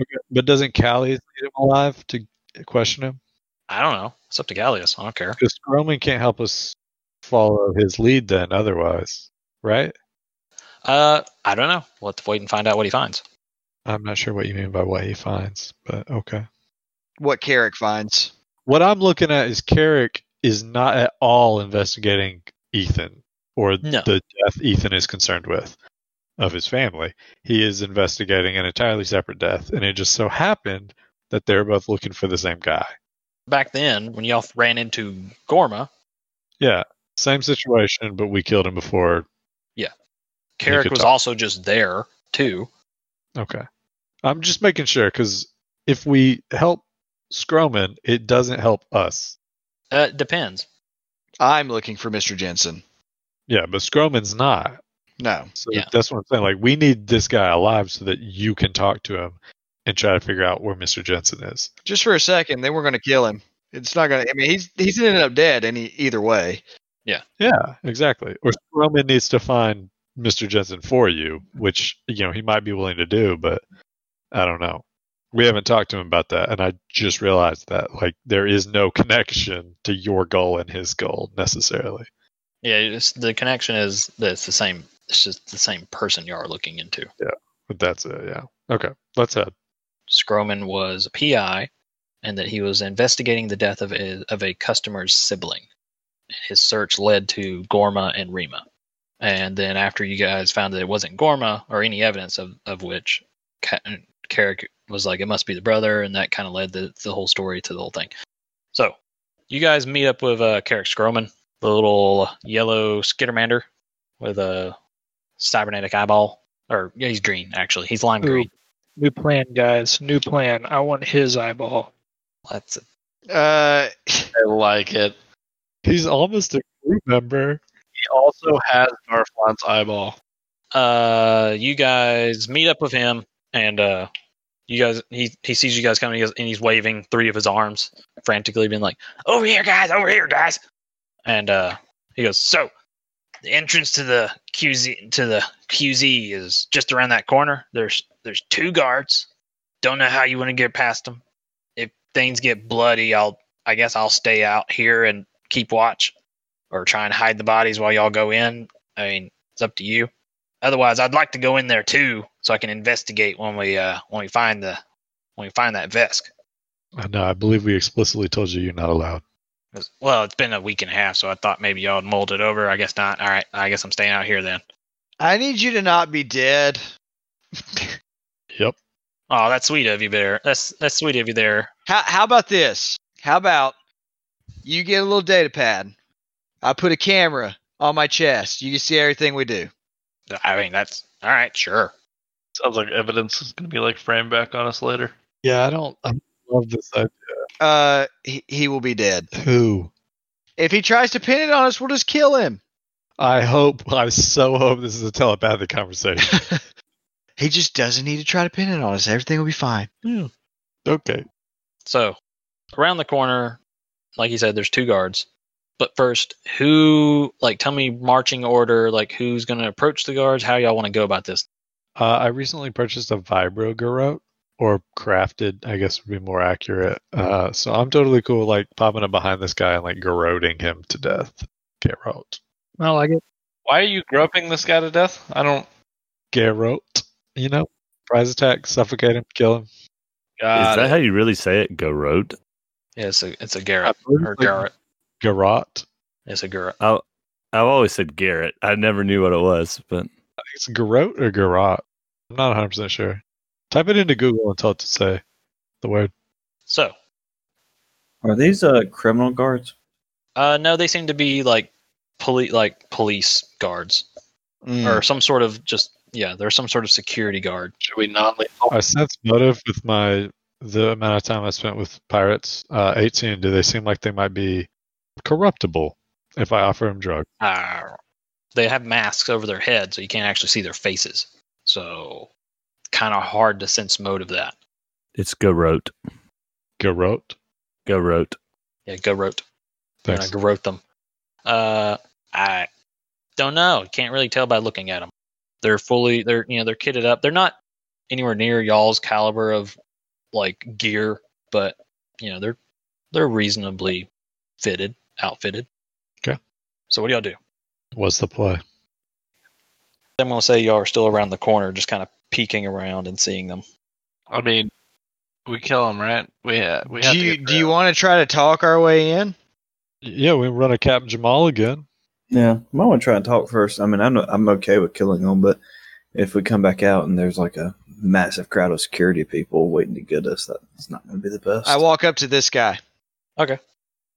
Speaker 8: Okay, But doesn't Callius need him alive to question him?
Speaker 2: I don't know. It's up to Gallius. I don't care.
Speaker 8: Because Scroman can't help us follow his lead then, otherwise, right?
Speaker 2: Uh, I don't know. We'll have to wait and find out what he finds.
Speaker 8: I'm not sure what you mean by what he finds, but okay.
Speaker 1: What Carrick finds.
Speaker 8: What I'm looking at is Carrick is not at all investigating Ethan or
Speaker 2: No.
Speaker 8: the death Ethan is concerned with of his family. He is investigating an entirely separate death, and it just so happened that they're both looking for the same guy.
Speaker 2: Back then, when y'all ran into Gorma,
Speaker 8: Yeah, same situation, but we killed him before.
Speaker 2: Carrick
Speaker 8: could
Speaker 2: was
Speaker 8: talk.
Speaker 2: also just there too.
Speaker 8: Okay. I'm just making sure because if we help Scroman, it doesn't help us.
Speaker 2: Uh, it depends.
Speaker 1: I'm looking for Mr. Jensen.
Speaker 8: Yeah, but Scroman's not.
Speaker 1: No.
Speaker 8: So
Speaker 2: Yeah.
Speaker 8: that's what I'm saying. Like, we need this guy alive so that you can talk to him and try to figure out where Mr. Jensen is.
Speaker 1: Just for a second, then we're gonna kill him. It's not gonna I mean he's he's ended up dead any either way.
Speaker 8: Yeah, exactly. Or Scroman needs to find Mr. Jensen for you, which, you know, he might be willing to do, but I don't know. We haven't talked to him about that, and I just realized that, like, there is no connection to your goal and his goal necessarily.
Speaker 2: Yeah, it's, the connection is that it's the same. It's just the same person y'all are looking into.
Speaker 8: But that's it, yeah. Okay, let's head.
Speaker 2: Scroman was a PI, and that he was investigating the death of a, of a customer's sibling. And his search led to Gorma and Rima. And then after you guys found that it wasn't Gorma or any evidence of, of which, Ca- Carrick was like, it must be the brother, and that kind of led the, the whole story to the whole thing. So you guys meet up with uh, Carrick Scroman, the little yellow skittermander with a cybernetic eyeball. Or yeah, he's green actually. He's lime
Speaker 4: Ooh.
Speaker 2: green.
Speaker 4: New plan, guys. New plan. I want his eyeball.
Speaker 2: That's
Speaker 1: Uh
Speaker 5: I like it.
Speaker 8: He's almost a crew member.
Speaker 5: He also has Garflon's eyeball.
Speaker 2: uh you guys meet up with him and uh you guys he he sees you guys coming he goes, and he's waving three of his arms frantically being like over here guys over here guys and uh he goes so the entrance to the qz to the qz is just around that corner there's there's two guards don't know how you want to get past them if things get bloody i'll i guess i'll stay out here and keep watch or try and hide the bodies while y'all go in i mean it's up to you otherwise i'd like to go in there too so i can investigate when we uh when we find the when we find that vesk
Speaker 8: I know, I believe we explicitly told you you're not allowed.
Speaker 2: 'Cause- well it's been a week and a half so i thought maybe y'all had mulled it over i guess not all right i guess i'm staying out here then
Speaker 1: I need you to not be dead.
Speaker 8: Yep.
Speaker 2: oh that's sweet of you there that's that's sweet of you there
Speaker 1: How how about this? How about you get a little data pad? I put a camera on my chest. You can see everything we do.
Speaker 2: i mean that's all right sure
Speaker 5: Sounds like evidence is gonna be like framed back on us later.
Speaker 8: Yeah, I don't I don't love this idea.
Speaker 1: Uh, he, he will be dead.
Speaker 8: Who?
Speaker 1: If he tries to pin it on us, we'll just kill him.
Speaker 8: I hope, I so hope this is a telepathic conversation.
Speaker 1: He just doesn't need to try to pin it on us. Everything will be fine.
Speaker 8: okay.
Speaker 2: so around the corner like you said there's two guards but first who like tell me marching order like who's gonna approach the guards how y'all want to go about this
Speaker 8: Uh, I recently purchased a vibro garrote or crafted, I guess would be more accurate. Uh, so I'm totally cool with, like popping up behind this guy and like garroting him to death. Garrote.
Speaker 4: I like it.
Speaker 5: Why are you groping this guy to death? I don't.
Speaker 8: Garrote. You know, prize attack, suffocate him, kill him.
Speaker 5: Got
Speaker 2: Uh,
Speaker 7: is that
Speaker 5: it.
Speaker 7: how you really say it? Garrote?
Speaker 2: yeah it's a it's a garrett
Speaker 8: I believe
Speaker 2: or
Speaker 8: we-
Speaker 2: garrett
Speaker 8: Garrote.
Speaker 2: it's a garrett
Speaker 7: I I've always said Garrett. I never knew what it was, but
Speaker 8: I think it's garrote or garrote. I'm not 100% sure. Type it into Google and tell it to say the word.
Speaker 2: so
Speaker 3: Are these uh criminal guards?
Speaker 2: Uh, no, they seem to be like police, like police guards,
Speaker 3: Hmm.
Speaker 2: or some sort of just yeah. They're some sort of security guard.
Speaker 5: Should we non-lethal?
Speaker 8: I sense motive with my the amount of time I spent with pirates. Uh, 18. Do they seem like they might be corruptible if I offer them drugs?
Speaker 2: Uh, they have masks over their head, so you can't actually see their faces. So, kind of hard to sense mode of that.
Speaker 7: It's Garrote.
Speaker 8: Garrote.
Speaker 7: Garrote.
Speaker 2: Yeah, go rote. And I
Speaker 8: Thanks.
Speaker 2: go rote them. Uh, I don't know. Can't really tell by looking at them. They're fully. They're you know they're kitted up. They're not anywhere near y'all's caliber of like gear, but you know they're they're reasonably fitted, outfitted.
Speaker 8: Okay.
Speaker 2: So what do y'all do?
Speaker 8: What's the play?
Speaker 2: I'm gonna say y'all are still around the corner, just kind of peeking around and seeing them.
Speaker 5: I mean, we kill him, right? We uh, we have
Speaker 1: do
Speaker 5: to
Speaker 1: you
Speaker 5: get
Speaker 1: do you
Speaker 5: Graham.
Speaker 1: want to try to talk our way in?
Speaker 8: Yeah, we run a Captain Jamal again.
Speaker 3: Yeah, I might want to try and talk first. I mean, I'm I'm okay with killing them, but if we come back out and there's like a massive crowd of security people waiting to get us, that's not going to be the best.
Speaker 1: I walk up to this guy.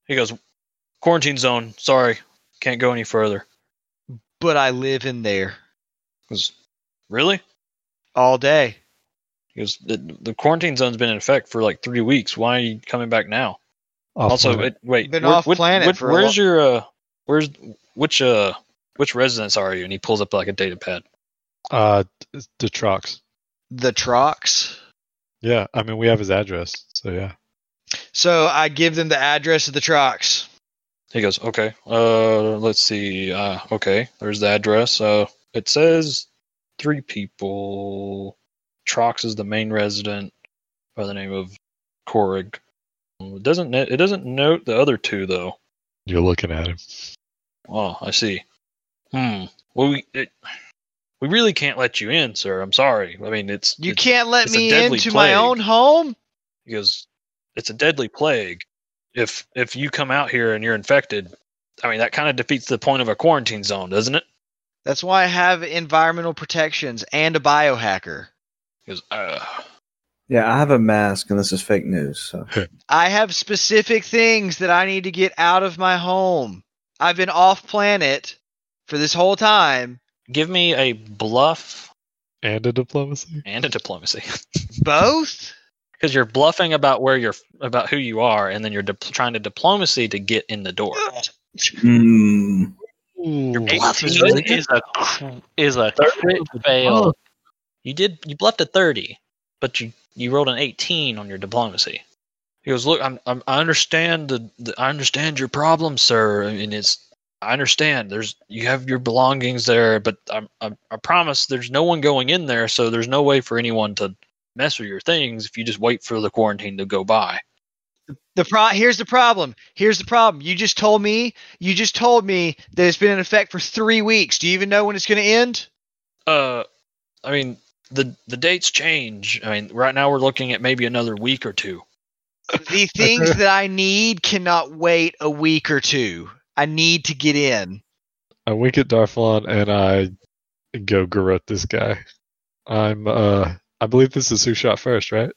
Speaker 2: He goes, quarantine zone. Sorry, can't go any further.
Speaker 1: but I live in there
Speaker 2: Goes, really?
Speaker 1: all day.
Speaker 2: He goes, the, the quarantine zone's been in effect for like three weeks. Why are you coming back now?
Speaker 8: Off
Speaker 2: also,
Speaker 8: planet.
Speaker 2: it, wait,
Speaker 1: Been
Speaker 2: where-
Speaker 1: off
Speaker 2: which-
Speaker 1: planet
Speaker 2: which-
Speaker 1: for a
Speaker 2: where's your uh, where's which uh, which residence are you? And he pulls up like a data pad.
Speaker 8: uh, t- the trucks.
Speaker 1: The Trox.
Speaker 8: Yeah, I mean we have his address, so yeah.
Speaker 1: So I give them the address of the Trox.
Speaker 2: He goes, okay, uh, let's see, uh, okay, there's the address. Uh, it says three people. Trox is the main resident by the name of Korig. It doesn't it doesn't note the other two though.
Speaker 8: You're looking at him.
Speaker 2: Oh, I see. Hmm. Well, we it, we really can't let you in, sir. I'm sorry. I mean, it's
Speaker 1: You
Speaker 2: it's-
Speaker 1: can't let
Speaker 2: it's a
Speaker 1: me
Speaker 2: deadly
Speaker 1: into my
Speaker 2: plague.
Speaker 1: own home.
Speaker 2: He goes, it's a deadly plague. If if you come out here and you're infected, I mean, that kind of defeats the point of a quarantine zone, doesn't it?
Speaker 1: That's why I have environmental protections and a biohacker.
Speaker 2: He goes, uh,
Speaker 3: yeah, I have a mask, and this is fake news. So
Speaker 1: I have specific things that I need to get out of my home. I've been off planet for this whole time.
Speaker 2: give me a bluff
Speaker 8: And a diplomacy.
Speaker 2: and a diplomacy,
Speaker 1: Both?
Speaker 2: because you're bluffing about where you're about who you are, and then you're dip trying to diplomacy to get in the door.
Speaker 3: Mm,
Speaker 2: Your bluff is really good.
Speaker 5: Eighteen is a cr- is a crit fail.
Speaker 2: You did. You bluffed a thirty, but you you rolled an eighteen on your diplomacy. He goes, "Look, I'm, I'm I understand the, the I understand your problem, sir. I mean, it's I understand. There's you have your belongings there, but I'm, I'm I promise there's no one going in there, so there's no way for anyone to mess with your things if you just wait for the quarantine to go by.
Speaker 1: The pro- here's the problem. Here's the problem. You just told me, you just told me that it's been in effect for 3 weeks. Do you even know when it's going to end?
Speaker 2: Uh, I mean the the dates change. I mean, right now we're looking at maybe another week or two.
Speaker 1: the things that I need cannot wait a week or two. I need to get in.
Speaker 8: I wink at Darflon and I go garrote this guy. I'm uh I believe this is who shot first, right?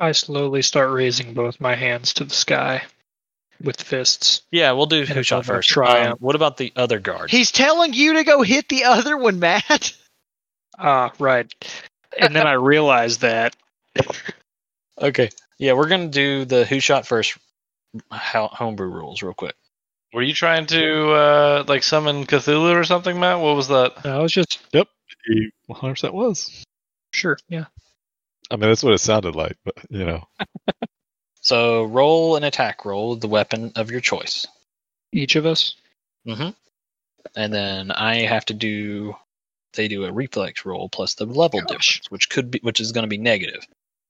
Speaker 4: I slowly start raising both my hands to the sky with fists.
Speaker 2: Yeah, we'll do
Speaker 4: And
Speaker 2: who
Speaker 4: if
Speaker 2: shot
Speaker 4: I'm a
Speaker 2: first. Um,
Speaker 4: triumph-
Speaker 2: what about the other guard?
Speaker 1: He's telling you to go hit the other one, Matt.
Speaker 4: Ah, right. And then I realized that
Speaker 2: Okay. Yeah, we're gonna do the who shot first ho- homebrew rules real quick.
Speaker 5: Were you trying to uh, like summon Cthulhu or something, Matt? What was that?
Speaker 4: I was just
Speaker 8: He 100% was.
Speaker 4: sure. Yeah.
Speaker 8: I mean, that's what it sounded like, but you know,
Speaker 2: So roll an attack roll with the weapon of your choice.
Speaker 4: Each of us.
Speaker 2: Mm-hmm. And then I have to do they do a reflex roll plus the level difference, which could be which is gonna be negative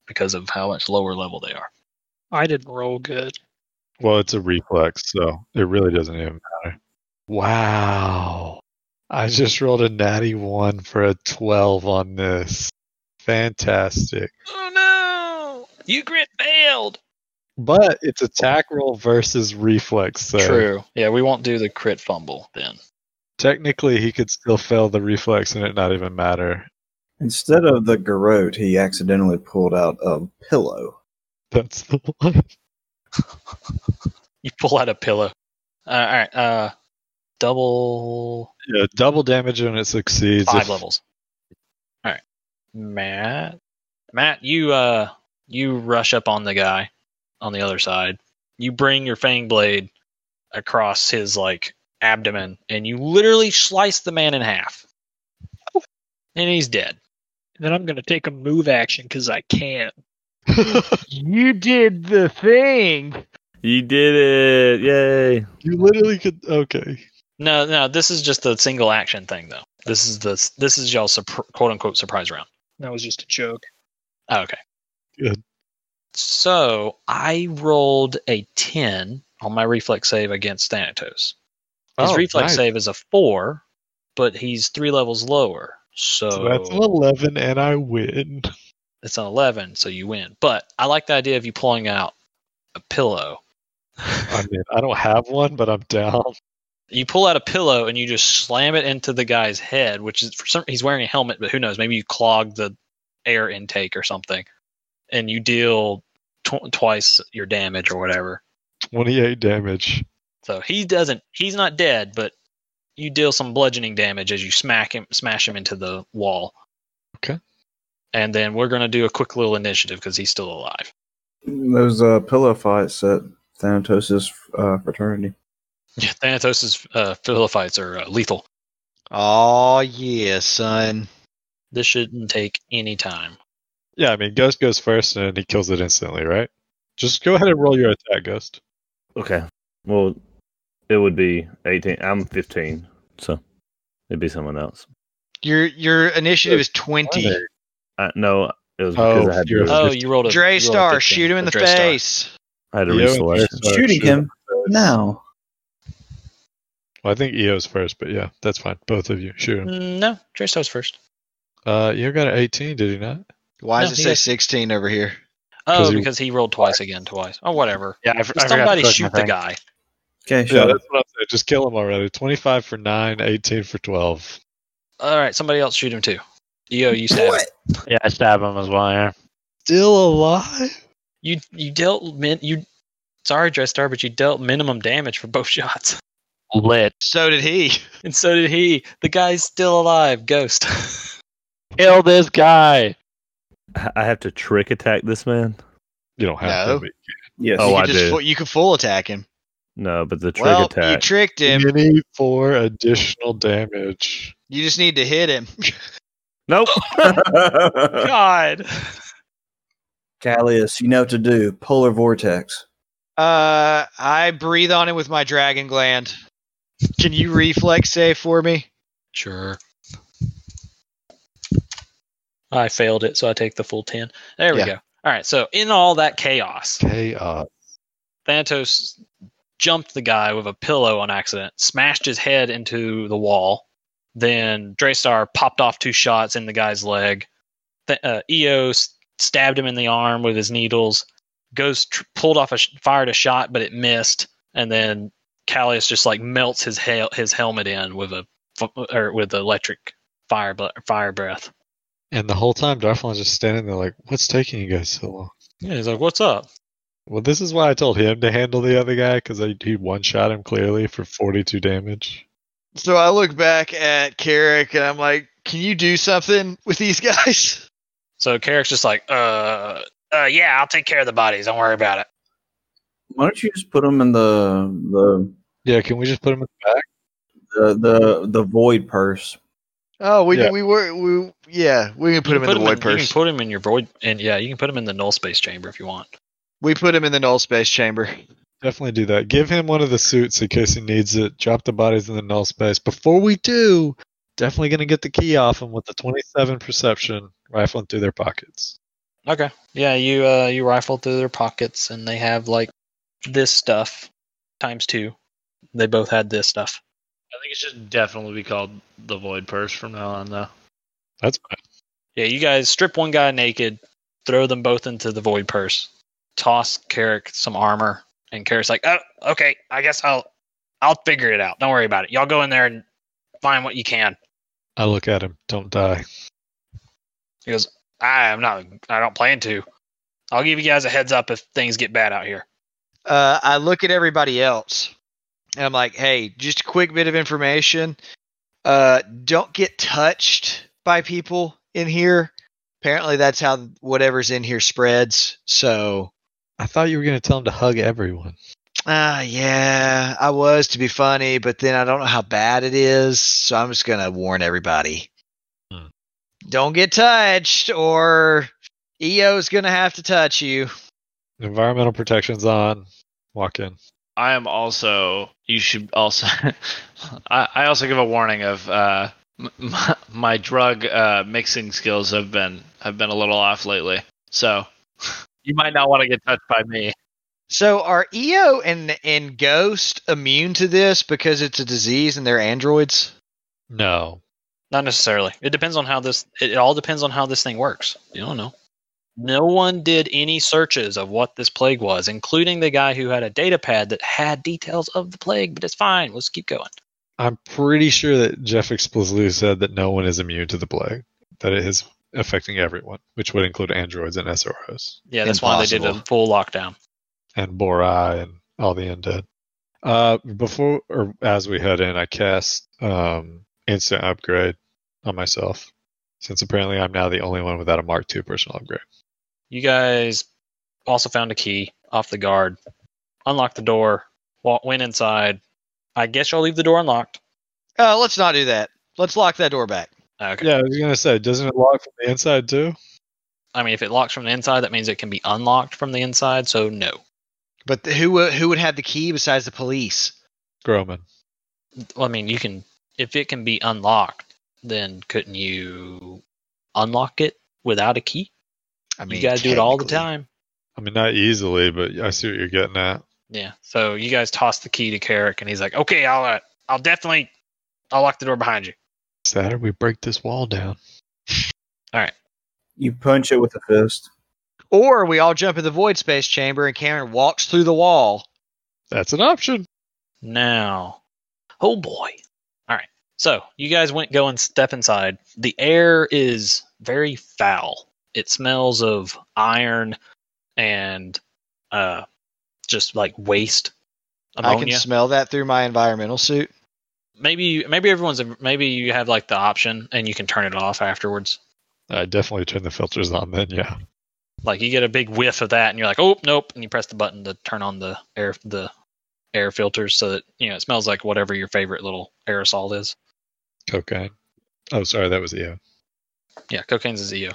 Speaker 2: because of how much lower level they are.
Speaker 4: I didn't roll good.
Speaker 8: well, it's a reflex, so it really doesn't even matter. Wow. I just rolled a natty 1 for a 12 on this. Fantastic.
Speaker 2: Oh no! You grit failed.
Speaker 8: But it's attack roll versus reflex, so
Speaker 2: True. Yeah, we won't do the crit fumble then.
Speaker 8: technically he could still fail the reflex and it not even matter.
Speaker 3: instead of the garrote, he accidentally pulled out a pillow.
Speaker 8: That's the one.
Speaker 2: You pull out a pillow. Uh, all right. Uh, double
Speaker 8: Yeah, double damage when it succeeds.
Speaker 2: five
Speaker 8: if-
Speaker 2: levels. All right, Matt. Matt, you uh, You rush up on the guy on the other side. You bring your fang blade across his like abdomen, and you literally slice the man in half, and he's dead.
Speaker 4: Then I'm gonna take a move action because I can.
Speaker 5: You did the thing.
Speaker 7: You did it! Yay!
Speaker 8: You literally could. Okay.
Speaker 2: No, no, this is just the single action thing though. This is the this is y'all surp- quote unquote surprise round.
Speaker 4: That was just a joke.
Speaker 2: Oh, okay.
Speaker 8: Good.
Speaker 2: So I rolled a ten on my reflex save against Thanatos. His
Speaker 8: Oh,
Speaker 2: reflex
Speaker 8: nice.
Speaker 2: save is a four, but he's three levels lower. So,
Speaker 8: So that's an eleven, and I win.
Speaker 2: it's an eleven, so you win. But I like the idea of you pulling out a pillow.
Speaker 8: I mean, I don't have one, but I'm down.
Speaker 2: you pull out a pillow and you just slam it into the guy's head, which is for some he's wearing a helmet, but who knows? Maybe you clog the air intake or something, and you deal tw- twice your damage or whatever.
Speaker 8: Twenty-eight damage.
Speaker 2: So he doesn't he's not dead, but you deal some bludgeoning damage as you smack him smash him into the wall.
Speaker 8: Okay.
Speaker 2: And then we're gonna do a quick little initiative because he's still alive.
Speaker 3: Those uh, pillow fights at Thanatos' uh, fraternity.
Speaker 2: Yeah, Thanatos' uh, philophites are uh, lethal.
Speaker 1: Oh yeah, son.
Speaker 2: This shouldn't take any time.
Speaker 8: Yeah, I mean, Ghost goes first, and he kills it instantly, right? Just go ahead and roll your attack, Ghost.
Speaker 7: Okay. Well, it would be 18. I'm 15, so it'd be someone else.
Speaker 1: Your your initiative is twenty.
Speaker 7: I, no, it was
Speaker 8: Oh,
Speaker 7: because I had to,
Speaker 8: you're-
Speaker 7: re-
Speaker 2: Oh, you rolled a
Speaker 1: Dre
Speaker 2: you rolled a
Speaker 1: Star,
Speaker 2: 15
Speaker 1: shoot him in
Speaker 2: for
Speaker 1: the
Speaker 2: Draystar.
Speaker 1: face.
Speaker 7: I had to
Speaker 8: Yeah,
Speaker 7: reselection.
Speaker 8: Draystar. Uh,
Speaker 3: Shooting
Speaker 8: shoot
Speaker 3: him now.
Speaker 8: Well, I think EO's first, but yeah, that's fine. Both of you shoot him.
Speaker 2: Mm, No, Draystar's first.
Speaker 8: Uh, you got an eighteen, did he not?
Speaker 1: Why does
Speaker 2: No,
Speaker 1: it
Speaker 2: he
Speaker 1: say
Speaker 2: has-
Speaker 1: sixteen over here?
Speaker 2: Oh,
Speaker 8: he-
Speaker 2: because he rolled twice again, twice. Oh, whatever.
Speaker 11: Yeah, I, f- I forgot to
Speaker 2: Somebody
Speaker 11: click my
Speaker 2: shoot the
Speaker 11: thing.
Speaker 2: guy.
Speaker 3: Okay,
Speaker 8: Yeah,
Speaker 3: shot.
Speaker 8: that's what I'm saying. Just kill him already. Twenty-five for nine, 18 for twelve.
Speaker 2: All right, somebody else shoot him too. Yo, you stab. him.
Speaker 11: Yeah, I stab him as well. Yeah.
Speaker 8: Still alive?
Speaker 2: You you dealt min you. Sorry, Draystar, but you dealt minimum damage for both shots,
Speaker 11: Lit.
Speaker 1: So did he.
Speaker 2: and so did he. The guy's still alive. Ghost.
Speaker 11: Kill this guy.
Speaker 7: I- I have to trick attack this man?
Speaker 8: You don't have
Speaker 1: No.
Speaker 8: to. Be.
Speaker 3: Yes.
Speaker 7: Oh,
Speaker 1: you
Speaker 7: I
Speaker 1: could
Speaker 7: do.
Speaker 1: Full, you could full attack him.
Speaker 7: No, but the trick
Speaker 1: well, you
Speaker 7: attack.
Speaker 1: tricked him.
Speaker 8: You need four additional damage.
Speaker 1: You just need to hit him.
Speaker 7: nope.
Speaker 2: God.
Speaker 3: Callius, you know what to do. Polar vortex.
Speaker 1: Uh, I breathe on him with my dragon gland. Can you reflex save for me?
Speaker 2: Sure. I failed it, so I take the full ten. There we
Speaker 1: Yeah.
Speaker 2: go. All right. So in all that chaos,
Speaker 8: Chaos.
Speaker 2: Thanatos jumped the guy with a pillow on accident, smashed his head into the wall. Then Draystar popped off two shots in the guy's leg. Th- uh, Eo s- stabbed him in the arm with his needles. Ghost tr- pulled off a sh- fired a shot, but it missed. And then Callius just like melts his hel- his helmet in with a f- or with electric fire bl- fire breath.
Speaker 8: And the whole time, Darflon's just standing there like, what's taking you guys so long?
Speaker 2: Yeah, he's like, "What's up?"
Speaker 8: Well, this is why I told him to handle the other guy, because he one-shot him clearly for 42 damage.
Speaker 1: So I look back at Carrick and I'm like, can you do something with these guys?
Speaker 2: So Carrick's just like, "Uh, uh, yeah, I'll take care of the bodies. Don't worry about it."
Speaker 3: Why don't you just put him in the
Speaker 8: Yeah, can we just put him in the back?
Speaker 3: the the the, the void purse?
Speaker 1: Oh, we
Speaker 8: Yeah.
Speaker 1: we were we yeah we can put him
Speaker 2: You
Speaker 1: in the
Speaker 2: can
Speaker 1: void
Speaker 2: You
Speaker 1: purse.
Speaker 2: can put him in your void, and yeah, you can put him in the null space chamber if you want.
Speaker 1: we put him in the null space chamber.
Speaker 8: Definitely do that. Give him one of the suits in case he needs it. Drop the bodies in the null space. Before we do, definitely going to get the key off him with the 27 perception rifling through their pockets.
Speaker 2: Okay. Yeah, you uh you rifle through their pockets, and they have like this stuff times two. They both had this stuff.
Speaker 11: I think it should definitely be called the Void Purse from now on, though.
Speaker 8: That's fine.
Speaker 2: Yeah, you guys strip one guy naked, throw them both into the void purse, toss Carrick some armor, and Carrick's like, "Oh, okay, I guess I'll I'll figure it out. Don't worry about it. Y'all go in there and find what you can."
Speaker 8: I look at him. Don't die.
Speaker 2: He goes, "I am not. I don't plan to. I'll give you guys a heads up if things get bad out here."
Speaker 1: Uh, I look at everybody else and I'm like, hey, just a quick bit of information. Uh, don't get touched by people in here. Apparently, that's how whatever's in here spreads. So,
Speaker 8: I thought you were going to tell him to hug everyone.
Speaker 1: ah, yeah, I was to be funny, but then I don't know how bad it is, so I'm just gonna warn everybody.
Speaker 6: Hmm.
Speaker 1: Don't get touched, or EO's gonna have to touch you.
Speaker 8: Environmental protection's on. Walk in.
Speaker 5: I am also. You should also. I, I also give a warning of uh, m- my, my drug uh, mixing skills have been have been a little off lately. So you might not want to get touched by me.
Speaker 1: So, are EO and and Ghost immune to this because it's a disease and they're androids?
Speaker 8: No.
Speaker 2: Not necessarily. It depends on how this. It all depends on how this thing works. You don't know. No one did any searches of what this plague was, including the guy who had a data pad that had details of the plague. But it's fine. Let's keep going.
Speaker 8: I'm pretty sure that Jeff explicitly said that no one is immune to the plague, that it is affecting everyone, which would include androids and SROs
Speaker 2: Yeah, that's why they did
Speaker 1: Impossible.
Speaker 2: a full lockdown.
Speaker 8: and Borai and all the undead. Uh, before or as we head in, I cast um, instant upgrade on myself, since apparently I'm now the only one without a Mark II personal upgrade.
Speaker 2: You guys also found a key off the guard. Unlocked the door. Walk, went inside. I guess you'll leave the door unlocked.
Speaker 1: Uh, let's not do that. Let's lock that door back.
Speaker 2: Okay.
Speaker 8: Yeah, I was gonna say, doesn't it lock from the inside too?
Speaker 2: I mean, if it locks from the inside, that means it can be unlocked from the inside. So no.
Speaker 1: But th- who wo- who would have the key besides the police?
Speaker 8: Groman.
Speaker 2: Well, I mean, you can. If it can be unlocked, then couldn't you unlock it without a key?
Speaker 1: I
Speaker 2: you guys do it all the
Speaker 1: technically.
Speaker 2: time.
Speaker 8: I mean, not easily, but I see what you're getting at.
Speaker 2: Yeah. So you guys toss the key to Carrick, and he's like, "Okay, I'll, uh, I'll definitely, I'll lock the door behind you."
Speaker 8: Is that or we break this wall down?
Speaker 3: You punch it with a fist.
Speaker 1: Or we all jump in the void space chamber and Cameron walks through the wall.
Speaker 8: That's an option.
Speaker 2: Now, oh boy. All right. So you guys went go and step inside. The air is very foul. It smells of iron and uh, just like waste. Ammonia.
Speaker 1: I can smell that through my environmental suit.
Speaker 2: maybe maybe everyone's maybe you have like the option and you can turn it off afterwards.
Speaker 8: I definitely turn the filters on then, yeah.
Speaker 2: Like you get a big whiff of that and you're like, oh nope, and you press the button to turn on the air the air filters so that you know it smells like whatever your favorite little aerosol is.
Speaker 8: Cocaine. Oh, sorry, that was EO.
Speaker 2: Yeah, cocaine's is EO.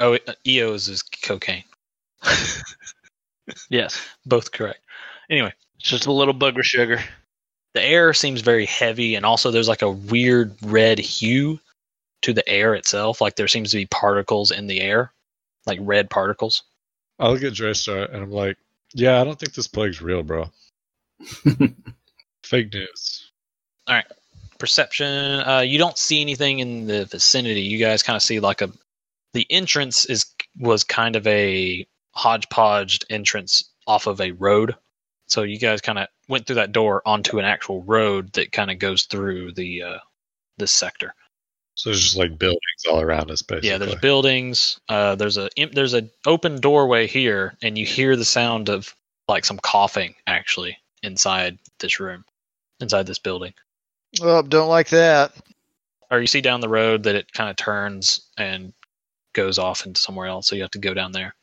Speaker 2: Oh, uh, EO's is cocaine.
Speaker 5: Yes,
Speaker 2: Both correct. Anyway,
Speaker 5: it's just a little booger sugar.
Speaker 2: the air seems very heavy and also there's like a weird red hue to the air itself. Like there seems to be particles in the air, like red particles.
Speaker 8: I look at Draystar and I'm like, yeah, I don't think this plague's real, bro. Fake news.
Speaker 2: perception uh, you don't see anything in the vicinity you guys kind of see like a the entrance is was kind of a hodgepodge entrance off of a road so you guys kind of went through that door onto an actual road that kind of goes through the uh this sector
Speaker 8: So there's just like buildings all around us, basically.
Speaker 2: yeah there's buildings uh there's a em- there's an open doorway here and you hear the sound of like some coughing actually inside this room inside this building
Speaker 1: Oh, don't like that.
Speaker 2: or you see down the road that it kind of turns and goes off into somewhere else so you have to go down there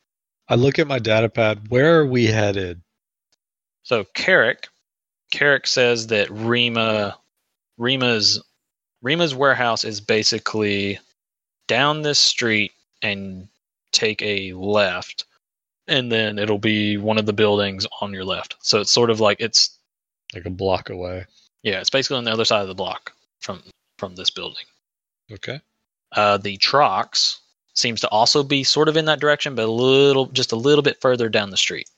Speaker 8: I look at my data pad. Where are we headed?
Speaker 2: so carrick carrick says that rima rima's rima's warehouse is basically down this street and take a left and then it'll be one of the buildings on your left so it's sort of like it's
Speaker 8: Like a block away.
Speaker 2: yeah it's basically on the other side of the block from from this building
Speaker 8: Okay.
Speaker 2: Uh, the Trox seems to also be sort of in that direction, but a little, just a little bit further down the street.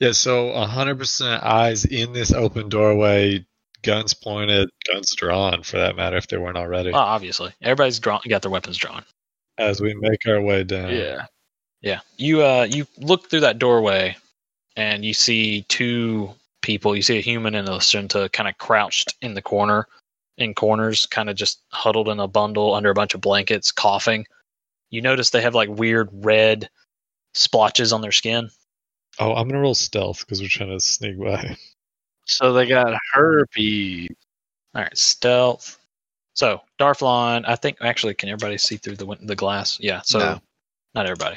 Speaker 8: Yeah, so 100% eyes in this open doorway, guns pointed, guns drawn for that matter, if they weren't already.
Speaker 2: Well, Oh, obviously, everybody's drawn, got their weapons drawn.
Speaker 8: As we make our way down.
Speaker 2: Yeah, you uh, you look through that doorway, and you see two people. You see a human and a Sunta kind of crouched in the corner, in corners, kind of just huddled in a bundle under a bunch of blankets, coughing. You notice they have like weird red splotches on their skin.
Speaker 8: Oh, I'm gonna roll stealth because we're trying to sneak by.
Speaker 5: So they got herpes.
Speaker 2: All right, stealth. So Darflon, I think actually, can everybody see through the win- the glass? Yeah. So
Speaker 1: No.
Speaker 2: not everybody.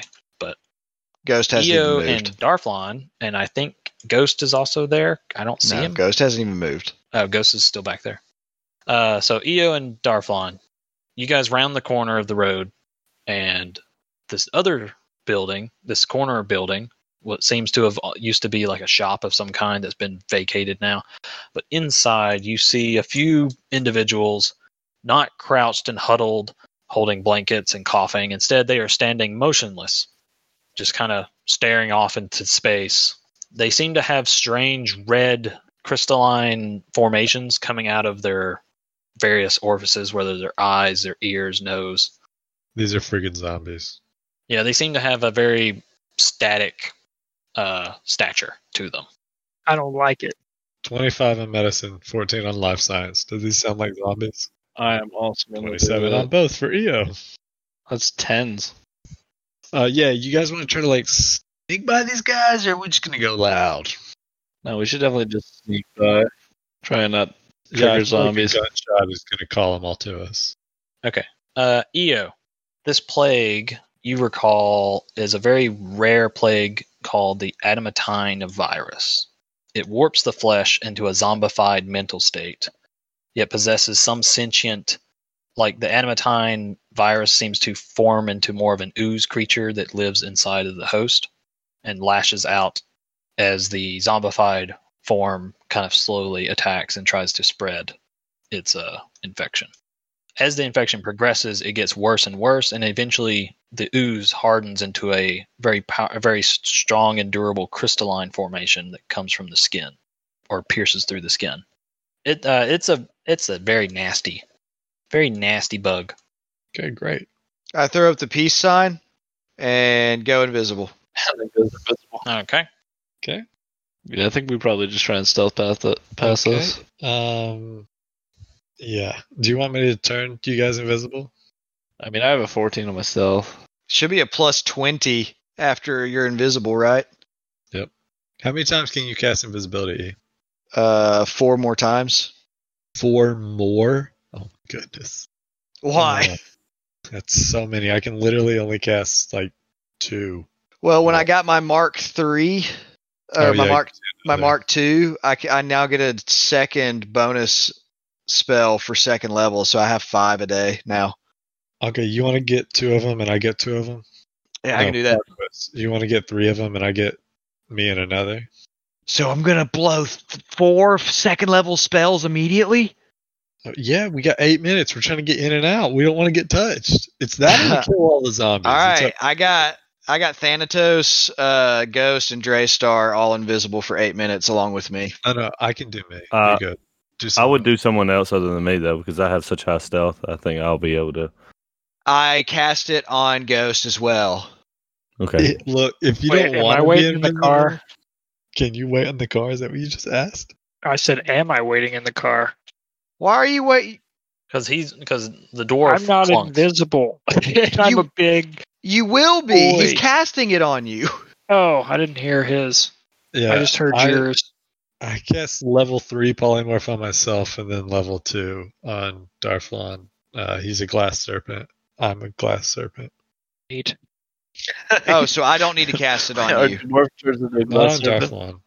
Speaker 1: Ghost hasn't
Speaker 2: Eo
Speaker 1: even moved.
Speaker 2: and Darflon, and I think Ghost is also there. I don't see
Speaker 1: no,
Speaker 2: him.
Speaker 1: Ghost hasn't even moved.
Speaker 2: Oh, Ghost is still back there. Uh, so Eo and Darflon, you guys round the corner of the road, and this other building, this corner building, what seems to have uh, used to be like a shop of some kind that's been vacated now. But inside, you see a few individuals, not crouched and huddled, holding blankets and coughing. Instead, they are standing motionless, just kind of staring off into space. They seem to have strange red crystalline formations coming out of their various orifices, whether their eyes, their ears, nose.
Speaker 8: These are friggin' zombies.
Speaker 2: Yeah, they seem to have a very static uh, stature to them.
Speaker 4: I don't like it.
Speaker 8: 25 on medicine, 14 on life science. Do these sound like zombies?
Speaker 5: I am also gonna do
Speaker 8: 27 on
Speaker 5: that.
Speaker 8: both for EO.
Speaker 5: That's tens.
Speaker 8: Uh, yeah, you guys want to try to like sneak by these guys, or are we just gonna go loud?
Speaker 5: No, we should definitely just sneak by. Try and not.
Speaker 8: I
Speaker 5: Trigger
Speaker 8: feel like a
Speaker 5: zombies.
Speaker 8: gunshot is gonna call them all to us.
Speaker 2: Uh, Eo, this plague you recall is a very rare plague called the adamantine virus. It warps the flesh into a zombified mental state, yet possesses some sentient. Like the adamantine virus seems to form into more of an ooze creature that lives inside of the host and lashes out as the zombified form kind of slowly attacks and tries to spread its uh, infection as the infection progresses, it gets worse and worse, and eventually the ooze hardens into a very pow- a very s- strong and durable crystalline formation that comes from the skin or pierces through the skin. It uh, it's a it's a very nasty, very nasty bug.
Speaker 8: Okay, great.
Speaker 1: I throw up the peace sign and go invisible.
Speaker 2: Okay.
Speaker 5: Yeah, I think we probably just try and stealth uh, past the past
Speaker 8: Okay.
Speaker 5: this.
Speaker 8: Um, yeah. Do you want me to turn you guys invisible?
Speaker 5: I mean, I have a fourteen on my stealth.
Speaker 1: Should be a plus twenty after you're invisible, right?
Speaker 8: How many times can you cast invisibility?
Speaker 1: Uh, four more times.
Speaker 8: Four more. Oh my goodness.
Speaker 1: Why?
Speaker 8: Uh, that's so many. I can literally only cast like two.
Speaker 1: Well, when I
Speaker 8: Well-
Speaker 1: got my Mark three, or
Speaker 8: Oh,
Speaker 1: my
Speaker 8: yeah,
Speaker 1: Mark my
Speaker 8: there.
Speaker 1: Mark two, I, ca- I now get a second bonus spell for second level, so I have five a day now.
Speaker 8: Okay, you want to get two of them, and I get two of them.
Speaker 1: Yeah, I
Speaker 8: No,
Speaker 2: Oh.
Speaker 1: can do that.
Speaker 8: four of us. You want to get three of them, and I get me and another.
Speaker 1: So I'm gonna blow th- four second level spells immediately.
Speaker 8: Uh, Yeah, we got eight minutes. We're trying to get in and out. We don't want to get touched. It's that or we kill all the zombies.
Speaker 1: All
Speaker 8: It's
Speaker 1: right,
Speaker 8: up-
Speaker 1: I got I got Thanatos, uh, Ghost, and Draystar all invisible for eight minutes along with me.
Speaker 8: no, no, I can do me.
Speaker 7: Uh,
Speaker 8: You're good. Do
Speaker 7: I would
Speaker 8: someone
Speaker 7: do someone else other than me though, because I have such high stealth. I think I'll be able to.
Speaker 1: I cast it on Ghost as well.
Speaker 7: Okay.
Speaker 8: else. It- look, if you
Speaker 4: Wait,
Speaker 8: don't
Speaker 4: am
Speaker 8: want
Speaker 4: I
Speaker 8: to be
Speaker 4: waiting in the
Speaker 8: invisible,
Speaker 4: car?
Speaker 8: can you wait on the car? Is that what you just asked?
Speaker 4: I said, "Am I waiting in the car?
Speaker 1: Why are you wait?
Speaker 2: Because he's because the dwarf.
Speaker 4: I'm not
Speaker 2: clunks.
Speaker 4: invisible. And I'm
Speaker 1: You-
Speaker 4: a big.
Speaker 1: You will be. He's
Speaker 4: Boy.
Speaker 1: casting it on you.
Speaker 4: Oh, I didn't hear his.
Speaker 8: Yeah,
Speaker 4: I just heard
Speaker 8: I-
Speaker 4: yours.
Speaker 8: I guess level three polymorph on myself, and then level two on Darflon. Uh, he's a glass serpent. I'm a glass serpent.
Speaker 4: Neat.
Speaker 1: Oh, so I don't need to cast it
Speaker 5: Our
Speaker 1: on you.
Speaker 5: dwarf turns into
Speaker 8: Not
Speaker 5: a
Speaker 8: on
Speaker 5: glass serpent.
Speaker 8: Darflon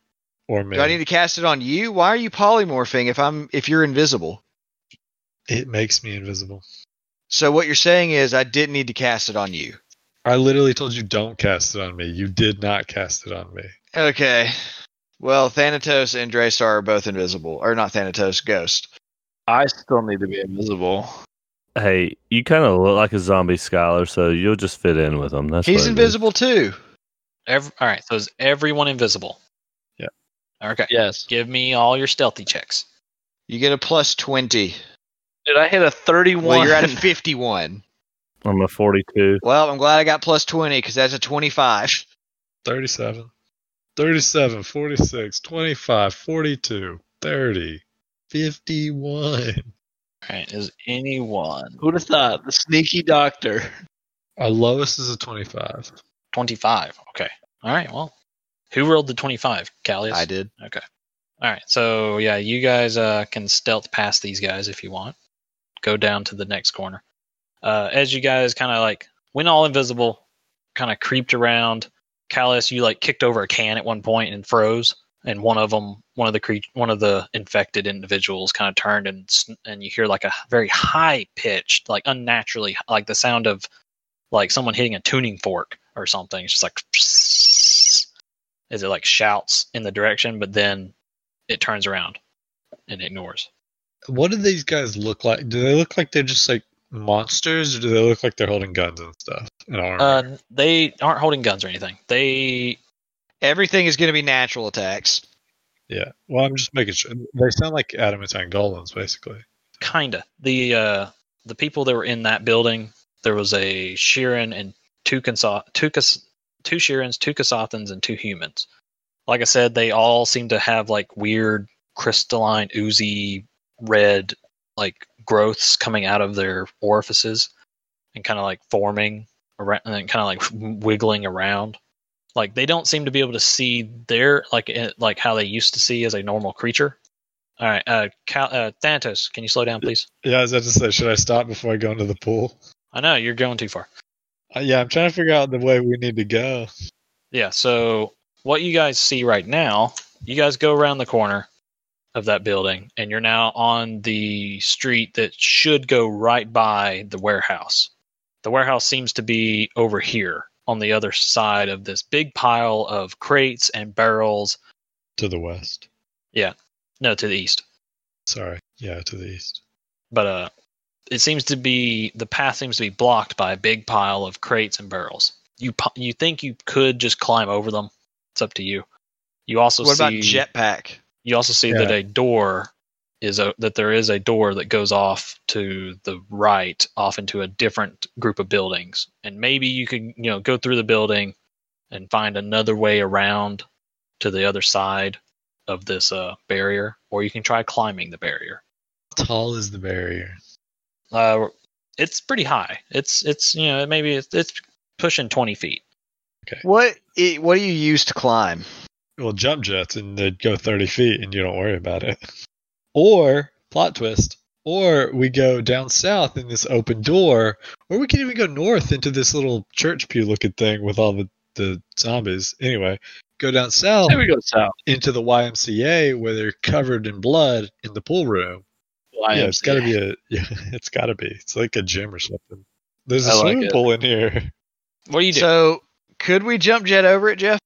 Speaker 8: or me.
Speaker 1: Do I need to cast it on you? Why are you polymorphing if I'm if you're invisible?
Speaker 8: It makes me invisible.
Speaker 1: So what you're saying is I didn't need to cast it on you.
Speaker 8: I literally told you don't cast it on me. You did not cast it on me.
Speaker 1: Okay. Well, Thanatos and Draystar are both invisible, or not Thanatos, Ghost.
Speaker 5: I still need to be invisible.
Speaker 7: Hey, you kind of look like a zombie scholar, so you'll just fit in with them. That's
Speaker 1: He's
Speaker 7: what it is.
Speaker 1: invisible too.
Speaker 2: Ev- all right. So is everyone invisible?
Speaker 8: Yeah.
Speaker 2: Okay.
Speaker 5: Yes.
Speaker 2: Give me all your stealthy checks.
Speaker 1: You get a plus twenty.
Speaker 5: Did I hit a thirty-one?
Speaker 1: Well, you're at a fifty-one.
Speaker 7: I'm a 42.
Speaker 1: Well, I'm glad I got plus twenty because that's a twenty-five.
Speaker 8: 37, 37, 46, 25, 42, 30, 51.
Speaker 2: All right. Is anyone
Speaker 5: Who'd have thought? The sneaky doctor.
Speaker 8: Our lowest is a 25.
Speaker 2: 25. Okay. All right. Well, who rolled the 25? Callius?
Speaker 1: I did.
Speaker 2: Okay. All right. So, yeah, you guys uh, can stealth past these guys if you want. go down to the next corner. Uh, as you guys kind of like went all invisible, kind of creeped around. Callus, you like kicked over a can at one point and froze, and one of them, one of the cre- one of the infected individuals, kind of turned and sn- and you hear like a very high pitched, like unnaturally, like the sound of like someone hitting a tuning fork or something. It's just like as it like shouts in the direction, but then it turns around and ignores.
Speaker 8: What do these guys look like? Do they look like they're just like monsters, or do they look like they're holding guns and stuff and armor?
Speaker 2: Uh, they aren't holding guns or anything. They
Speaker 1: Everything is going to be natural attacks.
Speaker 8: yeah. Well, I'm just making sure. They sound like adamantine golems, basically.
Speaker 2: kinda the uh the people that were in that building. There was a Sheeran and two Kansa- two Kas- two Sheerans, two Kasathans, and two humans. Like I said, they all seem to have like weird crystalline, oozy red like growths coming out of their orifices and kind of like forming around and kind of like wiggling around. Like they don't seem to be able to see their like eh, like how they used to see as a normal creature. All right, uh, Cal- uh, Thanatos, can you slow down, please?
Speaker 8: Yeah, I was about to say, should I stop before I go into the pool?
Speaker 2: I know you're going too far.
Speaker 8: Uh, yeah, I'm trying to figure out the way we need to go.
Speaker 2: Yeah, so what you guys see right now, you guys go around the corner of that building and you're now on the street that should go right by the warehouse. The warehouse seems to be over here on the other side of this big pile of crates and barrels.
Speaker 8: To the west.
Speaker 2: No, to the east.
Speaker 8: Sorry. Yeah, to the east.
Speaker 2: But uh it seems to be the path seems to be blocked by a big pile of crates and barrels. You po- you think you could just climb over them. It's up to you. You also
Speaker 1: what
Speaker 2: see
Speaker 1: about jetpack?
Speaker 2: you also see that
Speaker 8: Yeah.
Speaker 2: a door is a that there is a door that goes off to the right off into a different group of buildings and maybe you could you know go through the building and find another way around to the other side of this uh, barrier or you can try climbing the barrier
Speaker 8: How tall is the barrier?
Speaker 2: uh, it's pretty high it's it's you know maybe it's, it's pushing 20 feet
Speaker 1: What i- what do you use to climb?
Speaker 8: Well, jump jets and they go 30 feet and you don't worry about it. Or, plot twist, or we go down south in this open door, or we can even go north into this little church pew looking thing with all the, the zombies. Anyway, go down south
Speaker 5: There we go, Sal.
Speaker 8: into the YMCA where they're covered in blood in the pool room. Yeah, it's got to be a. Yeah, it's got to be. It's like a gym or something. There's a
Speaker 5: I like
Speaker 8: swimming
Speaker 5: it.
Speaker 8: pool in here.
Speaker 2: what do you do
Speaker 1: So could we jump jet over it, Jeff?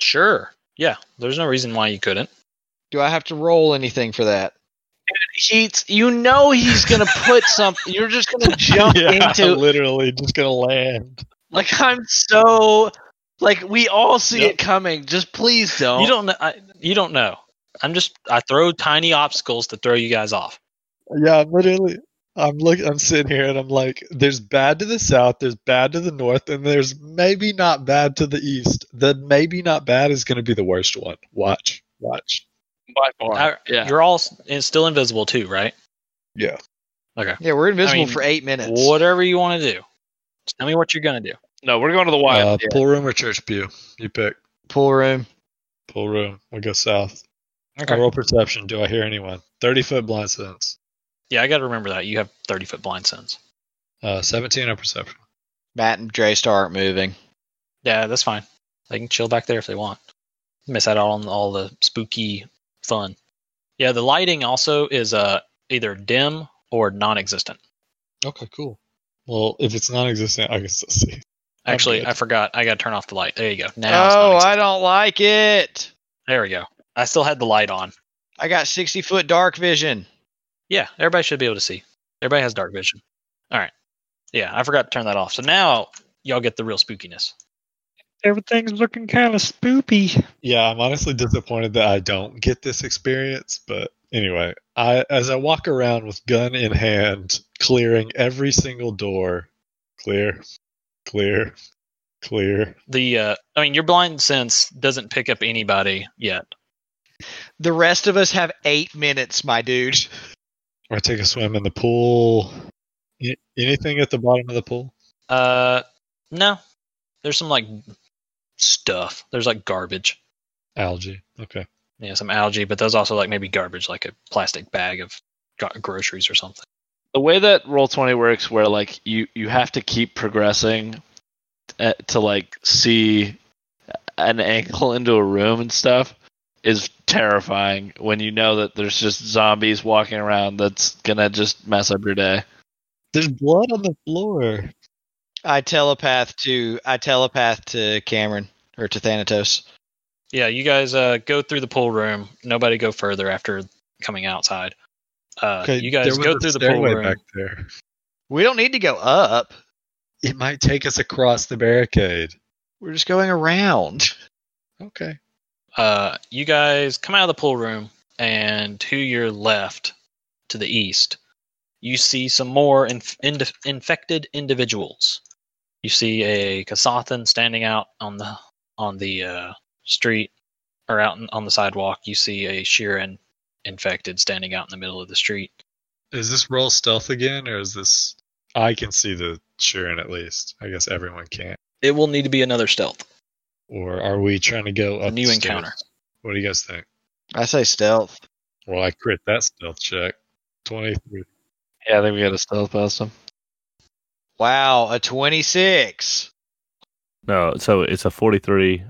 Speaker 2: sure yeah there's no reason why you couldn't
Speaker 1: Do I have to roll anything for that? He's, you know he's gonna put something. You're just gonna jump
Speaker 8: yeah,
Speaker 1: into
Speaker 8: literally just gonna land.
Speaker 5: Like I'm so like we all see it coming. Just please don't.
Speaker 2: You don't know. I, you don't know. I'm just. I throw tiny obstacles to throw you guys off.
Speaker 8: Yeah, I'm literally. I'm look. I'm sitting here and I'm like, there's bad to the south, there's bad to the north, and there's maybe not bad to the east. The maybe not bad is gonna be the worst one. Watch, watch.
Speaker 5: by far.
Speaker 2: I-
Speaker 5: yeah.
Speaker 2: You're all s- and still invisible too, right?
Speaker 8: Yeah.
Speaker 1: Yeah, we're invisible
Speaker 2: I mean,
Speaker 1: for eight minutes.
Speaker 2: Whatever you want to do. Just tell me what you're gonna do.
Speaker 5: No, we're going to the wild.
Speaker 8: Uh, Pool room or church pew? You pick.
Speaker 1: Pool room.
Speaker 8: Pool room. We go south.
Speaker 2: Okay.
Speaker 8: I roll perception. Do I hear anyone? Thirty foot blind sense.
Speaker 2: Yeah, I got to remember that. You have 30 foot blind sense.
Speaker 8: Uh, Seventeen on perception.
Speaker 1: Matt and Dre start moving.
Speaker 2: Yeah, that's fine. They can chill back there if they want. Miss out on all the spooky fun. Yeah, the lighting also is uh either dim or non-existent.
Speaker 8: Okay, cool. Well, if it's non-existent, I can still see.
Speaker 2: Actually,
Speaker 8: good.
Speaker 2: I forgot. I got to turn off the light. There you go. Now. it's
Speaker 1: oh, I
Speaker 2: non-existent.
Speaker 1: don't like it.
Speaker 2: There we go. I still had the light on.
Speaker 1: I got sixty foot dark vision.
Speaker 2: Yeah, everybody should be able to see. Everybody has dark vision. All right. Yeah, I forgot to turn that off. So now y'all get the real spookiness.
Speaker 4: Everything's looking kind of spoopy.
Speaker 8: Yeah, I'm honestly disappointed that I don't get this experience, but anyway, I as I walk around with gun in hand, clearing every single door, clear, clear, clear.
Speaker 2: The uh I mean your blind sense doesn't pick up anybody yet.
Speaker 1: The rest of us have eight minutes, my dude.
Speaker 8: Or take a swim in the pool. A- Anything at the bottom of the pool?
Speaker 2: Uh no. There's some like stuff. There's like garbage.
Speaker 8: Algae. Okay.
Speaker 2: Yeah, some algae, but there's also like maybe garbage like a plastic bag of gro- groceries or something.
Speaker 5: the way that roll 20 works where like you you have to keep progressing uh, to like see an ankle into a room and stuff is terrifying when you know that there's just zombies walking around that's gonna just mess up your day
Speaker 8: There's blood on the
Speaker 2: Uh,
Speaker 8: floor.
Speaker 1: I telepath to I telepath to Cameron or to Thanatos.
Speaker 2: Yeah, you guys uh, go through the pool room. Nobody go further after coming outside. Uh, you guys go through the pool room.
Speaker 6: back there.
Speaker 1: We don't need to go up.
Speaker 6: It might take us across the barricade.
Speaker 1: We're just going around.
Speaker 6: Okay.
Speaker 2: Uh, you guys come out of the pool room, and to your left, to the east, you see some more inf- ind- infected individuals. You see a Kasathan standing out on the on the uh, street or out in, on the sidewalk. You see a Sheeran infected standing out in the middle of the street.
Speaker 6: Is this roll stealth again, or is this? I can see the Sharon at least. I guess everyone can't.
Speaker 2: It will need to be another stealth.
Speaker 6: Or are we trying to go
Speaker 2: A
Speaker 6: up?
Speaker 2: new encounter.
Speaker 6: What do you guys think?
Speaker 1: I say stealth.
Speaker 6: Well, I crit that stealth check. Twenty-three.
Speaker 5: yeah i think we gotta stealth past them
Speaker 1: Wow, a 26.
Speaker 7: No, so it's a 43,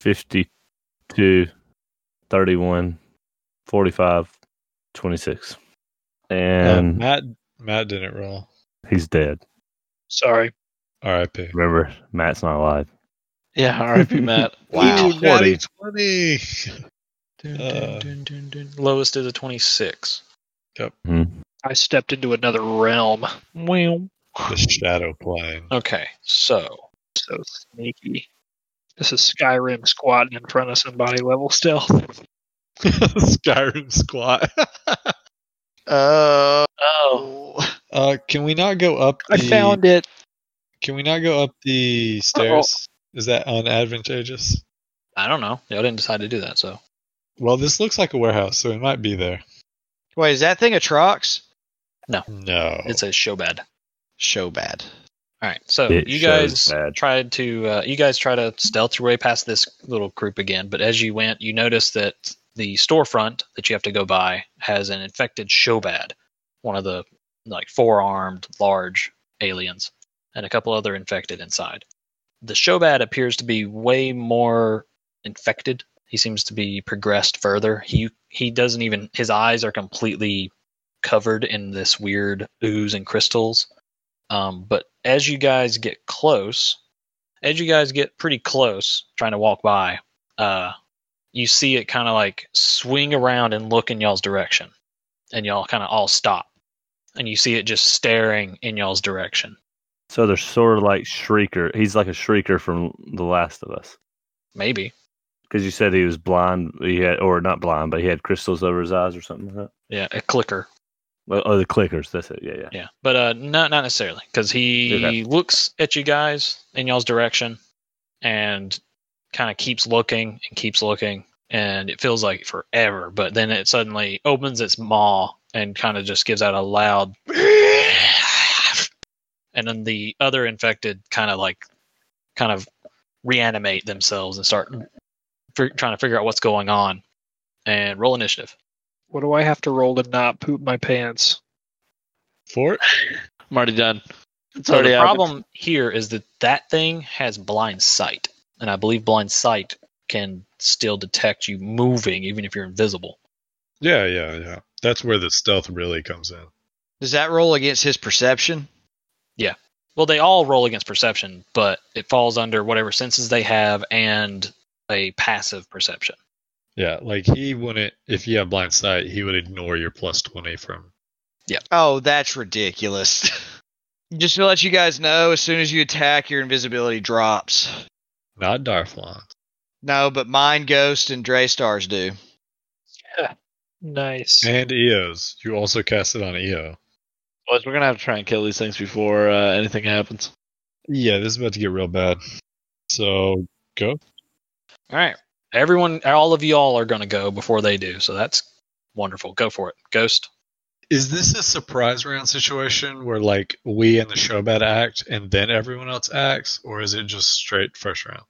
Speaker 7: 52, 31, 45, 26.
Speaker 8: Um,
Speaker 7: And
Speaker 8: Matt Matt didn't roll.
Speaker 7: he's dead.
Speaker 4: Sorry.
Speaker 6: R.I.P.
Speaker 7: Remember, Matt's not alive.
Speaker 5: yeah rip matt
Speaker 1: Wow.
Speaker 6: Ooh, natty twenty.
Speaker 8: Uh.
Speaker 2: Dun, dun, dun, dun. Lowest is a twenty-six.
Speaker 4: I stepped into another realm. Wow.
Speaker 6: The shadow plane.
Speaker 2: Okay, so
Speaker 4: So sneaky. This is Skyrim squatting in front of somebody level stealth.
Speaker 6: Skyrim squat.
Speaker 1: Uh,
Speaker 5: oh
Speaker 1: oh.
Speaker 8: Uh, can we not go up? The,
Speaker 4: I found it.
Speaker 8: Can we not go up the stairs? Is that unadvantageous?
Speaker 2: I don't know. Y'all didn't decide to do that, so
Speaker 8: Well, this looks like a warehouse, so it might be there.
Speaker 1: Wait, is that thing a Trox?
Speaker 8: No.
Speaker 2: it's a show bad.
Speaker 1: Show bad.
Speaker 2: All right, so
Speaker 7: It
Speaker 2: you
Speaker 7: shows
Speaker 2: guys
Speaker 7: bad.
Speaker 2: tried to uh, you guys try to stealth your way past this little group again, but as you went, you noticed that the storefront that you have to go by has an infected Shobad, one of the like four-armed large aliens, and a couple other infected inside. The Shobad appears to be way more infected. He seems to be progressed further. He he doesn't even his eyes are completely covered in this weird ooze and crystals. Um, but as you guys get close, as you guys get pretty close, trying to walk by, uh, you see it kind of like swing around and look in y'all's direction, and y'all kind of all stop, and you see it just staring in y'all's direction.
Speaker 7: So they're sort of like Shrieker. He's like a Shrieker from The Last of Us.
Speaker 2: Maybe,
Speaker 7: Because you said he was blind, he had, or not blind, but he had crystals over his eyes or something like that.
Speaker 2: yeah, a clicker,
Speaker 7: Well, oh, the clickers. That's it. Yeah, yeah.
Speaker 2: yeah, but uh, not not necessarily, because he
Speaker 7: Okay.
Speaker 2: looks at you guys in y'all's direction, and kind of keeps looking and keeps looking and it feels like forever but then it suddenly opens its maw and kind of just gives out a loud and then the other infected kind of like kind of reanimate themselves and start fi- trying to figure out what's going on and roll initiative
Speaker 4: What do I have to roll to not poop my pants?
Speaker 8: Fort?
Speaker 5: i'm already done it's
Speaker 2: so
Speaker 5: already
Speaker 2: the
Speaker 5: out.
Speaker 2: problem here is that that thing has blind sight and i believe blind sight can still detect you moving even if you're invisible
Speaker 6: Yeah, yeah, yeah. That's where the stealth really comes in.
Speaker 1: Does that roll against his perception?
Speaker 2: Well, they all roll against perception, but it falls under whatever senses they have and a passive perception.
Speaker 6: Yeah, like he wouldn't. If you have blind sight, he would ignore your plus twenty from.
Speaker 1: Oh, that's ridiculous. Just to let you guys know, as soon as you attack, your invisibility drops.
Speaker 6: Not Darflon.
Speaker 1: No, but mine, Ghost, and Draystars do.
Speaker 4: Nice.
Speaker 6: And Eos. You also cast it on E Eo.
Speaker 5: Boys, we're gonna have to try and kill these things before uh, anything happens
Speaker 6: Yeah, this is about to get real bad. So go.
Speaker 2: All right. Everyone, all of you all are going to go before they do. So that's wonderful. Go for it. Ghost.
Speaker 6: Is this a surprise round situation where like we and the showbat act and then everyone else acts, or is it just straight first round?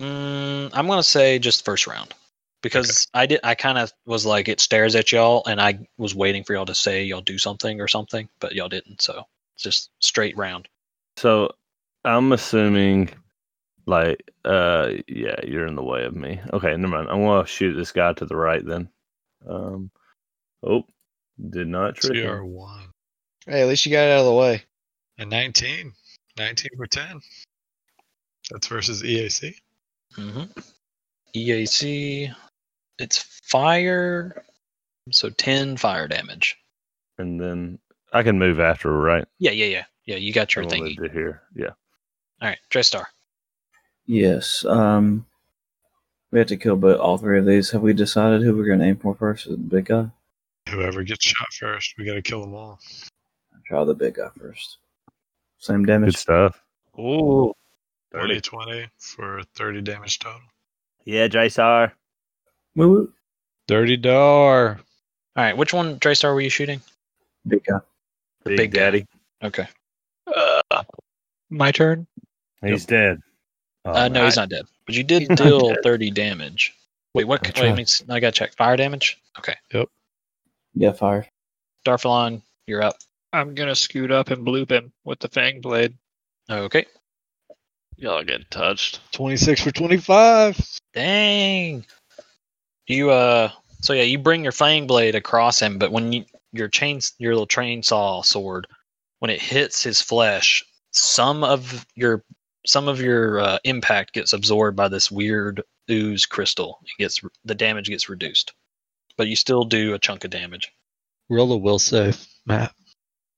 Speaker 2: Mm, I'm going to say just first round. because I did. I kind of was like, it stares at y'all, and I was waiting for y'all to say y'all do something or something, but y'all didn't. So it's just straight round.
Speaker 7: So I'm assuming, like, uh, yeah, you're in the way of me. Okay, never mind. I'm gonna shoot this guy to the right then. Um, oh, did not trigger.
Speaker 6: CR one.
Speaker 1: Hey, at least you got it out of the way.
Speaker 6: And 19. 19 for 10. That's versus E EAC.
Speaker 2: hmm EAC, it's fire, so ten fire damage.
Speaker 7: And then I can move after, right?
Speaker 2: Yeah, yeah, yeah, yeah. You got your
Speaker 7: I'm gonna
Speaker 2: thingy.
Speaker 7: move to here. Yeah.
Speaker 2: All right, Drestar.
Speaker 3: Yes. Um, we have to kill but all three of these. Have we decided who we're going to aim for first? The big guy?
Speaker 6: Whoever gets shot first, we got to kill them all.
Speaker 3: Try the big guy first. Same
Speaker 7: Good
Speaker 3: damage.
Speaker 7: stuff.
Speaker 5: Ooh.
Speaker 6: 30 20 for 30 damage total.
Speaker 7: Yeah, Drisar.
Speaker 3: Woo woo.
Speaker 8: Dirty door.
Speaker 2: All right, which one, Drestar, were you shooting?
Speaker 3: Big guy.
Speaker 2: The
Speaker 7: Big,
Speaker 2: big guy.
Speaker 7: Daddy.
Speaker 2: Okay.
Speaker 4: Uh, My turn.
Speaker 7: He's dead. Oh,
Speaker 2: uh, no,
Speaker 7: man.
Speaker 2: he's not dead. But you did
Speaker 3: not
Speaker 2: deal
Speaker 3: dead.
Speaker 2: thirty damage. Wait, what?
Speaker 7: That's
Speaker 2: Wait, I
Speaker 7: right.
Speaker 2: mean, I gotta check fire damage. Okay,
Speaker 3: Yeah, fire.
Speaker 2: Darfalon, you're up.
Speaker 4: I'm gonna scoot up and bloop him with the fang blade.
Speaker 2: Okay.
Speaker 5: Y'all are getting touched.
Speaker 8: 26 for 25.
Speaker 2: Dang. You uh so yeah, you bring your fang blade across him, but when you, your chain your little chainsaw sword when it hits his flesh, some of your some of your uh, impact gets absorbed by this weird ooze crystal. It gets the damage gets reduced. But you still do a chunk of damage.
Speaker 8: Roll a will save, Matt.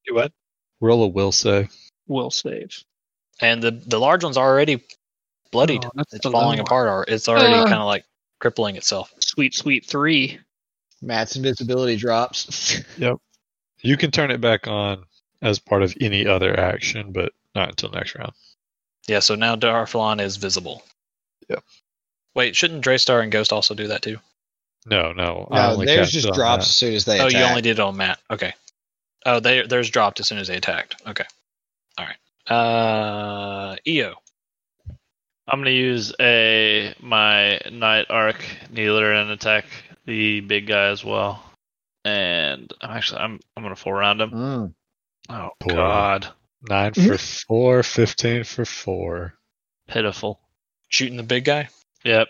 Speaker 4: Do what?
Speaker 8: Roll a will save.
Speaker 4: Will save.
Speaker 2: And the the large one's already bloodied.
Speaker 4: Oh, that's
Speaker 2: it's
Speaker 4: the
Speaker 2: falling
Speaker 4: low one.
Speaker 2: apart or it's already
Speaker 4: Ah.
Speaker 2: kind of like crippling itself.
Speaker 4: Sweet, sweet three.
Speaker 1: Matt's invisibility drops.
Speaker 8: You can turn it back on as part of any other action, but not until next round.
Speaker 2: Yeah, so now Darfalon is visible.
Speaker 8: Yep.
Speaker 2: Wait, shouldn't Draystar and Ghost also do that too?
Speaker 8: No, no. I
Speaker 1: no,
Speaker 8: only
Speaker 1: theirs
Speaker 8: cast
Speaker 1: just
Speaker 8: it on
Speaker 1: drops
Speaker 8: that.
Speaker 1: as soon as they
Speaker 2: oh,
Speaker 1: attack.
Speaker 2: you only did it on Matt. Okay. Oh, they, theirs dropped as soon as they attacked. Okay. All right. Uh, EO.
Speaker 5: I'm gonna use a my knight arc kneeler and attack the big guy as well. And I'm actually I'm I'm gonna full round him.
Speaker 1: Mm.
Speaker 5: Oh
Speaker 6: Poor.
Speaker 5: god.
Speaker 8: 9 for
Speaker 1: Mm-hmm.
Speaker 8: 4, 15 for 4.
Speaker 5: Pitiful.
Speaker 2: Shooting the big guy?
Speaker 5: Yep.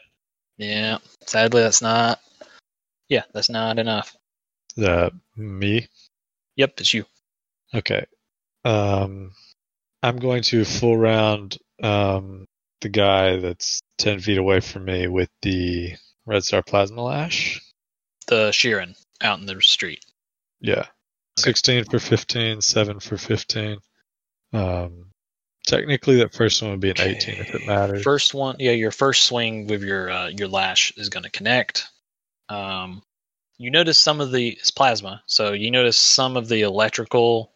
Speaker 2: Yeah. Sadly, that's not. Yeah, that's not enough.
Speaker 8: Uh, me?
Speaker 2: Yep, it's you.
Speaker 8: Okay. Um, I'm going to full round um, the guy that's 10 feet away from me with the Red Star Plasma Lash.
Speaker 2: The Sheeran out in the street.
Speaker 8: Yeah. 16 for 15, 7 for 15. Um, technically, that first one would be an 18 if it matters.
Speaker 2: First one. Yeah, your first swing with your uh, your lash is going to connect. Um, you notice some of the it's plasma, so you notice some of the electrical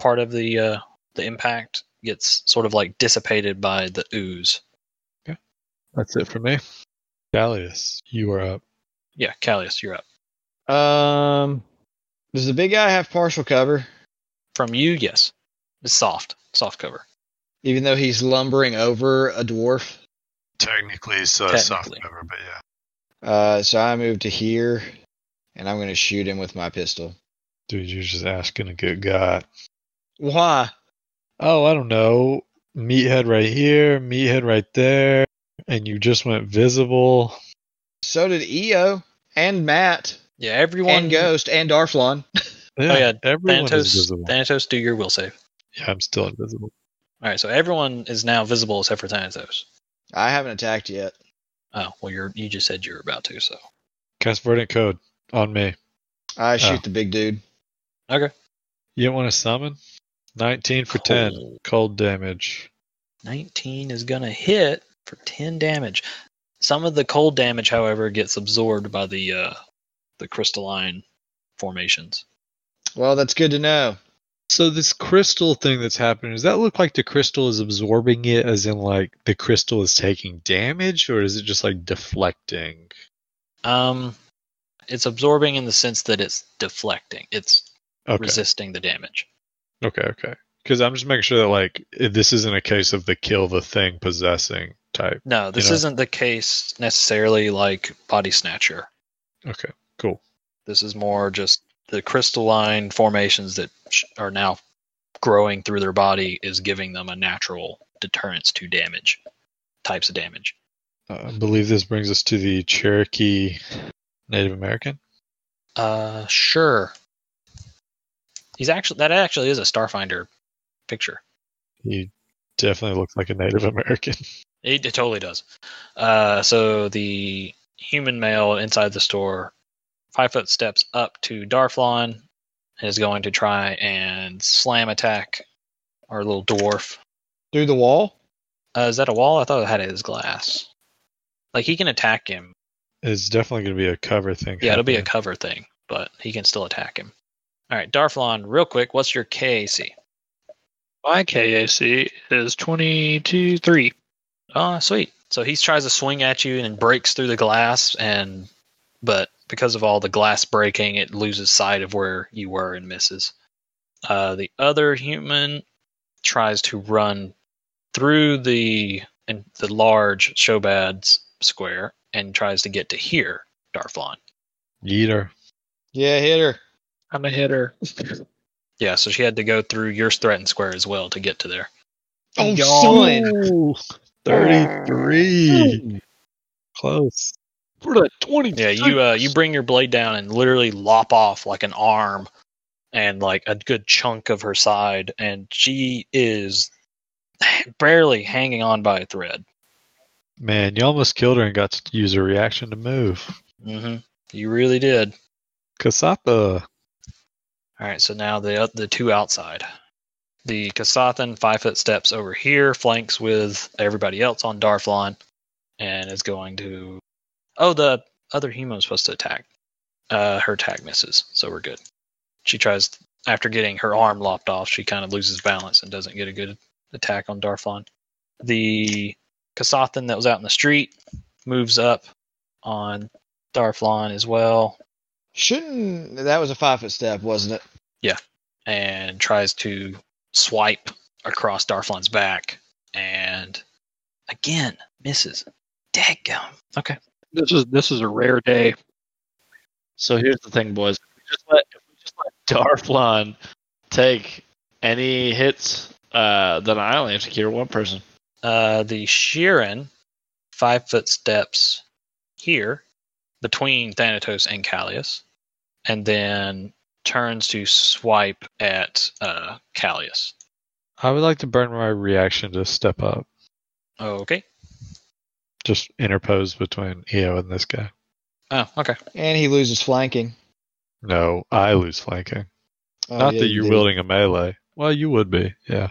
Speaker 2: part of the uh, the impact gets sort of like dissipated by the ooze.
Speaker 8: That's it for me. Gallius, you are up.
Speaker 2: Yeah, Callius, you're up.
Speaker 1: Um, does the big guy have partial cover,
Speaker 2: From you, yes. It's soft, soft cover.
Speaker 1: even though he's lumbering over a dwarf?
Speaker 6: Technically, so soft
Speaker 2: Technically.
Speaker 6: cover, but yeah.
Speaker 1: Uh, so I move to here, and I'm going to shoot him with my pistol.
Speaker 8: Dude, you're just asking a good guy.
Speaker 1: Why?
Speaker 8: Oh, I don't know. Meathead right here, meathead right there, and you just went visible.
Speaker 1: So did EO and Matt
Speaker 2: Yeah, everyone.
Speaker 1: and Ghost and Darflon.
Speaker 6: Oh,
Speaker 8: Yeah,
Speaker 2: yeah,
Speaker 8: everyone is
Speaker 2: Thanatos,
Speaker 8: visible.
Speaker 2: Thanatos, do your will save.
Speaker 8: yeah, I'm still invisible.
Speaker 2: All right, so everyone is now visible except for Thanatos.
Speaker 1: I haven't attacked yet.
Speaker 2: Oh, well, you're you just said you were about to, so
Speaker 8: Cast Verdant Code on me.
Speaker 1: I shoot
Speaker 8: Oh.
Speaker 1: the big dude.
Speaker 2: okay.
Speaker 8: You don't want to summon? 19 for 10.
Speaker 2: Cool.
Speaker 8: Cold damage.
Speaker 2: 19 is gonna hit for 10 damage. Some of the cold damage, however, gets absorbed by the uh, the crystalline formations.
Speaker 1: Well, that's good to know.
Speaker 8: So this crystal thing that's happening, does that look like the crystal is absorbing it as in like the crystal is taking damage or is it just like deflecting?
Speaker 2: Um, it's absorbing in the sense that it's deflecting. It's
Speaker 8: Okay.
Speaker 2: resisting the damage.
Speaker 8: Okay, okay. Because I'm just making sure that like if this isn't a case of the kill the thing possessing type.
Speaker 2: No, this
Speaker 8: know.
Speaker 2: isn't the case necessarily like Body Snatcher.
Speaker 8: Okay, cool.
Speaker 2: This is more just the crystalline formations that sh- are now growing through their body is giving them a natural deterrence to damage, types of damage.
Speaker 8: Uh, I believe this brings us to the Cherokee Native American.
Speaker 2: Uh, sure. He's actually that actually is a Starfinder picture.
Speaker 8: He definitely looks like a Native American.
Speaker 2: It, it totally does. Uh, so the human male inside the store, five foot steps up to Darflon, and is going to try and slam attack our little dwarf.
Speaker 12: Through the wall?
Speaker 2: Uh, is that a wall? I thought it had his glass. Like he can attack him.
Speaker 8: It's definitely going to be a cover thing.
Speaker 2: Yeah, it'll be a
Speaker 8: happening.
Speaker 2: cover thing, but he can still attack him. All right, Darflon, real quick, what's your KAC?
Speaker 4: My KAC is 22 3.
Speaker 2: Oh, sweet. So he tries to swing at you and breaks through the glass, and but because of all the glass breaking, it loses sight of where you were and misses. Uh, the other human tries to run through the and the large Shobad's square and tries to get to here, Darflon.
Speaker 8: Yeeter.
Speaker 12: Yeah, hit her.
Speaker 4: I'm a hitter.
Speaker 2: Yeah, so she had to go through your threatened square as well to get to there.
Speaker 12: Oh, son.
Speaker 8: Ooh, 33. Close.
Speaker 12: For the 20.
Speaker 2: Yeah, you uh, you bring your blade down and literally lop off like an arm and like a good chunk of her side, and she is barely hanging on by a thread.
Speaker 8: Man, you almost killed her and got to use her reaction to move.
Speaker 2: hmm You really did.
Speaker 8: Kasapa.
Speaker 2: All right, so now the uh, the two outside. The Kasathan five foot steps over here, flanks with everybody else on Darflon, and is going to. Oh, the other human was supposed to attack. Uh, her attack misses, so we're good. She tries after getting her arm lopped off. She kind of loses balance and doesn't get a good attack on Darflon. The Kasathan that was out in the street moves up on Darflon as well,
Speaker 12: Shouldn't. That was a five foot step, wasn't it?
Speaker 2: and tries to swipe across Darflon's back and again misses. Dadgum. Okay.
Speaker 4: This is this is a rare day.
Speaker 5: So here's the thing, boys. If we just let, if we just let Darflon take any hits, uh, then I only have to cure one person.
Speaker 2: Uh, the Sheeran five foot steps here between Thanatos and Callias, and then turns to swipe at uh, Callias.
Speaker 8: I would like to burn my reaction to step up.
Speaker 2: Okay.
Speaker 8: Just interpose between Eo and this guy.
Speaker 2: Oh, okay.
Speaker 12: And he loses flanking.
Speaker 8: No, I lose flanking.
Speaker 12: Oh,
Speaker 8: Not
Speaker 12: yeah,
Speaker 8: that
Speaker 12: you
Speaker 8: you're
Speaker 12: do.
Speaker 8: wielding a melee. Well, you would be, yeah.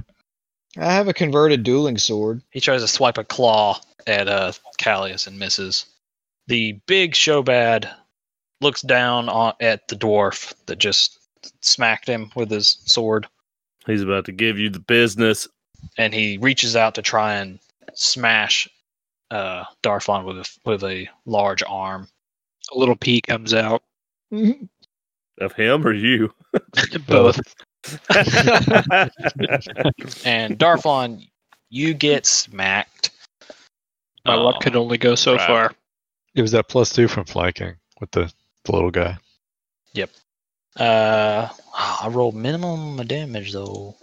Speaker 12: I have a converted dueling sword.
Speaker 2: He tries to swipe a claw at uh, Callias and misses. The big Shobad looks down on, at the dwarf that just smacked him with his sword,
Speaker 7: He's about to give you the business.
Speaker 2: and he reaches out to try and smash uh, Darflon with a, with a large arm.
Speaker 4: A little pea comes out.
Speaker 7: Of him or you?
Speaker 4: Both.
Speaker 2: And Darflon, you get smacked.
Speaker 4: My
Speaker 5: Oh,
Speaker 4: luck could only go so
Speaker 5: crap.
Speaker 4: far.
Speaker 8: It was that plus two from flanking with the, the little guy.
Speaker 2: Uh, I rolled minimum damage though.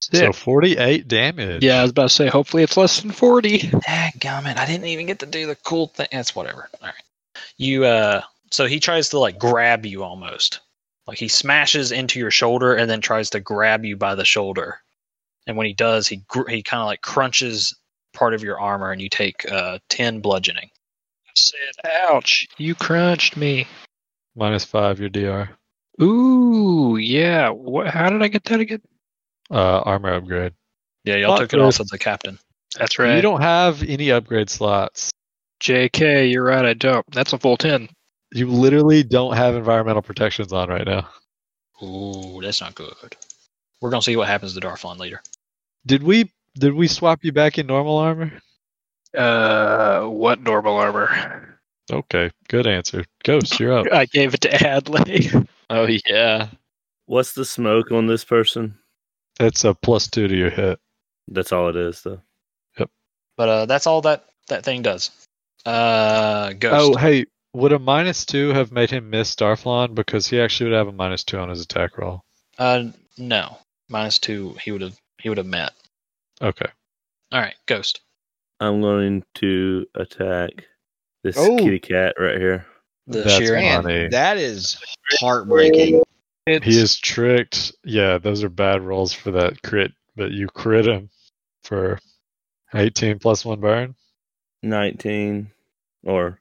Speaker 8: So 48 damage.
Speaker 4: Yeah, I was about to say. Hopefully, it's less than forty.
Speaker 2: Dadgummit, I didn't even get to do the cool thing. That's whatever. All right. You uh so he tries to like grab you almost. Like he smashes into your shoulder and then tries to grab you by the shoulder. And when he does, he gr- he kind of like crunches part of your armor and you take uh 10 bludgeoning.
Speaker 4: I said, "Ouch! You crunched me."
Speaker 8: Minus five, your DR.
Speaker 4: Ooh, yeah. What? How did I get that again?
Speaker 8: Uh, armor upgrade.
Speaker 2: Yeah, y'all
Speaker 8: Fuck
Speaker 2: took it off
Speaker 8: this.
Speaker 2: of the captain.
Speaker 4: That's right.
Speaker 8: You don't have any upgrade slots.
Speaker 4: Jk, you're right. I don't. That's a full ten.
Speaker 8: You literally don't have environmental protections on right now.
Speaker 2: Ooh, that's not good. We're going to see what happens to Darflon later.
Speaker 8: Did we did we swap you back in normal armor?
Speaker 4: Uh, what normal armor?
Speaker 8: Okay, good answer. Ghost, you're up.
Speaker 4: I gave it to Adley.
Speaker 5: Oh yeah.
Speaker 7: What's the smoke on this person?
Speaker 8: That's a plus two to your hit.
Speaker 7: That's all it is, though.
Speaker 2: But uh, that's all that that thing does. Uh, ghost.
Speaker 8: Oh, hey, would a minus two have made him miss Starflon because he actually would have a minus two on his attack roll?
Speaker 2: Uh, no. Minus two. He would have. He would have met.
Speaker 8: Okay.
Speaker 2: All right, ghost.
Speaker 7: I'm going to attack this
Speaker 12: Oh.
Speaker 7: kitty cat right here.
Speaker 2: The
Speaker 8: That's
Speaker 2: shearing.
Speaker 8: fine.
Speaker 12: Man,
Speaker 8: Funny.
Speaker 12: that is heartbreaking.
Speaker 4: It's,
Speaker 8: He is tricked. Yeah, those are bad rolls for that crit, but you crit him for 18 plus one burn.
Speaker 7: 19, or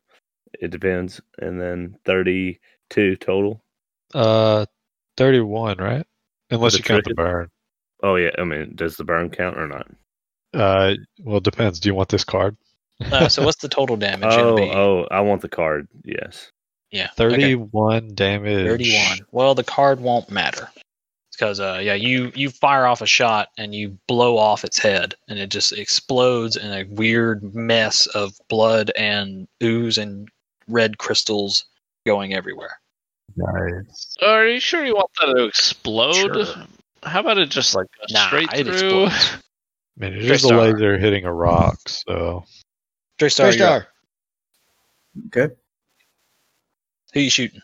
Speaker 7: it depends, and then 32 total.
Speaker 8: Uh, 31, right? Unless
Speaker 7: The
Speaker 8: you count the
Speaker 7: trick-
Speaker 8: burn.
Speaker 7: Oh yeah, I mean, does the burn count or not?
Speaker 8: Uh, well, it depends. Do you want this card?
Speaker 2: Uh, so what's the total damage?
Speaker 7: Oh,
Speaker 2: It'll be-
Speaker 7: oh, I want the card. Yes.
Speaker 2: yeah. okay.
Speaker 8: 31 damage.
Speaker 2: 31. Well, the card won't matter because uh, yeah, you you fire off a shot and you blow off its head, and it just explodes in a weird mess of blood and ooze and red crystals going everywhere.
Speaker 8: Nice.
Speaker 5: Are you sure you want that to explode?
Speaker 2: Sure.
Speaker 5: How about it just like
Speaker 2: Nah,
Speaker 5: straight
Speaker 2: it
Speaker 5: through?
Speaker 2: explodes.
Speaker 8: I mean, there's a
Speaker 5: Tristar.
Speaker 8: laser hitting a rock, so
Speaker 2: Draystar,
Speaker 12: Three
Speaker 2: you're up.
Speaker 12: star.
Speaker 3: Okay.
Speaker 2: who you shooting?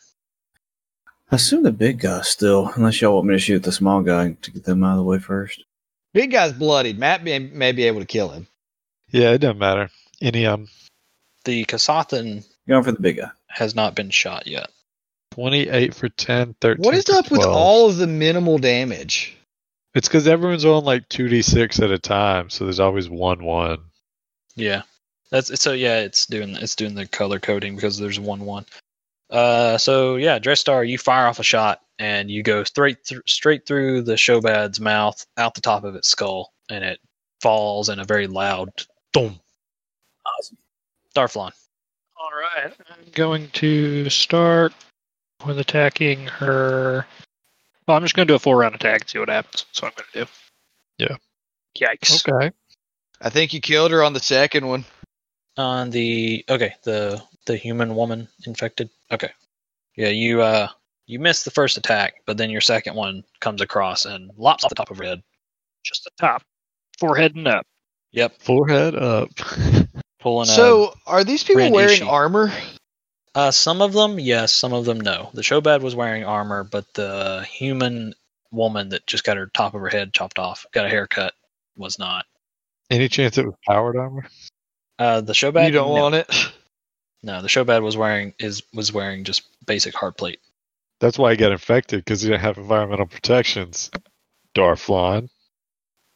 Speaker 3: I assume the big guy still, unless y'all want me to shoot the small guy to get them out of the way first.
Speaker 12: Big guy's bloodied. Matt may, may be able to kill him.
Speaker 8: yeah, it doesn't matter. Any um
Speaker 2: The Kasathan
Speaker 3: Going for the big guy.
Speaker 2: has not been shot yet.
Speaker 8: 28 for 10, 13.
Speaker 12: What is
Speaker 8: for
Speaker 12: up with
Speaker 8: 12.
Speaker 12: all of the minimal damage?
Speaker 8: It's because everyone's on like 2d6 at a time, so there's always one one.
Speaker 2: Yeah, that's so. Yeah, it's doing it's doing the color coding because there's one one. Uh, so yeah, Dresstar, you fire off a shot and you go straight thr straight through the Shobad's mouth, out the top of its skull, and it falls in a very loud boom. Starflon.
Speaker 4: All right, I'm going to start with attacking her. Well, I'm just going to do a full round attack and see what happens. That's what I'm going to do. Yeah. Yikes.
Speaker 8: Okay.
Speaker 12: I think you killed her on the second one.
Speaker 2: on the okay the the human woman infected okay yeah you uh you miss the first attack but then your second one comes across and lops off the top of her head
Speaker 4: Just the top, forehead and up.
Speaker 2: yep
Speaker 8: Forehead up.
Speaker 2: pulling
Speaker 12: So, are these people
Speaker 2: Ran
Speaker 12: wearing
Speaker 2: Ishii.
Speaker 12: armor?
Speaker 2: a, uh some of them yes some of them no the shobad was wearing armor but the human woman that just got her top of her head chopped off got a haircut was not
Speaker 8: Any chance it was powered armor?
Speaker 2: uh the shobad
Speaker 12: you don't
Speaker 2: no.
Speaker 12: want it.
Speaker 2: no the shobad was wearing is was wearing just basic hard plate
Speaker 8: That's why he got infected because he didn't have environmental protections. Darflon.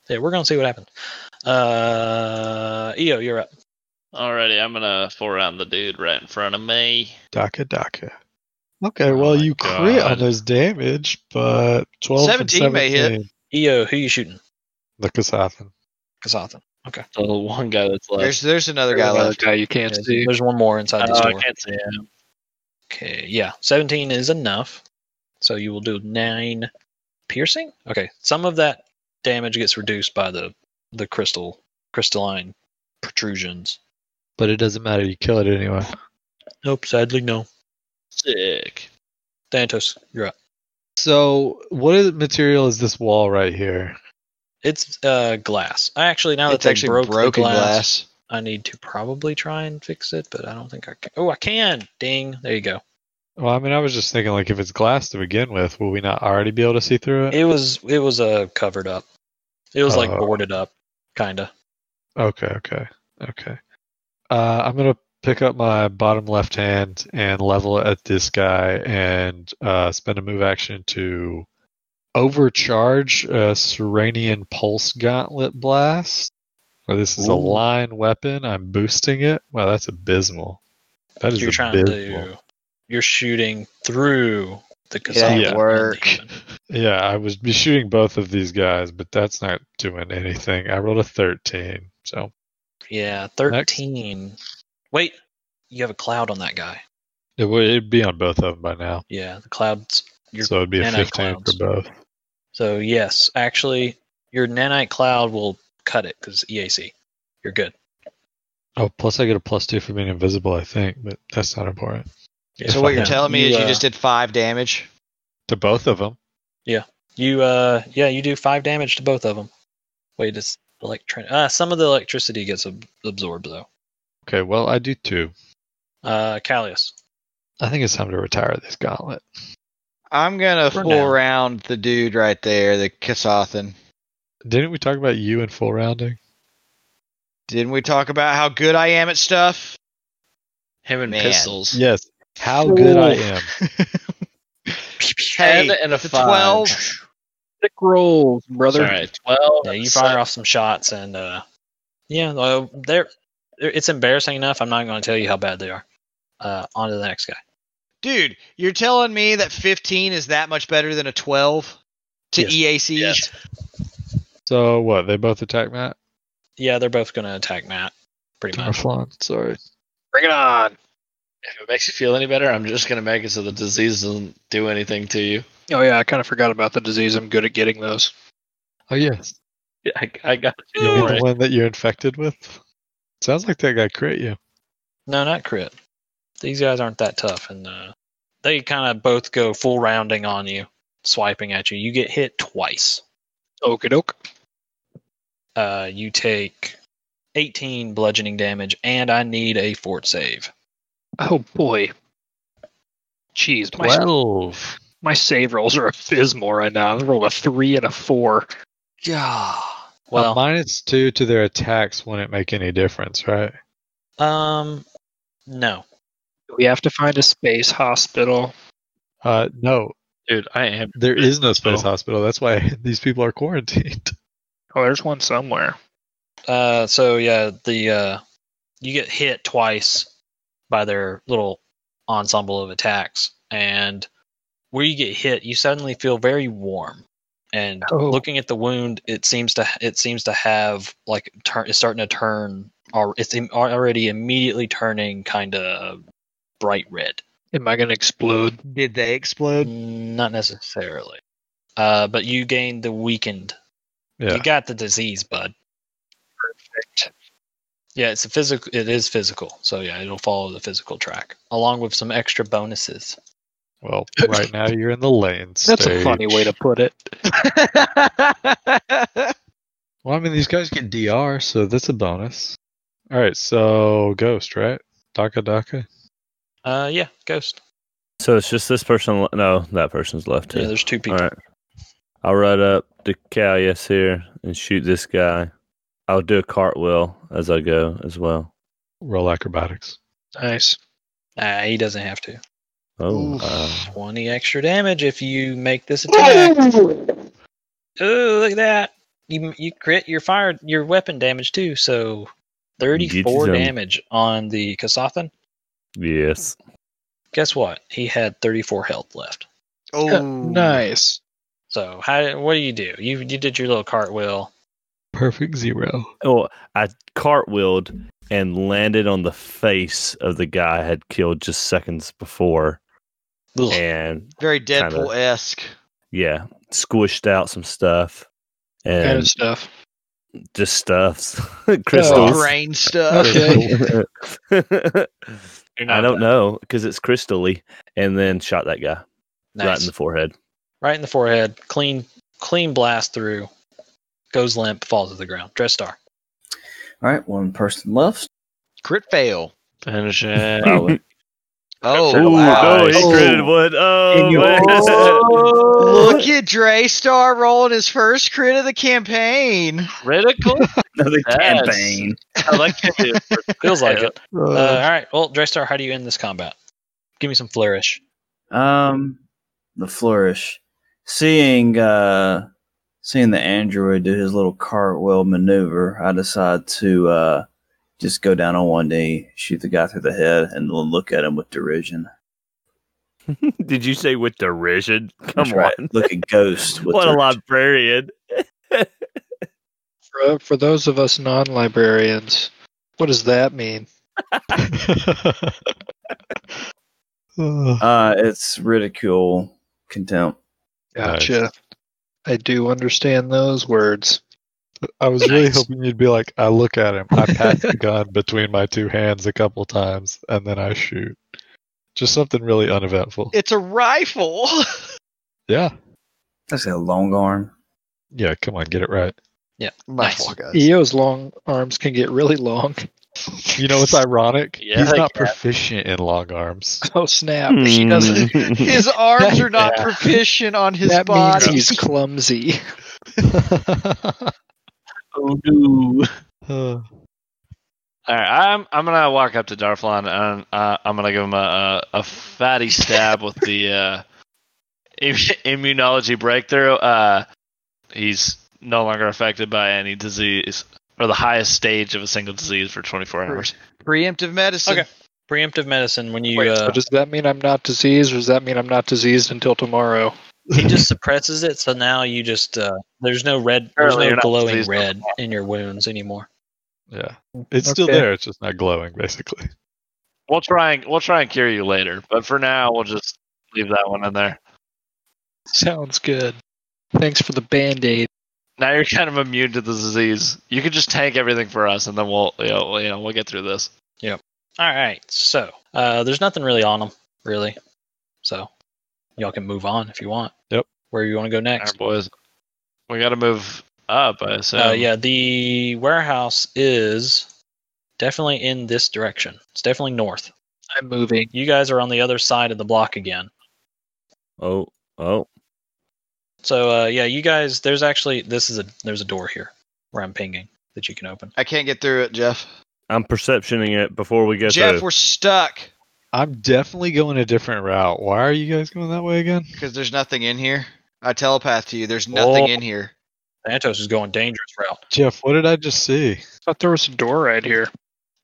Speaker 2: yeah we're gonna see what happens uh eo you're up
Speaker 5: Alrighty, I'm gonna full round the dude right in front of me.
Speaker 8: Daka Daka. Okay,
Speaker 5: Oh
Speaker 8: well,
Speaker 5: my
Speaker 8: you crit
Speaker 5: God.
Speaker 8: on those damage, but 12
Speaker 12: 17
Speaker 8: and 17
Speaker 12: may hit.
Speaker 2: eo E who you shooting
Speaker 8: The Kasathan.
Speaker 2: Kasathan. Okay.
Speaker 5: The one guy that's left.
Speaker 12: There's there's another guy
Speaker 4: Another
Speaker 12: left.
Speaker 4: guy you can't see.
Speaker 2: There's one more inside the
Speaker 5: Oh, I
Speaker 2: store.
Speaker 5: can't see him.
Speaker 2: Okay. Yeah. 17 is enough. So you will do nine piercing. Okay. Some of that damage gets reduced by the the crystal crystalline protrusions.
Speaker 8: But it doesn't matter. You kill it anyway.
Speaker 2: Nope. Sadly, no.
Speaker 5: Sick.
Speaker 2: Thanatos, you're up.
Speaker 8: So, what is, material is this wall right here?
Speaker 2: It's uh glass. I actually now
Speaker 12: It's
Speaker 2: that
Speaker 12: actually
Speaker 2: they broke the
Speaker 12: broken glass.
Speaker 2: I need to probably try and fix it, but I don't think I can. Oh, I can. Ding. There you go.
Speaker 8: Well, I mean, I was just thinking, like, if it's glass to begin with, will we not already be able to see through it?
Speaker 2: It was it was uh covered up. It was like
Speaker 8: Oh.
Speaker 2: boarded up, kinda.
Speaker 8: Okay, okay, okay. Uh, I'm gonna pick up my bottom left hand and level it at this guy, and uh, spend a move action to overcharge a Serenian Pulse Gauntlet Blast. Well, this is a
Speaker 7: Ooh.
Speaker 8: line weapon. I'm boosting it. Wow, that's abysmal. That is
Speaker 2: you're trying
Speaker 8: abysmal.
Speaker 2: to you're shooting through the
Speaker 12: Yeah,
Speaker 2: Kasatha.
Speaker 12: work.
Speaker 8: Yeah, I was be shooting both of these guys, but that's not doing anything. I rolled a 13, so
Speaker 2: Yeah, thirteen. Wait, you have a cloud on that guy.
Speaker 8: it would it'd be on both of them by now.
Speaker 2: Yeah, the clouds. Your,
Speaker 8: so it'd be a
Speaker 2: nanite
Speaker 8: 15
Speaker 2: clouds.
Speaker 8: for both.
Speaker 2: So yes, actually, your nanite cloud will cut it because EAC. You're good.
Speaker 8: Oh, plus I get a plus two for being invisible, I think, but that's not important
Speaker 2: Yeah, uh,
Speaker 12: So what
Speaker 2: fuck
Speaker 12: you're
Speaker 2: that.
Speaker 12: telling me
Speaker 2: You,
Speaker 12: is you
Speaker 2: uh,
Speaker 12: just did five damage.
Speaker 8: to both of them.
Speaker 2: Yeah. You uh yeah, you do five damage to both of them. Wait, it's electric. Uh, some of the electricity gets ab- absorbed though.
Speaker 8: Okay, well, I do too.
Speaker 2: Uh, Callius.
Speaker 8: I think it's time to retire this gauntlet.
Speaker 12: I'm gonna
Speaker 2: For
Speaker 12: fool
Speaker 2: now.
Speaker 12: around the dude right there, the Kisothan.
Speaker 8: Didn't we talk about you in full rounding?
Speaker 12: Didn't we talk about how good I am at stuff?
Speaker 5: Him and
Speaker 12: Man.
Speaker 5: pistols.
Speaker 8: Yes. How good I
Speaker 12: Fool.
Speaker 8: am.
Speaker 12: hey,
Speaker 5: Ten and a
Speaker 12: the
Speaker 5: five.
Speaker 12: twelve.
Speaker 4: Sick rolls, brother.
Speaker 5: Sorry, twelve.
Speaker 2: Yeah, you
Speaker 5: So-
Speaker 2: fire off some shots and uh, yeah, well, they're it's embarrassing enough. I'm not going to tell you how bad they are. Uh, on to the next guy.
Speaker 12: Dude, you're telling me that 15 is that much better than a 12 to E
Speaker 2: Yes.
Speaker 12: EACs?
Speaker 2: Yes.
Speaker 8: So what? They both attack Matt?
Speaker 2: Yeah, they're both going to attack Matt. Pretty much.
Speaker 8: Darflon, sorry.
Speaker 4: Bring it on.
Speaker 5: If it makes you feel any better, I'm just gonna make it so the disease doesn't do anything to you.
Speaker 4: Oh yeah, I kind of forgot about the disease. I'm good at getting those.
Speaker 8: Oh yes.
Speaker 5: Yeah, I, I got you.
Speaker 8: You'll
Speaker 5: Don't
Speaker 8: be the
Speaker 5: worry.
Speaker 8: one that you're infected with? Sounds like that guy crit you.
Speaker 2: No, not crit. These guys aren't that tough, and uh, they kind of both go full rounding on you, swiping at you. You get hit twice.
Speaker 4: Okie doke.
Speaker 2: Uh, you take 18 bludgeoning damage, and I need a fort save.
Speaker 4: Oh boy. Jeez, my
Speaker 8: Twelve.
Speaker 4: my save rolls are abysmal right now. I rolled a three and a four.
Speaker 2: Yeah.
Speaker 8: Well,
Speaker 2: Well,
Speaker 8: Uh, minus two to their attacks wouldn't make any difference, right?
Speaker 2: um, no.
Speaker 4: We have to find a space hospital.
Speaker 8: Uh, no,
Speaker 5: Dude, I am.
Speaker 8: there is no space
Speaker 5: Oh.
Speaker 8: hospital. That's why these people are quarantined.
Speaker 4: Oh, there's one somewhere.
Speaker 2: Uh, so yeah, the uh, you get hit twice by their little ensemble of attacks, and where you get hit, you suddenly feel very warm. And
Speaker 4: Oh.
Speaker 2: looking at the wound, it seems to it seems to have like turn. It's starting to turn, or it's im- already immediately turning kind of bright red.
Speaker 4: Am I gonna explode?
Speaker 12: Did they explode?
Speaker 2: Not necessarily, uh, but you gain the weakened.
Speaker 8: Yeah.
Speaker 2: You got the disease, bud.
Speaker 4: Perfect.
Speaker 2: Yeah, it's a physical. It is physical, so yeah, it'll follow the physical track along with some extra bonuses.
Speaker 8: Well, right now you're in the lane stage.
Speaker 4: That's a funny way to put it.
Speaker 8: Well, I mean, these guys get DR, so that's a bonus. All right, so Ghost, right? Daka Daka.
Speaker 2: Uh, yeah, ghost.
Speaker 7: So it's just this person. le- No, that person's left
Speaker 2: Yeah,
Speaker 7: too.
Speaker 2: there's two
Speaker 7: All
Speaker 2: people.
Speaker 7: right. I'll ride up to Callias here and shoot this guy. I'll do a cartwheel as I go as well.
Speaker 8: Roll acrobatics.
Speaker 4: Nice.
Speaker 2: Ah, he doesn't have to.
Speaker 7: Oh,
Speaker 12: Oof.
Speaker 7: uh,
Speaker 2: Twenty extra damage if you make this attack. Ooh, look at that! You you crit your fire your weapon damage too, so thirty-four
Speaker 7: Get 'em.
Speaker 2: damage on the Kasathan.
Speaker 7: yes.
Speaker 2: Guess what? He had thirty-four health left.
Speaker 12: oh,
Speaker 4: Nice.
Speaker 2: So how? What do you do? You you did your little cartwheel.
Speaker 8: Perfect zero.
Speaker 7: Oh, I cartwheeled and landed on the face of the guy I had killed just seconds before,
Speaker 2: Ugh.
Speaker 7: and
Speaker 12: Very Deadpool esque.
Speaker 7: yeah, squished out some stuff
Speaker 4: Kind
Speaker 7: and
Speaker 4: of stuff.
Speaker 7: just stuffs crystals.
Speaker 12: Brain stuff.
Speaker 4: Okay.
Speaker 5: You're not
Speaker 7: I don't know because it's crystally, and then shot that guy right
Speaker 2: Nice.
Speaker 7: in the forehead.
Speaker 2: right in the forehead. Clean, clean blast through. Goes limp, falls to the ground. Dress star.
Speaker 3: All right, one person left.
Speaker 12: Crit fail.
Speaker 5: Finish it.
Speaker 3: Probably.
Speaker 12: Oh,
Speaker 7: Ooh,
Speaker 12: wow.
Speaker 7: no, he created one. Oh,
Speaker 3: In your-
Speaker 7: man.
Speaker 12: Look at Dre Star rolling his first crit of the campaign.
Speaker 5: Critical.
Speaker 3: Another
Speaker 5: Yes.
Speaker 3: campaign.
Speaker 5: I like it.
Speaker 2: Feels like it. Uh,
Speaker 8: Uh,
Speaker 2: all right. Well, Dress star, how do you end this combat? Give me some flourish.
Speaker 3: Um, the flourish. Seeing uh, seeing the android do his little cartwheel maneuver, I decide to uh, just go down on one knee, shoot the guy through the head, and then look at him with derision.
Speaker 7: Did you say with derision? Come
Speaker 3: That's
Speaker 7: on.
Speaker 3: right, Look at Ghost. With
Speaker 7: What a
Speaker 3: derision.
Speaker 7: librarian.
Speaker 4: For, for those of us non-librarians, what does that mean?
Speaker 8: uh,
Speaker 3: Uh, it's ridicule, contempt.
Speaker 4: Gotcha. I do understand those words.
Speaker 8: I was really
Speaker 2: Nice.
Speaker 8: hoping you'd be like, I look at him, I pat the gun between my two hands a couple times, and then I shoot. Just something really uneventful.
Speaker 12: It's a rifle.
Speaker 8: Yeah.
Speaker 3: That's a long arm.
Speaker 8: Yeah, come on, get it right.
Speaker 1: Nice.
Speaker 2: Nice.
Speaker 1: one, guys.
Speaker 4: EO's long arms can get really long.
Speaker 8: You know what's ironic?
Speaker 5: Yeah,
Speaker 8: He's
Speaker 5: I
Speaker 8: not proficient in long arms.
Speaker 4: Oh snap!
Speaker 11: Hmm.
Speaker 7: She
Speaker 1: doesn't- His arms are not
Speaker 5: Yeah.
Speaker 1: proficient on his
Speaker 4: that means
Speaker 1: body.
Speaker 4: he's clumsy.
Speaker 5: Oh no.
Speaker 8: Uh,
Speaker 5: All right, I'm I'm gonna walk up to Darflon and uh, I'm gonna give him a a, a fatty stab with the uh, im- immunology breakthrough. Uh, he's no longer affected by any disease or the highest stage of a single disease for 24 hours.
Speaker 1: Preemptive medicine.
Speaker 2: Okay. Preemptive medicine when you
Speaker 4: Wait, so
Speaker 2: uh,
Speaker 4: does that mean I'm not diseased, or does that mean I'm not diseased until tomorrow?
Speaker 2: he just suppresses it, so now you just uh, there's no red, there's
Speaker 5: Apparently
Speaker 2: no
Speaker 5: you're not
Speaker 2: glowing
Speaker 5: diseased
Speaker 2: red in your wounds anymore.
Speaker 8: yeah, it's still
Speaker 4: Okay.
Speaker 8: there. It's just not glowing, basically.
Speaker 5: We'll try and we'll try and cure you later, but for now we'll just leave that one in there.
Speaker 4: Sounds good. Thanks for the band aid.
Speaker 5: Now you're kind of immune to the disease. You can just tank everything for us, and then we'll you know, you know we'll get through this.
Speaker 2: All right, so uh, there's nothing really on them, really. So y'all can move on if you want.
Speaker 8: Yep.
Speaker 2: Where you want to go
Speaker 5: All
Speaker 2: next?
Speaker 5: right, boys, we got to move up. I assume.
Speaker 2: Uh, yeah, the warehouse is definitely in this direction. It's definitely north.
Speaker 4: I'm moving.
Speaker 2: You guys are on the other side of the block again.
Speaker 7: Oh, oh,
Speaker 2: So uh, yeah, you guys, there's actually this is a there's a door here where I'm pinging that you can open.
Speaker 1: I can't get through it, Jeff.
Speaker 7: I'm perceptioning it before we get
Speaker 1: Jeff,
Speaker 7: through.
Speaker 1: we're stuck
Speaker 8: I'm definitely going a different route. Why are you guys going that way again?
Speaker 1: because there's nothing in here. I telepath to you. There's nothing
Speaker 2: Oh.
Speaker 1: in here.
Speaker 2: Santos is going dangerous route.
Speaker 8: Jeff, what did I just see?
Speaker 4: thought there was a door right here.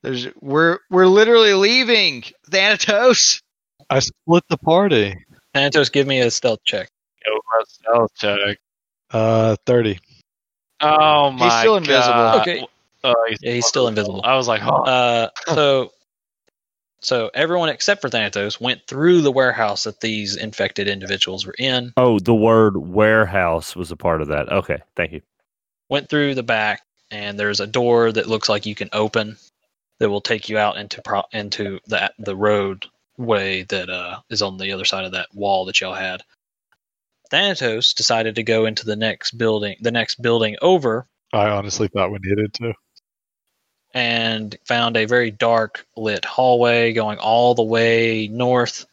Speaker 1: There's we're we're literally leaving Thanatos.
Speaker 8: I split the party.
Speaker 2: Santos, give me a stealth check.
Speaker 5: Go for a stealth check.
Speaker 8: Uh, 30.
Speaker 5: Oh my!
Speaker 1: still invisible.
Speaker 5: God.
Speaker 2: Okay.
Speaker 5: Oh, he's,
Speaker 2: Yeah, he's still invisible.
Speaker 5: I was like, oh,
Speaker 2: Uh, so so everyone except for Thanatos went through the warehouse that these infected individuals were in,
Speaker 7: oh, the word warehouse was a part of that. Okay, thank you.
Speaker 2: went through the back, and there's a door that looks like you can open that will take you out into pro- into that the road way that uh, is on the other side of that wall that y'all had. Thanatos decided to go into the next building, the next building over,
Speaker 8: I honestly thought we needed to.
Speaker 2: and found a very dark lit hallway going all the way north.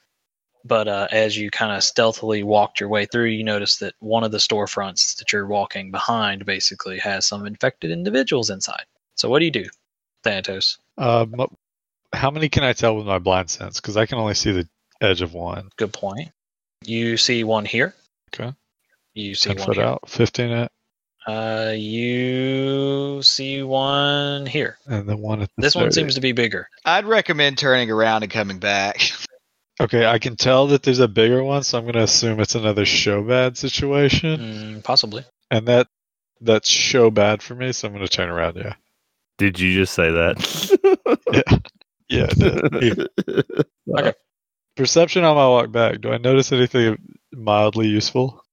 Speaker 2: But uh, as you kind of stealthily walked your way through, you noticed that one of the storefronts that you're walking behind basically has some infected individuals inside. So what do you do, Thanatos?
Speaker 8: Uh, mo- how many can I tell with my blind sense? Because I can only see the edge of one.
Speaker 2: Good point. You see one here.
Speaker 8: Okay.
Speaker 2: You see
Speaker 8: 10
Speaker 2: one
Speaker 8: foot
Speaker 2: here.
Speaker 8: out, 15 out,
Speaker 2: Uh, you see one here.
Speaker 8: and then one at the
Speaker 2: This one
Speaker 8: 30.
Speaker 2: seems to be bigger.
Speaker 1: I'd recommend turning around and coming back.
Speaker 8: Okay, I can tell that there's a bigger one, so I'm going to assume it's another show bad situation.
Speaker 2: Mm, possibly.
Speaker 8: And that that's show bad for me, so I'm going to turn around, yeah.
Speaker 7: Did you just say that?
Speaker 8: Yeah, it did.
Speaker 2: Okay.
Speaker 8: Perception on my walk back. Do I notice anything mildly useful?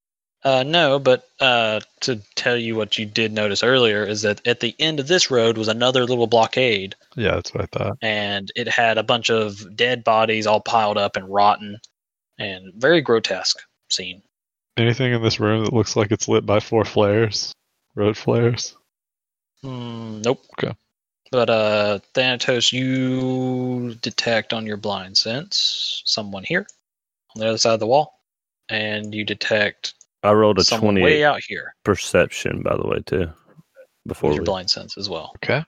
Speaker 2: Uh, no, but uh, to tell you what you did notice earlier is that at the end of this road was another little blockade,
Speaker 8: Yeah, that's what I thought.
Speaker 2: and it had a bunch of dead bodies all piled up and rotten, and very grotesque scene.
Speaker 8: Anything in this room that looks like it's lit by four flares? Road flares?
Speaker 2: Mm, nope.
Speaker 8: Okay.
Speaker 2: But uh, Thanatos, you detect on your blind sense someone here on the other side of the wall, and you detect
Speaker 7: I rolled a
Speaker 2: someone
Speaker 7: twenty-eight
Speaker 2: way out here
Speaker 7: perception, by the way, too. Before
Speaker 2: with
Speaker 7: we
Speaker 2: your blind sense as well.
Speaker 8: Okay.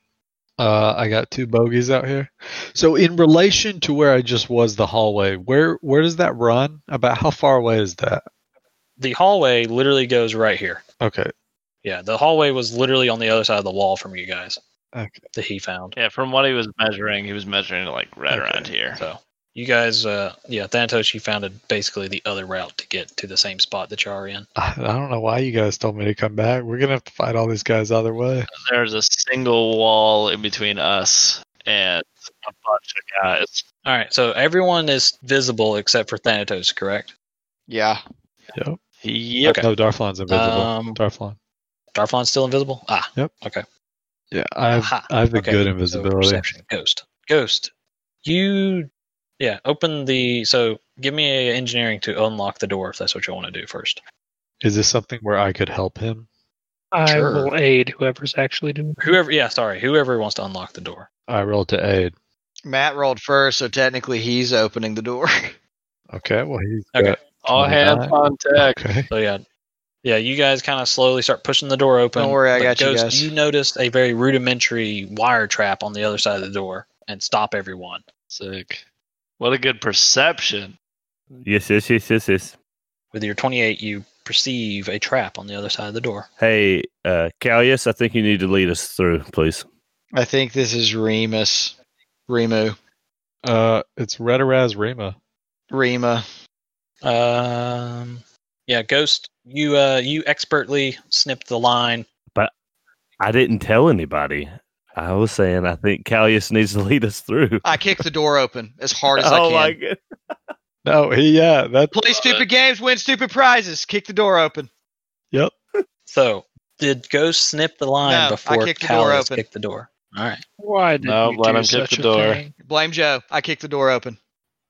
Speaker 8: Uh, I got two bogeys out here. So in relation to where I just was, the hallway, where where does that run? About how far away is that?
Speaker 2: The hallway literally goes right here.
Speaker 8: Okay.
Speaker 2: Yeah, the hallway was literally on the other side of the wall from you guys
Speaker 8: Okay.
Speaker 2: that he found.
Speaker 5: yeah. From what he was measuring, he was measuring like right
Speaker 8: Okay.
Speaker 5: around here.
Speaker 2: So you guys, uh, yeah, Thanatos, you found it basically the other route to get to the same spot that you are in.
Speaker 8: I, I don't know why you guys told me to come back. We're gonna have to fight all these guys either way.
Speaker 5: There's a single wall in between us and a bunch of guys.
Speaker 2: All right, so everyone is visible except for Thanatos, correct?
Speaker 1: yeah.
Speaker 5: Yep.
Speaker 2: Okay.
Speaker 8: No, Darflon's invisible.
Speaker 2: Um,
Speaker 8: Darflon.
Speaker 2: Darflon's still invisible. Ah,
Speaker 8: Yeah, I have,
Speaker 2: aha,
Speaker 8: I have the
Speaker 2: okay,
Speaker 8: good
Speaker 2: so
Speaker 8: invisibility.
Speaker 2: perception, ghost, ghost. You, yeah, open the. So give me a engineering to unlock the door if that's what you want to do first.
Speaker 8: Is this something where I could help him?
Speaker 4: I will aid whoever's actually doing.
Speaker 2: Whoever, yeah, sorry, whoever wants to unlock the door.
Speaker 8: I rolled to aid.
Speaker 1: Matt rolled first, so technically he's opening the door.
Speaker 8: Okay, well he's
Speaker 2: Okay.
Speaker 8: got
Speaker 11: All hands
Speaker 8: 25.
Speaker 11: on deck.
Speaker 8: Okay.
Speaker 2: So yeah, yeah, you guys kind of slowly start pushing the door open.
Speaker 1: Don't worry, I
Speaker 2: but
Speaker 1: got you
Speaker 2: Ghost,
Speaker 1: guys.
Speaker 2: You noticed a very rudimentary wire trap on the other side of the door and stop everyone.
Speaker 11: Sick. What a good perception.
Speaker 7: Yes, yes, yes, yes, yes.
Speaker 2: With your 28, you perceive a trap on the other side of the door.
Speaker 7: Hey, uh, Callius, I think you need to lead us through, please.
Speaker 1: I think this is Remus. Remu.
Speaker 8: Uh, it's Redaraz Rima.
Speaker 1: Rima.
Speaker 2: Um, yeah, Ghost, you uh, you expertly snipped the line.
Speaker 7: I didn't tell anybody. I was saying I think Callius needs to lead us through.
Speaker 1: I kick the door open as hard as I
Speaker 7: oh
Speaker 1: can.
Speaker 7: my god.
Speaker 8: No, Oh, he yeah, that
Speaker 1: Play stupid games, win stupid prizes. Kick the door open.
Speaker 2: So did Ghost snip the line
Speaker 1: No, I
Speaker 2: before
Speaker 1: kicked the door
Speaker 2: Callus
Speaker 1: open.
Speaker 2: kicked the door? All right.
Speaker 4: Why did
Speaker 11: No,
Speaker 4: you
Speaker 11: let
Speaker 4: do
Speaker 11: him kick
Speaker 4: such
Speaker 11: the
Speaker 4: a
Speaker 11: door.
Speaker 4: thing?
Speaker 1: Blame Joe. I kick the door open.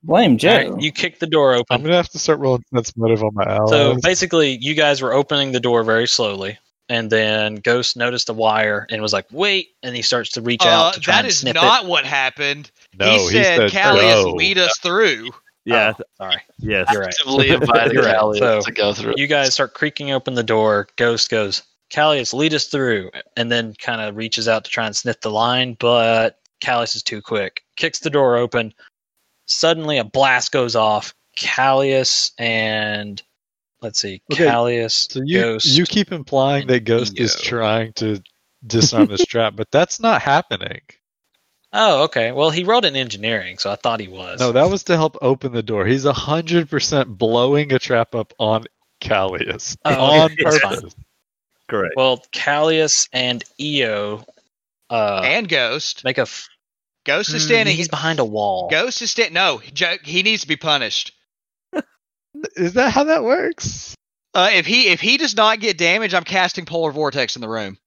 Speaker 3: Blame
Speaker 2: All
Speaker 3: Joe.
Speaker 2: right, you kicked the door
Speaker 8: I'm
Speaker 2: open.
Speaker 8: gonna have to start rolling sense motive on my allies.
Speaker 2: So basically, you guys were opening the door very slowly, and then Ghost noticed the wire and was like, "Wait!" And he starts to reach out
Speaker 1: Uh,
Speaker 2: to try
Speaker 1: that
Speaker 2: and
Speaker 1: is
Speaker 2: snip
Speaker 1: not what happened.
Speaker 8: no,
Speaker 1: he said, Callias, lead us through. Oh.
Speaker 7: Yeah,
Speaker 2: it. Sorry,
Speaker 7: yes.
Speaker 2: you're right.
Speaker 11: Actively invited
Speaker 2: You're right.
Speaker 11: Callie
Speaker 2: So-
Speaker 11: to go through.
Speaker 2: You guys start creaking open the door. Ghost goes, "Callius, lead us through," and then kind of reaches out to try and snip the line, but Callius is too quick. Kicks the door open. Suddenly, a blast goes off. Callius and let's see,
Speaker 8: Okay,
Speaker 2: Callius,
Speaker 8: So you
Speaker 2: Ghost.
Speaker 8: you keep implying
Speaker 2: and
Speaker 8: that Ghost is
Speaker 2: Eo.
Speaker 8: trying to disarm this trap, but that's not happening.
Speaker 2: Oh, okay. Well, he rolled in engineering, so I thought he was.
Speaker 8: No, that was to help open the door. He's hundred percent blowing a trap up on Callius
Speaker 2: Oh,
Speaker 8: on
Speaker 2: okay, that's fine.
Speaker 8: purpose.
Speaker 7: Correct.
Speaker 2: Well, Callius and Eo uh,
Speaker 1: and Ghost.
Speaker 2: make a. F-
Speaker 1: Ghost is
Speaker 2: Mm,
Speaker 1: standing.
Speaker 2: He's behind a wall.
Speaker 1: Ghost is standing. No, Joe, he needs to be punished.
Speaker 8: Is that how that works?
Speaker 1: Uh, if he if he does not get damage, I'm casting polar vortex in the room.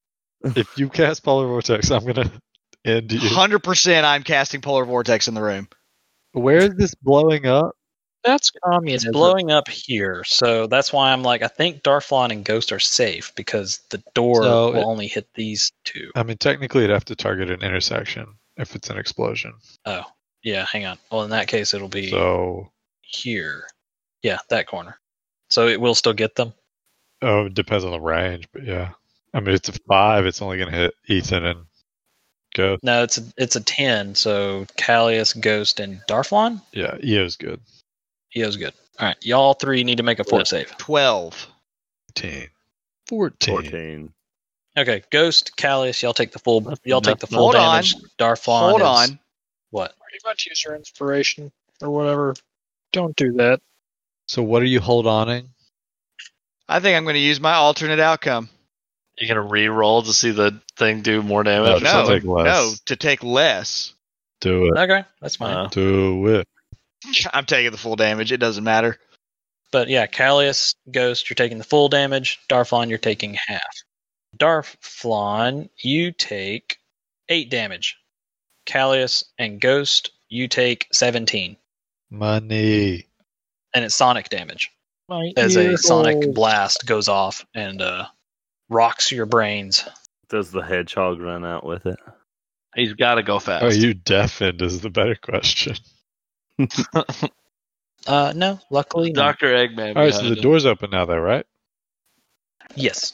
Speaker 8: If you cast Polar Vortex, I'm gonna end you.
Speaker 1: Hundred percent, I'm casting polar vortex in the room.
Speaker 8: Where is this blowing up?
Speaker 4: That's
Speaker 2: It's
Speaker 4: communism.
Speaker 2: blowing up here, so that's why I'm like, I think Darflon and Ghost are safe because the door
Speaker 8: So
Speaker 2: will
Speaker 8: it-
Speaker 2: only hit these two.
Speaker 8: I mean, technically, it'd have to target an intersection if it's an explosion.
Speaker 2: Oh, yeah. Hang on. Well, in that case, it'll be
Speaker 8: So,
Speaker 2: here. Yeah, that corner. So it will still get them.
Speaker 8: oh, it depends on the range, but yeah. I mean, it's a five. It's only gonna hit Ethan and Ghost.
Speaker 2: No, it's a, it's a ten. So Callius, Ghost, and Darflon.
Speaker 8: Yeah, Eo's good.
Speaker 2: Eo's good. All right, y'all three need to make a fort save.
Speaker 1: Twelve.
Speaker 8: 14. 14.
Speaker 7: 14.
Speaker 2: Okay, Ghost, Callius, y'all take the full. Y'all take the full
Speaker 1: Hold on.
Speaker 2: damage. Darflon.
Speaker 1: Hold
Speaker 2: is-
Speaker 1: on.
Speaker 2: What?
Speaker 4: Pretty much use your inspiration or whatever. Don't do that.
Speaker 8: So, what are you hold oning?
Speaker 1: I think I'm going to use my alternate outcome.
Speaker 11: You're gonna re-roll to see the thing do more damage.
Speaker 1: No,
Speaker 8: No, Oh, take less.
Speaker 1: no, to take less.
Speaker 8: Do it.
Speaker 2: Okay, that's fine.
Speaker 7: Uh,
Speaker 8: Do it.
Speaker 1: I'm taking the full damage. It doesn't matter.
Speaker 2: But yeah, Callius, Ghost, you're taking the full damage. Darflon, you're taking half. Darflon, you take eight damage. Callius and Ghost, you take seventeen,
Speaker 8: Money.
Speaker 2: and it's sonic damage
Speaker 4: My
Speaker 2: as a
Speaker 4: ear
Speaker 2: sonic
Speaker 4: holes.
Speaker 2: blast goes off and uh, rocks your brains.
Speaker 7: Does the hedgehog run out with it?
Speaker 11: He's gotta go fast.
Speaker 8: Are Oh, you deafened? Is the better question.
Speaker 2: Uh, no, luckily, not.
Speaker 11: Doctor Eggman?
Speaker 8: All right, so
Speaker 11: behind
Speaker 8: the
Speaker 11: him.
Speaker 8: door's open now, though, right?
Speaker 2: yes.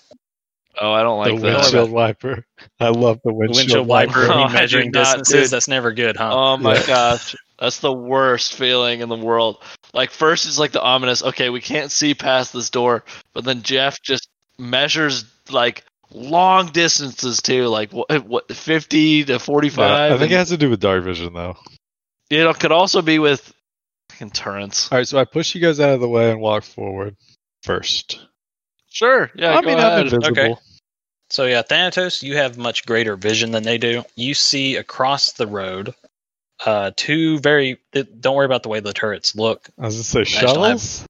Speaker 11: Oh, I don't like
Speaker 8: the
Speaker 11: that.
Speaker 8: windshield wiper. I love the
Speaker 2: The
Speaker 8: windshield,
Speaker 2: windshield wiper,
Speaker 11: wiper.
Speaker 2: and
Speaker 11: Oh, I
Speaker 2: you
Speaker 11: do
Speaker 2: measuring
Speaker 11: not,
Speaker 2: distances.
Speaker 11: dude.
Speaker 2: That's never good, huh?
Speaker 11: Oh my
Speaker 8: Yeah.
Speaker 11: gosh. That's the worst feeling in the world. Like first is like the ominous, okay, we can't see past this door, but then Jeff just measures like long distances too, like what, what 50 to
Speaker 8: No,
Speaker 11: 45.
Speaker 8: I think it
Speaker 11: and
Speaker 8: has to do with dark vision, though.
Speaker 11: it, could also be with fucking turrets.
Speaker 8: All right, so I push you guys out of the way and walk forward first.
Speaker 11: Sure. Yeah,
Speaker 8: I
Speaker 11: go
Speaker 8: mean,
Speaker 11: ahead.
Speaker 8: I'm invisible.
Speaker 2: Okay. So yeah, Thanatos, you have much greater vision than they do. You see across the road, uh, two very. th- Don't worry about the way the turrets look.
Speaker 8: I was gonna say
Speaker 2: I still have-
Speaker 8: shovels.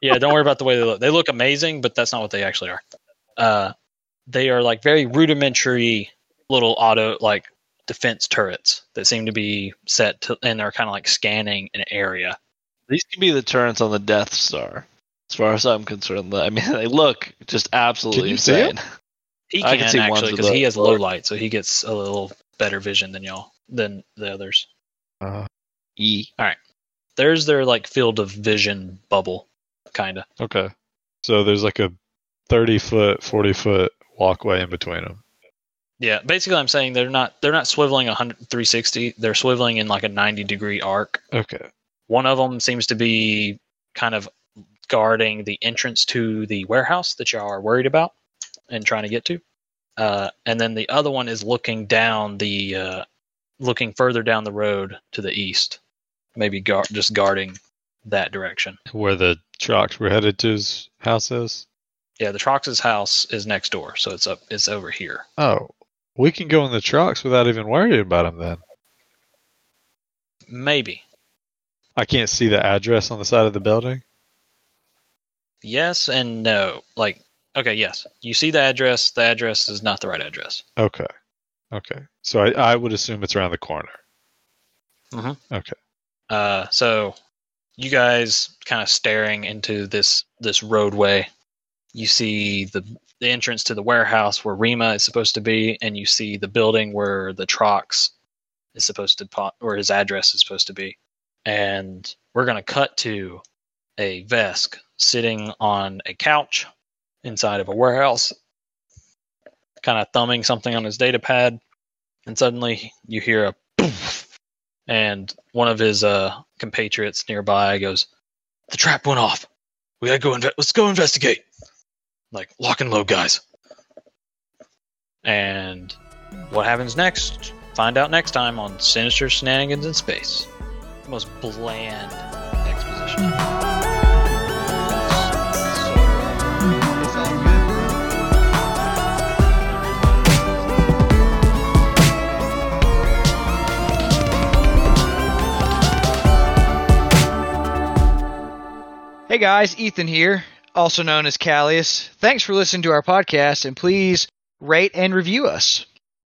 Speaker 2: Yeah, don't worry about the way they look. They look amazing, but that's not what they actually are. Uh, they are like very rudimentary little auto like defense turrets that seem to be set to, and are kind of like scanning an area.
Speaker 11: These could be the turrets on the Death Star.
Speaker 5: As far as I'm concerned, I mean, they look just absolutely
Speaker 6: Can you see
Speaker 5: insane.
Speaker 2: He
Speaker 5: I
Speaker 2: can,
Speaker 5: can see one
Speaker 2: actually
Speaker 5: to
Speaker 2: because
Speaker 5: the
Speaker 2: he has low
Speaker 5: lower.
Speaker 2: light, so he gets a little better vision than y'all than the others.
Speaker 6: Uh,
Speaker 5: E.
Speaker 2: There's their like field of vision bubble, kind of.
Speaker 6: okay. So there's like a 30 foot, 40 foot walkway in between them.
Speaker 2: Yeah, basically, I'm saying they're not they're not swiveling 100 360. They're swiveling in like a 90 degree arc.
Speaker 6: Okay.
Speaker 2: One of them seems to be kind of guarding the entrance to the warehouse that y'all are worried about and trying to get to. Uh, and then the other one is looking down the, uh, looking further down the road to the east, maybe guard, just guarding that direction.
Speaker 6: Where the trucks were headed to his house is?
Speaker 2: Yeah, the Trox's house is next door, so it's up, it's over here.
Speaker 6: Oh, we can go in the trucks without even worrying about them then.
Speaker 2: Maybe
Speaker 6: I can't see the address on the side of the building.
Speaker 2: yes and no. Like, okay, yes, you see the address. The address is not the right address.
Speaker 6: Okay. Okay. So I, I would assume it's around the corner.
Speaker 2: Uh, so you guys kind of staring into this this roadway. You see the the entrance to the warehouse where Rima is supposed to be, and you see the building where the Trox is supposed to pop, or his address is supposed to be. And we're gonna cut to a Vesk sitting on a couch inside of a warehouse, kind of thumbing something on his data pad, and suddenly you hear a poof and one of his uh, compatriots nearby goes, "The trap went off. We gotta go. Inve- let's go investigate." Like lock and load, guys. And what happens next? Find out next time on Sinister Shenanigans in Space. The most bland exposition.
Speaker 1: Hey guys, Ethan here, also known as Callius. Thanks for listening to our podcast, and please rate and review us.